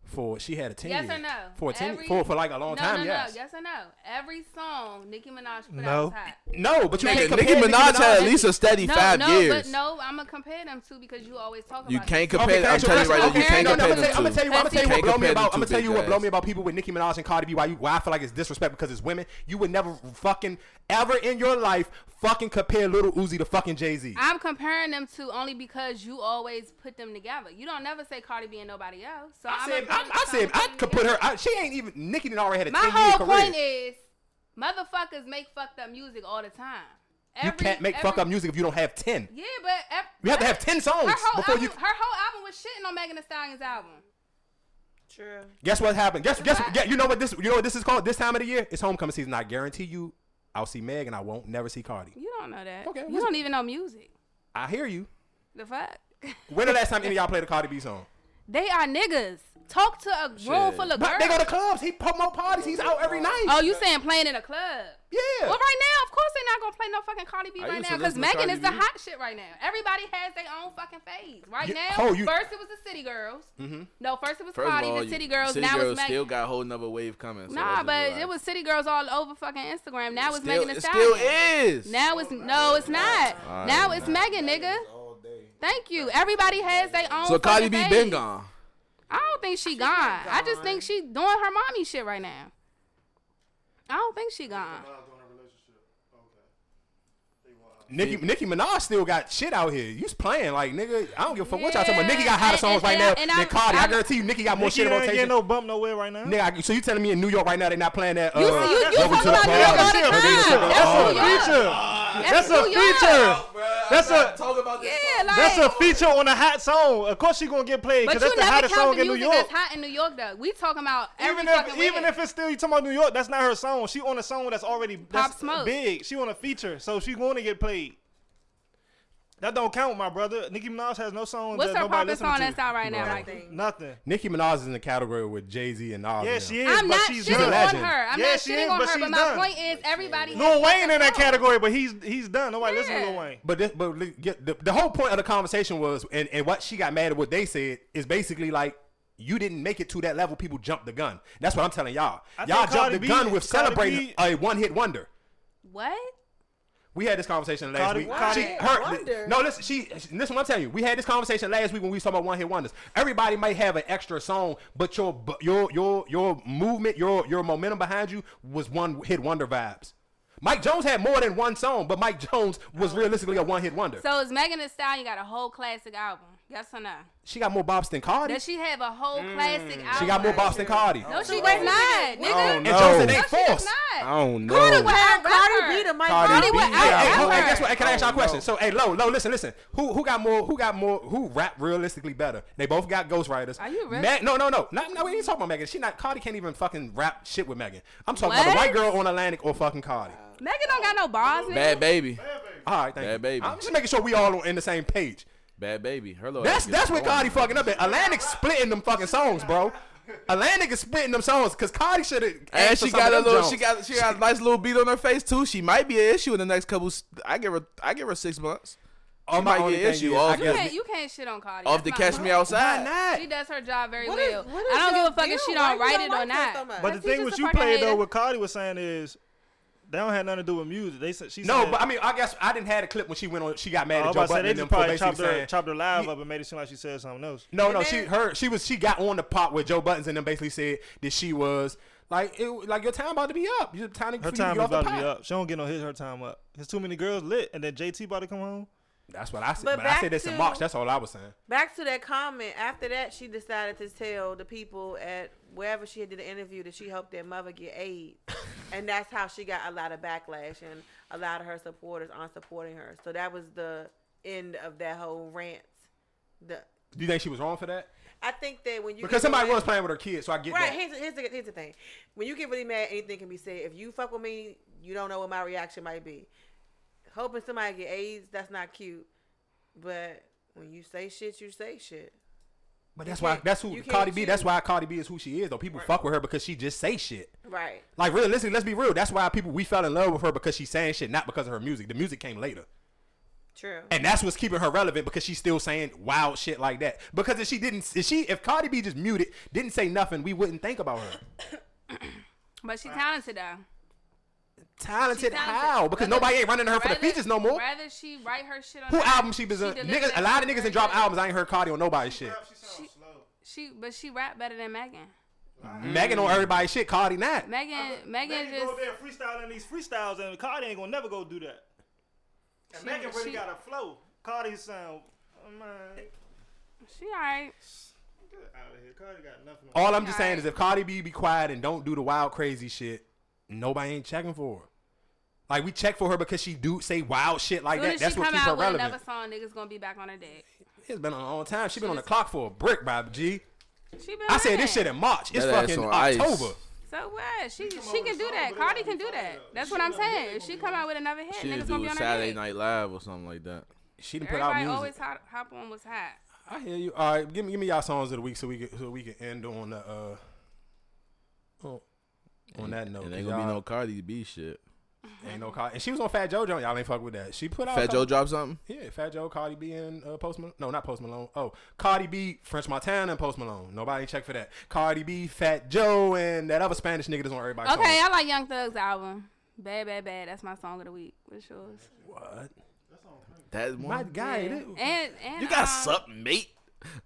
[SPEAKER 1] for she had a ten
[SPEAKER 2] Yes
[SPEAKER 1] year.
[SPEAKER 2] or no?
[SPEAKER 1] for a ten
[SPEAKER 2] Every-
[SPEAKER 1] for for like a long
[SPEAKER 2] no,
[SPEAKER 1] time.
[SPEAKER 2] no,
[SPEAKER 1] yes.
[SPEAKER 2] no. Yes or no? Every song Nicki Minaj put
[SPEAKER 5] No.
[SPEAKER 2] out was hot.
[SPEAKER 1] No, but you
[SPEAKER 4] Nigga,
[SPEAKER 1] can't
[SPEAKER 4] Nicki
[SPEAKER 1] compare
[SPEAKER 4] Minaj had at
[SPEAKER 1] Minaj-
[SPEAKER 4] least a steady
[SPEAKER 2] no,
[SPEAKER 4] five
[SPEAKER 2] no,
[SPEAKER 4] years.
[SPEAKER 2] but no, I'm gonna compare them two because you always talk about.
[SPEAKER 4] You can't
[SPEAKER 2] Them.
[SPEAKER 4] compare. I'm
[SPEAKER 1] can I
[SPEAKER 4] telling you
[SPEAKER 1] ask
[SPEAKER 4] right now,
[SPEAKER 1] okay,
[SPEAKER 4] you can't
[SPEAKER 1] no, no,
[SPEAKER 4] compare
[SPEAKER 1] I'm gonna
[SPEAKER 4] them
[SPEAKER 1] tell
[SPEAKER 4] two.
[SPEAKER 1] you, I'm gonna tell you what
[SPEAKER 4] Can't
[SPEAKER 1] blow me
[SPEAKER 4] compare the
[SPEAKER 1] about.
[SPEAKER 4] two
[SPEAKER 1] I'm gonna tell
[SPEAKER 4] big
[SPEAKER 1] you what blow
[SPEAKER 4] guys.
[SPEAKER 1] me about people with Nicki Minaj and Cardi B. Why you? Why I feel like it's disrespect because it's women. You would never fucking ever in your life fucking compare Little Uzi to fucking Jay Z.
[SPEAKER 2] I'm comparing them two only because you always put them together. You don't never say Cardi B and nobody else. So
[SPEAKER 1] I
[SPEAKER 2] I'm
[SPEAKER 1] said,
[SPEAKER 2] not
[SPEAKER 1] I,
[SPEAKER 2] gonna
[SPEAKER 1] I said, I
[SPEAKER 2] compare them
[SPEAKER 1] could put her.
[SPEAKER 2] together.
[SPEAKER 1] I, she ain't even. Nicki done already had a
[SPEAKER 2] My
[SPEAKER 1] ten year
[SPEAKER 2] whole
[SPEAKER 1] career.
[SPEAKER 2] point is, motherfuckers make fucked up music all the time.
[SPEAKER 1] you
[SPEAKER 2] Every-
[SPEAKER 1] can't make
[SPEAKER 2] every-
[SPEAKER 1] fuck up music if you don't have ten.
[SPEAKER 2] Yeah, but ev-
[SPEAKER 1] You have to have
[SPEAKER 2] her-
[SPEAKER 1] 10 songs
[SPEAKER 2] her whole
[SPEAKER 1] before
[SPEAKER 2] album,
[SPEAKER 1] you-
[SPEAKER 2] Her whole album was shitting on Megan Thee Stallion's album.
[SPEAKER 3] True.
[SPEAKER 1] Guess what happened? Guess guess
[SPEAKER 2] Right.
[SPEAKER 1] yeah, you know what this you know what this is called this time of the year? It's homecoming season. I guarantee you I'll see Meg and I won't never see Cardi.
[SPEAKER 2] You don't know that.
[SPEAKER 1] Okay,
[SPEAKER 2] you
[SPEAKER 1] what's-
[SPEAKER 2] don't even know music.
[SPEAKER 1] I hear you.
[SPEAKER 2] The fuck?
[SPEAKER 1] When the last time any of y'all played a Cardi B song?
[SPEAKER 2] They are niggas. Talk to a room
[SPEAKER 4] Shit.
[SPEAKER 2] full of
[SPEAKER 1] But they go
[SPEAKER 2] girls.
[SPEAKER 1] to clubs. He put more parties. He's out every night.
[SPEAKER 2] Oh, you saying playing in a club?
[SPEAKER 1] yeah.
[SPEAKER 2] Well, right now, of course, they're not gonna play no fucking Cardi B
[SPEAKER 4] I
[SPEAKER 2] right
[SPEAKER 4] used to
[SPEAKER 2] now because
[SPEAKER 4] listen to
[SPEAKER 2] Megan
[SPEAKER 4] Cardi
[SPEAKER 2] is the
[SPEAKER 4] B.
[SPEAKER 2] hot shit right now. Everybody has their own fucking phase right
[SPEAKER 1] You-
[SPEAKER 2] now.
[SPEAKER 1] oh, you-
[SPEAKER 2] first it was the City Girls. Mm-hmm. No, first it was
[SPEAKER 4] First
[SPEAKER 2] Cardi,
[SPEAKER 4] of all,
[SPEAKER 2] the City Girls.
[SPEAKER 4] City
[SPEAKER 2] now
[SPEAKER 4] girls
[SPEAKER 2] it's Megan.
[SPEAKER 4] still got a whole nother wave coming. So
[SPEAKER 2] nah,
[SPEAKER 4] that's just
[SPEAKER 2] but
[SPEAKER 4] why.
[SPEAKER 2] it was City Girls all over fucking Instagram. Now it's
[SPEAKER 4] still,
[SPEAKER 2] Megan Thee
[SPEAKER 4] It
[SPEAKER 2] Stallion.
[SPEAKER 4] still is.
[SPEAKER 2] Now it's no, it's not.
[SPEAKER 4] right.
[SPEAKER 2] Now it's Megan, nigga. Thank you. Everybody has their own.
[SPEAKER 4] so Cardi
[SPEAKER 2] fucking
[SPEAKER 4] B
[SPEAKER 2] phase.
[SPEAKER 4] been gone.
[SPEAKER 2] I don't think she, gone. I just think she doing her mommy shit right now. I don't think she gone.
[SPEAKER 1] Nicki, Nicki Minaj still got shit out here. You's playing like nigga. I don't give a fuck what y'all talking about.
[SPEAKER 2] Yeah,
[SPEAKER 1] Nicki got hotter
[SPEAKER 2] and-
[SPEAKER 1] songs
[SPEAKER 2] and-
[SPEAKER 1] right
[SPEAKER 2] and
[SPEAKER 1] now
[SPEAKER 2] I- and
[SPEAKER 1] than
[SPEAKER 2] I-
[SPEAKER 1] Cardi. I,
[SPEAKER 2] I-
[SPEAKER 1] guarantee you, Nicki got more
[SPEAKER 5] Nicki
[SPEAKER 1] shit in
[SPEAKER 5] ain't getting
[SPEAKER 1] rotation.
[SPEAKER 5] no bump nowhere right now.
[SPEAKER 1] Nigga, I- so you telling me in New York right now they not playing that? Uh,
[SPEAKER 2] You, you, you
[SPEAKER 1] Welcome
[SPEAKER 2] talk
[SPEAKER 1] to the
[SPEAKER 2] about New York all
[SPEAKER 1] Club?
[SPEAKER 2] the time.
[SPEAKER 1] They just took it
[SPEAKER 2] That's
[SPEAKER 1] all
[SPEAKER 2] New
[SPEAKER 1] the
[SPEAKER 2] York.
[SPEAKER 5] feature. That's a
[SPEAKER 2] New York.
[SPEAKER 5] feature. That's a
[SPEAKER 4] about this.
[SPEAKER 2] Yeah, like,
[SPEAKER 5] that's a feature on a hot song. Of course she gonna get played
[SPEAKER 2] But
[SPEAKER 5] because
[SPEAKER 2] you
[SPEAKER 5] that's the
[SPEAKER 2] never
[SPEAKER 5] hottest
[SPEAKER 2] count
[SPEAKER 5] song
[SPEAKER 2] the
[SPEAKER 5] in New
[SPEAKER 2] music
[SPEAKER 5] York.
[SPEAKER 2] that's hot in New York, though. We talking about every
[SPEAKER 5] Even
[SPEAKER 2] fucking
[SPEAKER 5] if even
[SPEAKER 2] week.
[SPEAKER 5] if it's still you talking about New York, that's not her song. She on a song that's already that's
[SPEAKER 2] Smoke.
[SPEAKER 5] big. She on a feature, so she going to get played. That don't count, my brother. Nicki Minaj has no song.
[SPEAKER 2] What's
[SPEAKER 5] that
[SPEAKER 2] her
[SPEAKER 5] nobody
[SPEAKER 2] poppin'
[SPEAKER 5] listening
[SPEAKER 2] song
[SPEAKER 5] to.
[SPEAKER 2] that's out right now? Like,
[SPEAKER 3] Nothing.
[SPEAKER 5] Nothing.
[SPEAKER 1] Nicki Minaj is in the category with Jay Z and all.
[SPEAKER 5] Yeah,
[SPEAKER 1] of them.
[SPEAKER 5] she is,
[SPEAKER 2] I'm
[SPEAKER 5] but
[SPEAKER 2] not
[SPEAKER 5] she's
[SPEAKER 2] shitting
[SPEAKER 5] done.
[SPEAKER 1] legend.
[SPEAKER 2] on her. I'm
[SPEAKER 5] Yeah,
[SPEAKER 2] not
[SPEAKER 5] she
[SPEAKER 2] shitting
[SPEAKER 5] is,
[SPEAKER 2] on
[SPEAKER 5] but
[SPEAKER 2] her,
[SPEAKER 5] she's
[SPEAKER 2] but my
[SPEAKER 5] done.
[SPEAKER 2] point is everybody. has
[SPEAKER 5] Lil Wayne in that
[SPEAKER 2] fucking song.
[SPEAKER 5] category, but he's he's done. Nobody listen to
[SPEAKER 2] Yeah.
[SPEAKER 5] Lil Wayne.
[SPEAKER 1] But this, but li- get, the, the whole point of the conversation was, and, and what she got mad at what they said is basically like. You didn't make it to that level. People jumped the gun. That's what I'm telling y'all.
[SPEAKER 5] I
[SPEAKER 1] y'all
[SPEAKER 5] think
[SPEAKER 1] jumped
[SPEAKER 5] Cardi
[SPEAKER 1] the
[SPEAKER 5] B-
[SPEAKER 1] gun with
[SPEAKER 5] Cardi
[SPEAKER 1] celebrating
[SPEAKER 5] B-
[SPEAKER 1] a one-hit wonder.
[SPEAKER 2] What?
[SPEAKER 1] We had this conversation last
[SPEAKER 5] Cardi-
[SPEAKER 1] week.
[SPEAKER 5] Cardi-
[SPEAKER 1] she, her,
[SPEAKER 3] Wonder.
[SPEAKER 1] no, listen, she, listen. What I'm telling you, we had this conversation last week when we was talking about one hit wonders. Everybody might have an extra song, but your but your your your movement, your your momentum behind you was one hit wonder vibes. Mike Jones had more than one song, but Mike Jones was realistically a one hit wonder.
[SPEAKER 2] Oh. So is Megan Thee Stallion got a whole classic album? Yes or no?
[SPEAKER 1] she got more bops than Cardi.
[SPEAKER 2] Does she have a whole
[SPEAKER 5] Mm.
[SPEAKER 2] classic album?
[SPEAKER 1] She got more bops than Cardi.
[SPEAKER 2] No, she does not, nigga.
[SPEAKER 1] And
[SPEAKER 6] no.
[SPEAKER 1] Johnson ain't
[SPEAKER 2] No, she does
[SPEAKER 1] forced.
[SPEAKER 2] not.
[SPEAKER 6] I don't know.
[SPEAKER 2] Cardi was
[SPEAKER 3] Cardi
[SPEAKER 2] out
[SPEAKER 3] Cardi B the Mike Cardi
[SPEAKER 2] B.
[SPEAKER 1] Hey, hey,
[SPEAKER 2] I've
[SPEAKER 1] who- hey,
[SPEAKER 2] heard.
[SPEAKER 1] Oh, guess what? Hey, can I ask y'all a
[SPEAKER 6] Oh,
[SPEAKER 1] question?
[SPEAKER 6] no.
[SPEAKER 1] So, hey, low, low, listen, listen. Who who got more? Who got more? Who rap realistically better? They both got ghostwriters.
[SPEAKER 2] Are you really-
[SPEAKER 1] Meg- no, no, no. Not, no, we ain't talking about Megan. She not. Cardi can't even fucking rap shit with Megan. I'm talking about the
[SPEAKER 2] What?
[SPEAKER 1] white girl on Atlantic or fucking Cardi.
[SPEAKER 2] Megan don't got no bars, nigga.
[SPEAKER 4] Bad baby.
[SPEAKER 1] All right, thank
[SPEAKER 4] Bad
[SPEAKER 1] you.
[SPEAKER 4] Uh, baby.
[SPEAKER 1] I'm just making sure we all on in the same page.
[SPEAKER 4] Bad baby. Her little
[SPEAKER 1] That's
[SPEAKER 4] ass
[SPEAKER 1] that's
[SPEAKER 4] gets
[SPEAKER 1] what
[SPEAKER 4] going.
[SPEAKER 1] Cardi fucking up. At. Atlantic splitting them fucking songs, bro. Atlantic is splitting them songs because Cardi should have.
[SPEAKER 4] And she got a little. She got she got a nice little beat on her face too. She might be an issue in the next couple. s- I give her I give her six months.
[SPEAKER 1] Oh,
[SPEAKER 4] she
[SPEAKER 1] my
[SPEAKER 4] might
[SPEAKER 1] only
[SPEAKER 4] be
[SPEAKER 1] thing
[SPEAKER 4] an issue
[SPEAKER 1] is, I
[SPEAKER 4] off,
[SPEAKER 2] You
[SPEAKER 1] guess-
[SPEAKER 2] can't, you can't shit on Cardi.
[SPEAKER 4] off the
[SPEAKER 2] That's
[SPEAKER 4] Catch
[SPEAKER 2] my
[SPEAKER 4] Me
[SPEAKER 2] point.
[SPEAKER 4] Outside.
[SPEAKER 2] She does her job very
[SPEAKER 3] What is-
[SPEAKER 2] well.
[SPEAKER 3] what is
[SPEAKER 2] I don't
[SPEAKER 3] your
[SPEAKER 2] give a fuck if
[SPEAKER 3] deal?
[SPEAKER 2] she
[SPEAKER 3] Why
[SPEAKER 2] don't
[SPEAKER 3] you
[SPEAKER 2] write
[SPEAKER 3] don't
[SPEAKER 2] it
[SPEAKER 3] like
[SPEAKER 2] or
[SPEAKER 3] her so
[SPEAKER 2] not.
[SPEAKER 3] much?
[SPEAKER 2] Because
[SPEAKER 5] But the
[SPEAKER 2] he's
[SPEAKER 5] thing
[SPEAKER 2] just
[SPEAKER 5] what
[SPEAKER 2] a
[SPEAKER 5] you
[SPEAKER 2] fucking
[SPEAKER 5] played though,
[SPEAKER 2] hater.
[SPEAKER 5] what Cardi was saying is they don't have nothing to do with music. They said she
[SPEAKER 1] No,
[SPEAKER 5] said,
[SPEAKER 1] but I mean, I guess I didn't have a clip when she went on. She got
[SPEAKER 5] I
[SPEAKER 1] mad
[SPEAKER 5] was
[SPEAKER 1] at
[SPEAKER 5] Oh, about
[SPEAKER 1] Joe
[SPEAKER 5] to say
[SPEAKER 1] Budden
[SPEAKER 5] they
[SPEAKER 1] and them
[SPEAKER 5] just
[SPEAKER 1] for
[SPEAKER 5] probably
[SPEAKER 1] basically
[SPEAKER 5] chopped her,
[SPEAKER 1] saying.
[SPEAKER 5] chopped her live up and made it seem like she said something else.
[SPEAKER 1] No,
[SPEAKER 3] And
[SPEAKER 1] no, she
[SPEAKER 3] then-
[SPEAKER 1] her she was she got on the pot with Joe Buttons and then basically said that she was like it, like your time about to be up. Your time
[SPEAKER 5] Her
[SPEAKER 1] for you
[SPEAKER 5] time
[SPEAKER 1] to
[SPEAKER 5] is
[SPEAKER 1] get off
[SPEAKER 5] about
[SPEAKER 1] the
[SPEAKER 5] to be
[SPEAKER 1] pot.
[SPEAKER 5] up. She don't get no hit. Her time up. There's too many girls lit, and then JT about to come home.
[SPEAKER 1] That's what I said.
[SPEAKER 3] But
[SPEAKER 1] But, I
[SPEAKER 3] back
[SPEAKER 1] said this in
[SPEAKER 3] to-
[SPEAKER 1] March. That's all I was saying.
[SPEAKER 3] Back to that comment. After that, she decided to tell the people at wherever she had did the interview that she helped their mother get AIDS, and that's how she got a lot of backlash and a lot of her supporters aren't supporting her. So that was the end of that whole rant. The
[SPEAKER 1] Do you think she was wrong for that?
[SPEAKER 3] I think that when you
[SPEAKER 1] Because
[SPEAKER 3] get
[SPEAKER 1] somebody
[SPEAKER 3] really-
[SPEAKER 1] was playing with her kids, so I get
[SPEAKER 3] right.
[SPEAKER 1] that.
[SPEAKER 3] Here's, here's, the, here's the thing. When you get really mad, anything can be said. If you fuck with me, you don't know what my reaction might be. Hoping somebody get AIDS, that's not cute. But when you say shit, you say shit.
[SPEAKER 1] But that's
[SPEAKER 3] you
[SPEAKER 1] why
[SPEAKER 3] can't-
[SPEAKER 1] that's who
[SPEAKER 3] you can't
[SPEAKER 1] Cardi B. That's
[SPEAKER 3] choose.
[SPEAKER 1] why Cardi B is who she is. Though people fuck with her because she just say shit.
[SPEAKER 3] Right.
[SPEAKER 1] Like realistically, let's be real. That's why people we fell in love with her because she's saying shit, not because of her music. The music came later.
[SPEAKER 3] True.
[SPEAKER 1] And that's what's keeping her relevant because she's still saying wild shit like that. Because if she didn't, if she, if Cardi B just muted, didn't say nothing, we wouldn't think about her.
[SPEAKER 2] But she talented though. She
[SPEAKER 1] Talented,
[SPEAKER 2] talented.
[SPEAKER 1] how? Because
[SPEAKER 2] Rather-
[SPEAKER 1] nobody ain't running to her for the
[SPEAKER 2] rather-
[SPEAKER 1] features no more.
[SPEAKER 2] Rather she write her shit on
[SPEAKER 1] Who
[SPEAKER 2] her-
[SPEAKER 1] album she was on?
[SPEAKER 2] delivered
[SPEAKER 1] Niggas, a
[SPEAKER 2] that
[SPEAKER 1] lot of
[SPEAKER 2] shit
[SPEAKER 1] niggas
[SPEAKER 2] very
[SPEAKER 1] that drop
[SPEAKER 2] good.
[SPEAKER 1] albums. I ain't heard Cardi on nobody's shit.
[SPEAKER 2] She- She but she rap better than Megan.
[SPEAKER 1] Megan on everybody's shit. Cardi not.
[SPEAKER 2] Megan Megan
[SPEAKER 5] Megan
[SPEAKER 2] just
[SPEAKER 5] go there freestyling these freestyles, and Cardi ain't gonna never go do that. And
[SPEAKER 2] She-
[SPEAKER 5] Megan really
[SPEAKER 2] she-
[SPEAKER 5] got a flow. Cardi sound, oh, man,
[SPEAKER 2] she alright.
[SPEAKER 5] get out of here. Cardi got nothing. On
[SPEAKER 1] All I'm just saying
[SPEAKER 2] Alright.
[SPEAKER 1] is if Cardi B be quiet and don't do the wild crazy shit, nobody ain't checking for her. Like we check for her because she do say wild shit like
[SPEAKER 2] Soon
[SPEAKER 1] that.
[SPEAKER 2] as she
[SPEAKER 1] That's what
[SPEAKER 2] come
[SPEAKER 1] keeps her
[SPEAKER 2] out with
[SPEAKER 1] relevant.
[SPEAKER 2] another song, niggas gonna be back on her dick.
[SPEAKER 1] It's been a long time. She been on the
[SPEAKER 2] just-
[SPEAKER 1] clock for a brick, Bob G.
[SPEAKER 2] She been
[SPEAKER 1] I said
[SPEAKER 2] living.
[SPEAKER 1] this shit in March. It's
[SPEAKER 4] That ass
[SPEAKER 1] fucking
[SPEAKER 4] on ice.
[SPEAKER 1] October.
[SPEAKER 2] So what? She she can do that. Cardi can do that. That's what I'm saying. If she come out with another hit,
[SPEAKER 4] She
[SPEAKER 2] niggas
[SPEAKER 4] did
[SPEAKER 2] gonna
[SPEAKER 4] do
[SPEAKER 2] be
[SPEAKER 4] a
[SPEAKER 2] on her
[SPEAKER 4] Saturday
[SPEAKER 2] dick.
[SPEAKER 4] Night Live or something like that.
[SPEAKER 1] She done put out
[SPEAKER 2] Everybody
[SPEAKER 1] music.
[SPEAKER 2] always hop, hop on was hot.
[SPEAKER 1] I hear you. All right, give me give me y'all songs of the week so we can so we can end on the uh oh, on that note.
[SPEAKER 4] It
[SPEAKER 1] 'cause
[SPEAKER 4] ain't gonna be
[SPEAKER 1] y'all-
[SPEAKER 4] no Cardi B shit.
[SPEAKER 1] ain't no Cardi. And she was on Fat Joe joint. Y'all ain't fuck with that. She
[SPEAKER 2] Oh,
[SPEAKER 1] put out
[SPEAKER 4] Fat
[SPEAKER 1] a
[SPEAKER 4] Joe
[SPEAKER 1] couple-
[SPEAKER 4] drop something.
[SPEAKER 1] Yeah, Fat Joe, Cardi B, and uh, Post Malone. No, not Post Malone. Oh, Cardi B, French Montana, and Post Malone. Nobody check for that. Cardi B, Fat Joe, and that other Spanish nigga that's on everybody's
[SPEAKER 2] Okay,
[SPEAKER 1] song.
[SPEAKER 2] I like Young Thug's album. Bad, bad, bad. That's my song of the week. What's yours?
[SPEAKER 1] What?
[SPEAKER 4] That
[SPEAKER 1] My
[SPEAKER 4] one.
[SPEAKER 1] guy,
[SPEAKER 2] Yeah.
[SPEAKER 1] it-
[SPEAKER 2] And and
[SPEAKER 4] You got
[SPEAKER 2] um,
[SPEAKER 4] something, mate.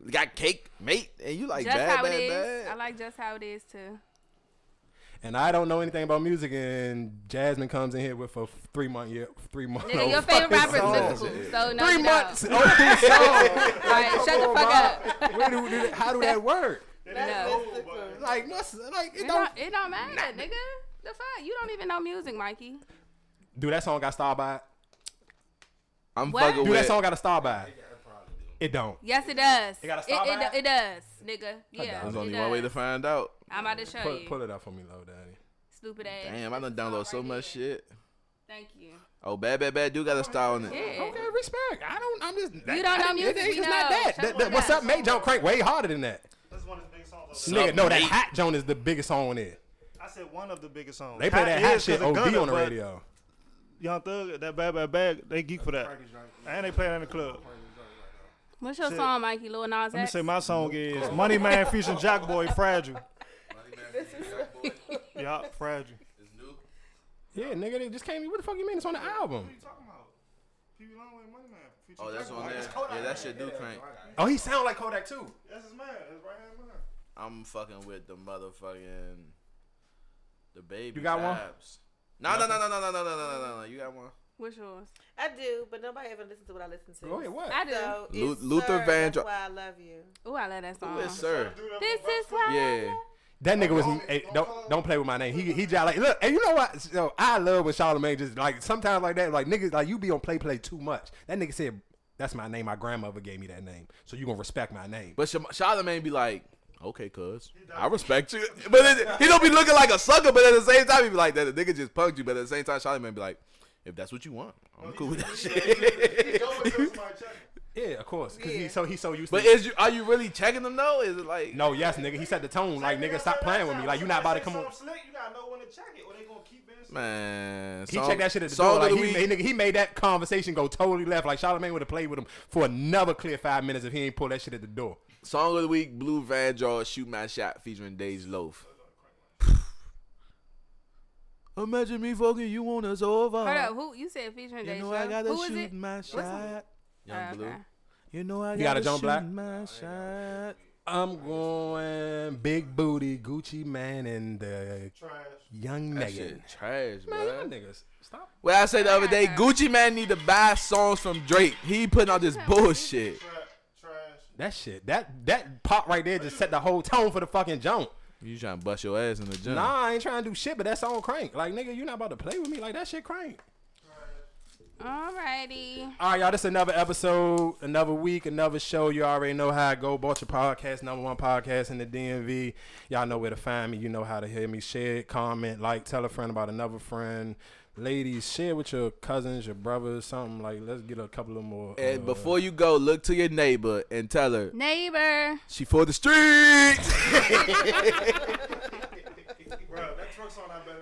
[SPEAKER 4] You got cake, mate, and you like
[SPEAKER 2] Just
[SPEAKER 4] bad,
[SPEAKER 2] how
[SPEAKER 4] bad,
[SPEAKER 2] it is.
[SPEAKER 4] bad.
[SPEAKER 2] I like just how it is too.
[SPEAKER 1] and I don't know anything about music, and Jasmine comes in here with a three month year, three month.
[SPEAKER 2] Nigga, your favorite rapper is
[SPEAKER 4] song.
[SPEAKER 2] mystical, so no
[SPEAKER 1] Three
[SPEAKER 2] you
[SPEAKER 1] months. Oh,
[SPEAKER 2] Don't.
[SPEAKER 1] opening song.
[SPEAKER 2] All right, shut the fuck up.
[SPEAKER 1] Where do, do, how do that work?
[SPEAKER 2] No,
[SPEAKER 1] Like, what's like? It don't.
[SPEAKER 2] it don't, it don't matter, nigga. The fuck, you don't even know music, Mikey.
[SPEAKER 1] Do that song got starred by?
[SPEAKER 4] I'm
[SPEAKER 2] What?
[SPEAKER 4] fucking
[SPEAKER 1] Do
[SPEAKER 4] with.
[SPEAKER 1] that song got a star by? It don't.
[SPEAKER 2] Yes, it does. It
[SPEAKER 1] gotta stop
[SPEAKER 2] it,
[SPEAKER 1] at?
[SPEAKER 2] it, does, nigga. Yeah,
[SPEAKER 1] doubt
[SPEAKER 4] There's
[SPEAKER 2] it
[SPEAKER 4] only
[SPEAKER 2] does.
[SPEAKER 4] one way to find out.
[SPEAKER 2] I'm about to show
[SPEAKER 1] Pull,
[SPEAKER 2] you,
[SPEAKER 1] pull it up for me, low daddy.
[SPEAKER 2] stupid ass.
[SPEAKER 4] Damn, I done download so much shit.
[SPEAKER 2] Thank you.
[SPEAKER 4] Oh, bad, bad, bad. Do got a star on it.
[SPEAKER 2] Yeah.
[SPEAKER 1] Okay, respect. I don't. I'm just.
[SPEAKER 2] You don't know
[SPEAKER 1] I-
[SPEAKER 2] music,
[SPEAKER 1] It, it's
[SPEAKER 2] we
[SPEAKER 1] not
[SPEAKER 2] know.
[SPEAKER 1] that.
[SPEAKER 2] Shut
[SPEAKER 1] That-
[SPEAKER 2] the
[SPEAKER 1] that- what's
[SPEAKER 2] fuck
[SPEAKER 1] up, mate? Don't crank way harder than that.
[SPEAKER 5] That's one of his biggest songs. I've
[SPEAKER 1] Nigga, no, that
[SPEAKER 4] Mate.
[SPEAKER 1] Hot Jones is the biggest song on it.
[SPEAKER 5] ever- I said one of the biggest songs.
[SPEAKER 1] They play that Hot
[SPEAKER 5] is
[SPEAKER 1] shit
[SPEAKER 5] 'cause
[SPEAKER 1] OD
[SPEAKER 5] of Gunna,
[SPEAKER 1] on the
[SPEAKER 5] but
[SPEAKER 1] radio.
[SPEAKER 5] Young Thug, that bad, bad, bad. They geek for that, and they play that in the club.
[SPEAKER 2] What's your
[SPEAKER 5] Shit.
[SPEAKER 2] song, Mikey? Lil Nas
[SPEAKER 5] Let me
[SPEAKER 2] X.
[SPEAKER 5] say my song is Money Man featuring Jack Boy, Fragile. yeah, Fragile.
[SPEAKER 1] Yeah, nigga, they just came. What the fuck you mean? It's on the album.
[SPEAKER 4] Oh, that's on there. Yeah, that shit do crank.
[SPEAKER 1] Oh, he sound like Kodak too.
[SPEAKER 5] That's his man. His right hand man.
[SPEAKER 4] I'm fucking with the motherfucking the baby.
[SPEAKER 1] You got one?
[SPEAKER 4] vibes. No, no, no, no, no, no, no, no, no, no, no. You got one.
[SPEAKER 2] What's yours?
[SPEAKER 3] I do, but nobody ever listens to what I listen to.
[SPEAKER 1] Go ahead, what?
[SPEAKER 2] I do.
[SPEAKER 3] So
[SPEAKER 4] Lu-
[SPEAKER 3] it's
[SPEAKER 4] Luther
[SPEAKER 3] Sir,
[SPEAKER 4] Vandross.
[SPEAKER 3] That's why I love you.
[SPEAKER 2] Oh, I love that song.
[SPEAKER 4] Who is sir?
[SPEAKER 2] This is why.
[SPEAKER 4] Yeah.
[SPEAKER 1] That nigga was hey, don't don't play with my name. He he just like look and you know what? So I love when Charlamagne just like sometimes like that like niggas like you be on play play too much. That nigga said that's my name. My grandmother gave me that name, so you gonna respect my name.
[SPEAKER 4] But Sham- Charlamagne be like, okay, cuz. I respect you. But it, he don't be looking like a sucker, but at the same time, he be like, that nigga just punked you. But at the same time, Charlamagne be like, if that's what you want, I'm cool with that shit.
[SPEAKER 1] yeah, of course, because he so he so used
[SPEAKER 4] but
[SPEAKER 1] to.
[SPEAKER 4] is you are you really checking them though? Is it like
[SPEAKER 1] no, yes, nigga. He set the tone like nigga, stop playing with me. Like you not about to come on.
[SPEAKER 4] man?
[SPEAKER 1] He checked that shit at the door. Like he made, nigga, he made that conversation go totally left. Like Charlamagne would have played with him for another clear five minutes if he ain't pull that shit at the door.
[SPEAKER 4] Song of the week, Blue Van Draw, Shoot My Shot featuring Days Loaf. Imagine me fucking you on us over.
[SPEAKER 2] Hold up. Who you said featuring
[SPEAKER 4] Uh, You
[SPEAKER 2] Dave?
[SPEAKER 4] know I gotta
[SPEAKER 2] Who is
[SPEAKER 4] shoot
[SPEAKER 2] it?
[SPEAKER 4] my shot. Young
[SPEAKER 2] Oh,
[SPEAKER 4] Blue.
[SPEAKER 2] okay.
[SPEAKER 4] You know I
[SPEAKER 1] You
[SPEAKER 4] gotta,
[SPEAKER 1] got a John
[SPEAKER 4] shoot
[SPEAKER 1] Black?
[SPEAKER 4] my shot.
[SPEAKER 1] I'm going big booty Gucci man and the young
[SPEAKER 4] That
[SPEAKER 1] Megan.
[SPEAKER 4] shit trash,
[SPEAKER 1] Man, y'all
[SPEAKER 4] man.
[SPEAKER 1] niggas, stop.
[SPEAKER 4] Well, I said the other day, Gucci man need to buy songs from Drake. He putting out this bullshit.
[SPEAKER 1] That shit, that that pop right there just set the whole tone for the fucking jump.
[SPEAKER 4] You trying to bust your ass in the gym?
[SPEAKER 1] Nah, I ain't trying to do shit, but that song crank. Like nigga, you not about to play with me. Like that shit crank.
[SPEAKER 2] Alrighty.
[SPEAKER 1] All right, y'all. This another episode, another week, another show. You already know how it go. Bought your podcast, number one podcast in the DMV. Y'all know where to find me. You know how to hear me. Share, it, comment, like, tell a friend about another friend. Ladies, share with your cousins, your brothers, something like. Let's get a couple of more.
[SPEAKER 4] And
[SPEAKER 1] uh,
[SPEAKER 4] before you go, look to your neighbor and tell her
[SPEAKER 2] Neighbor.
[SPEAKER 4] she for the streets.
[SPEAKER 5] Bro, that truck's on that better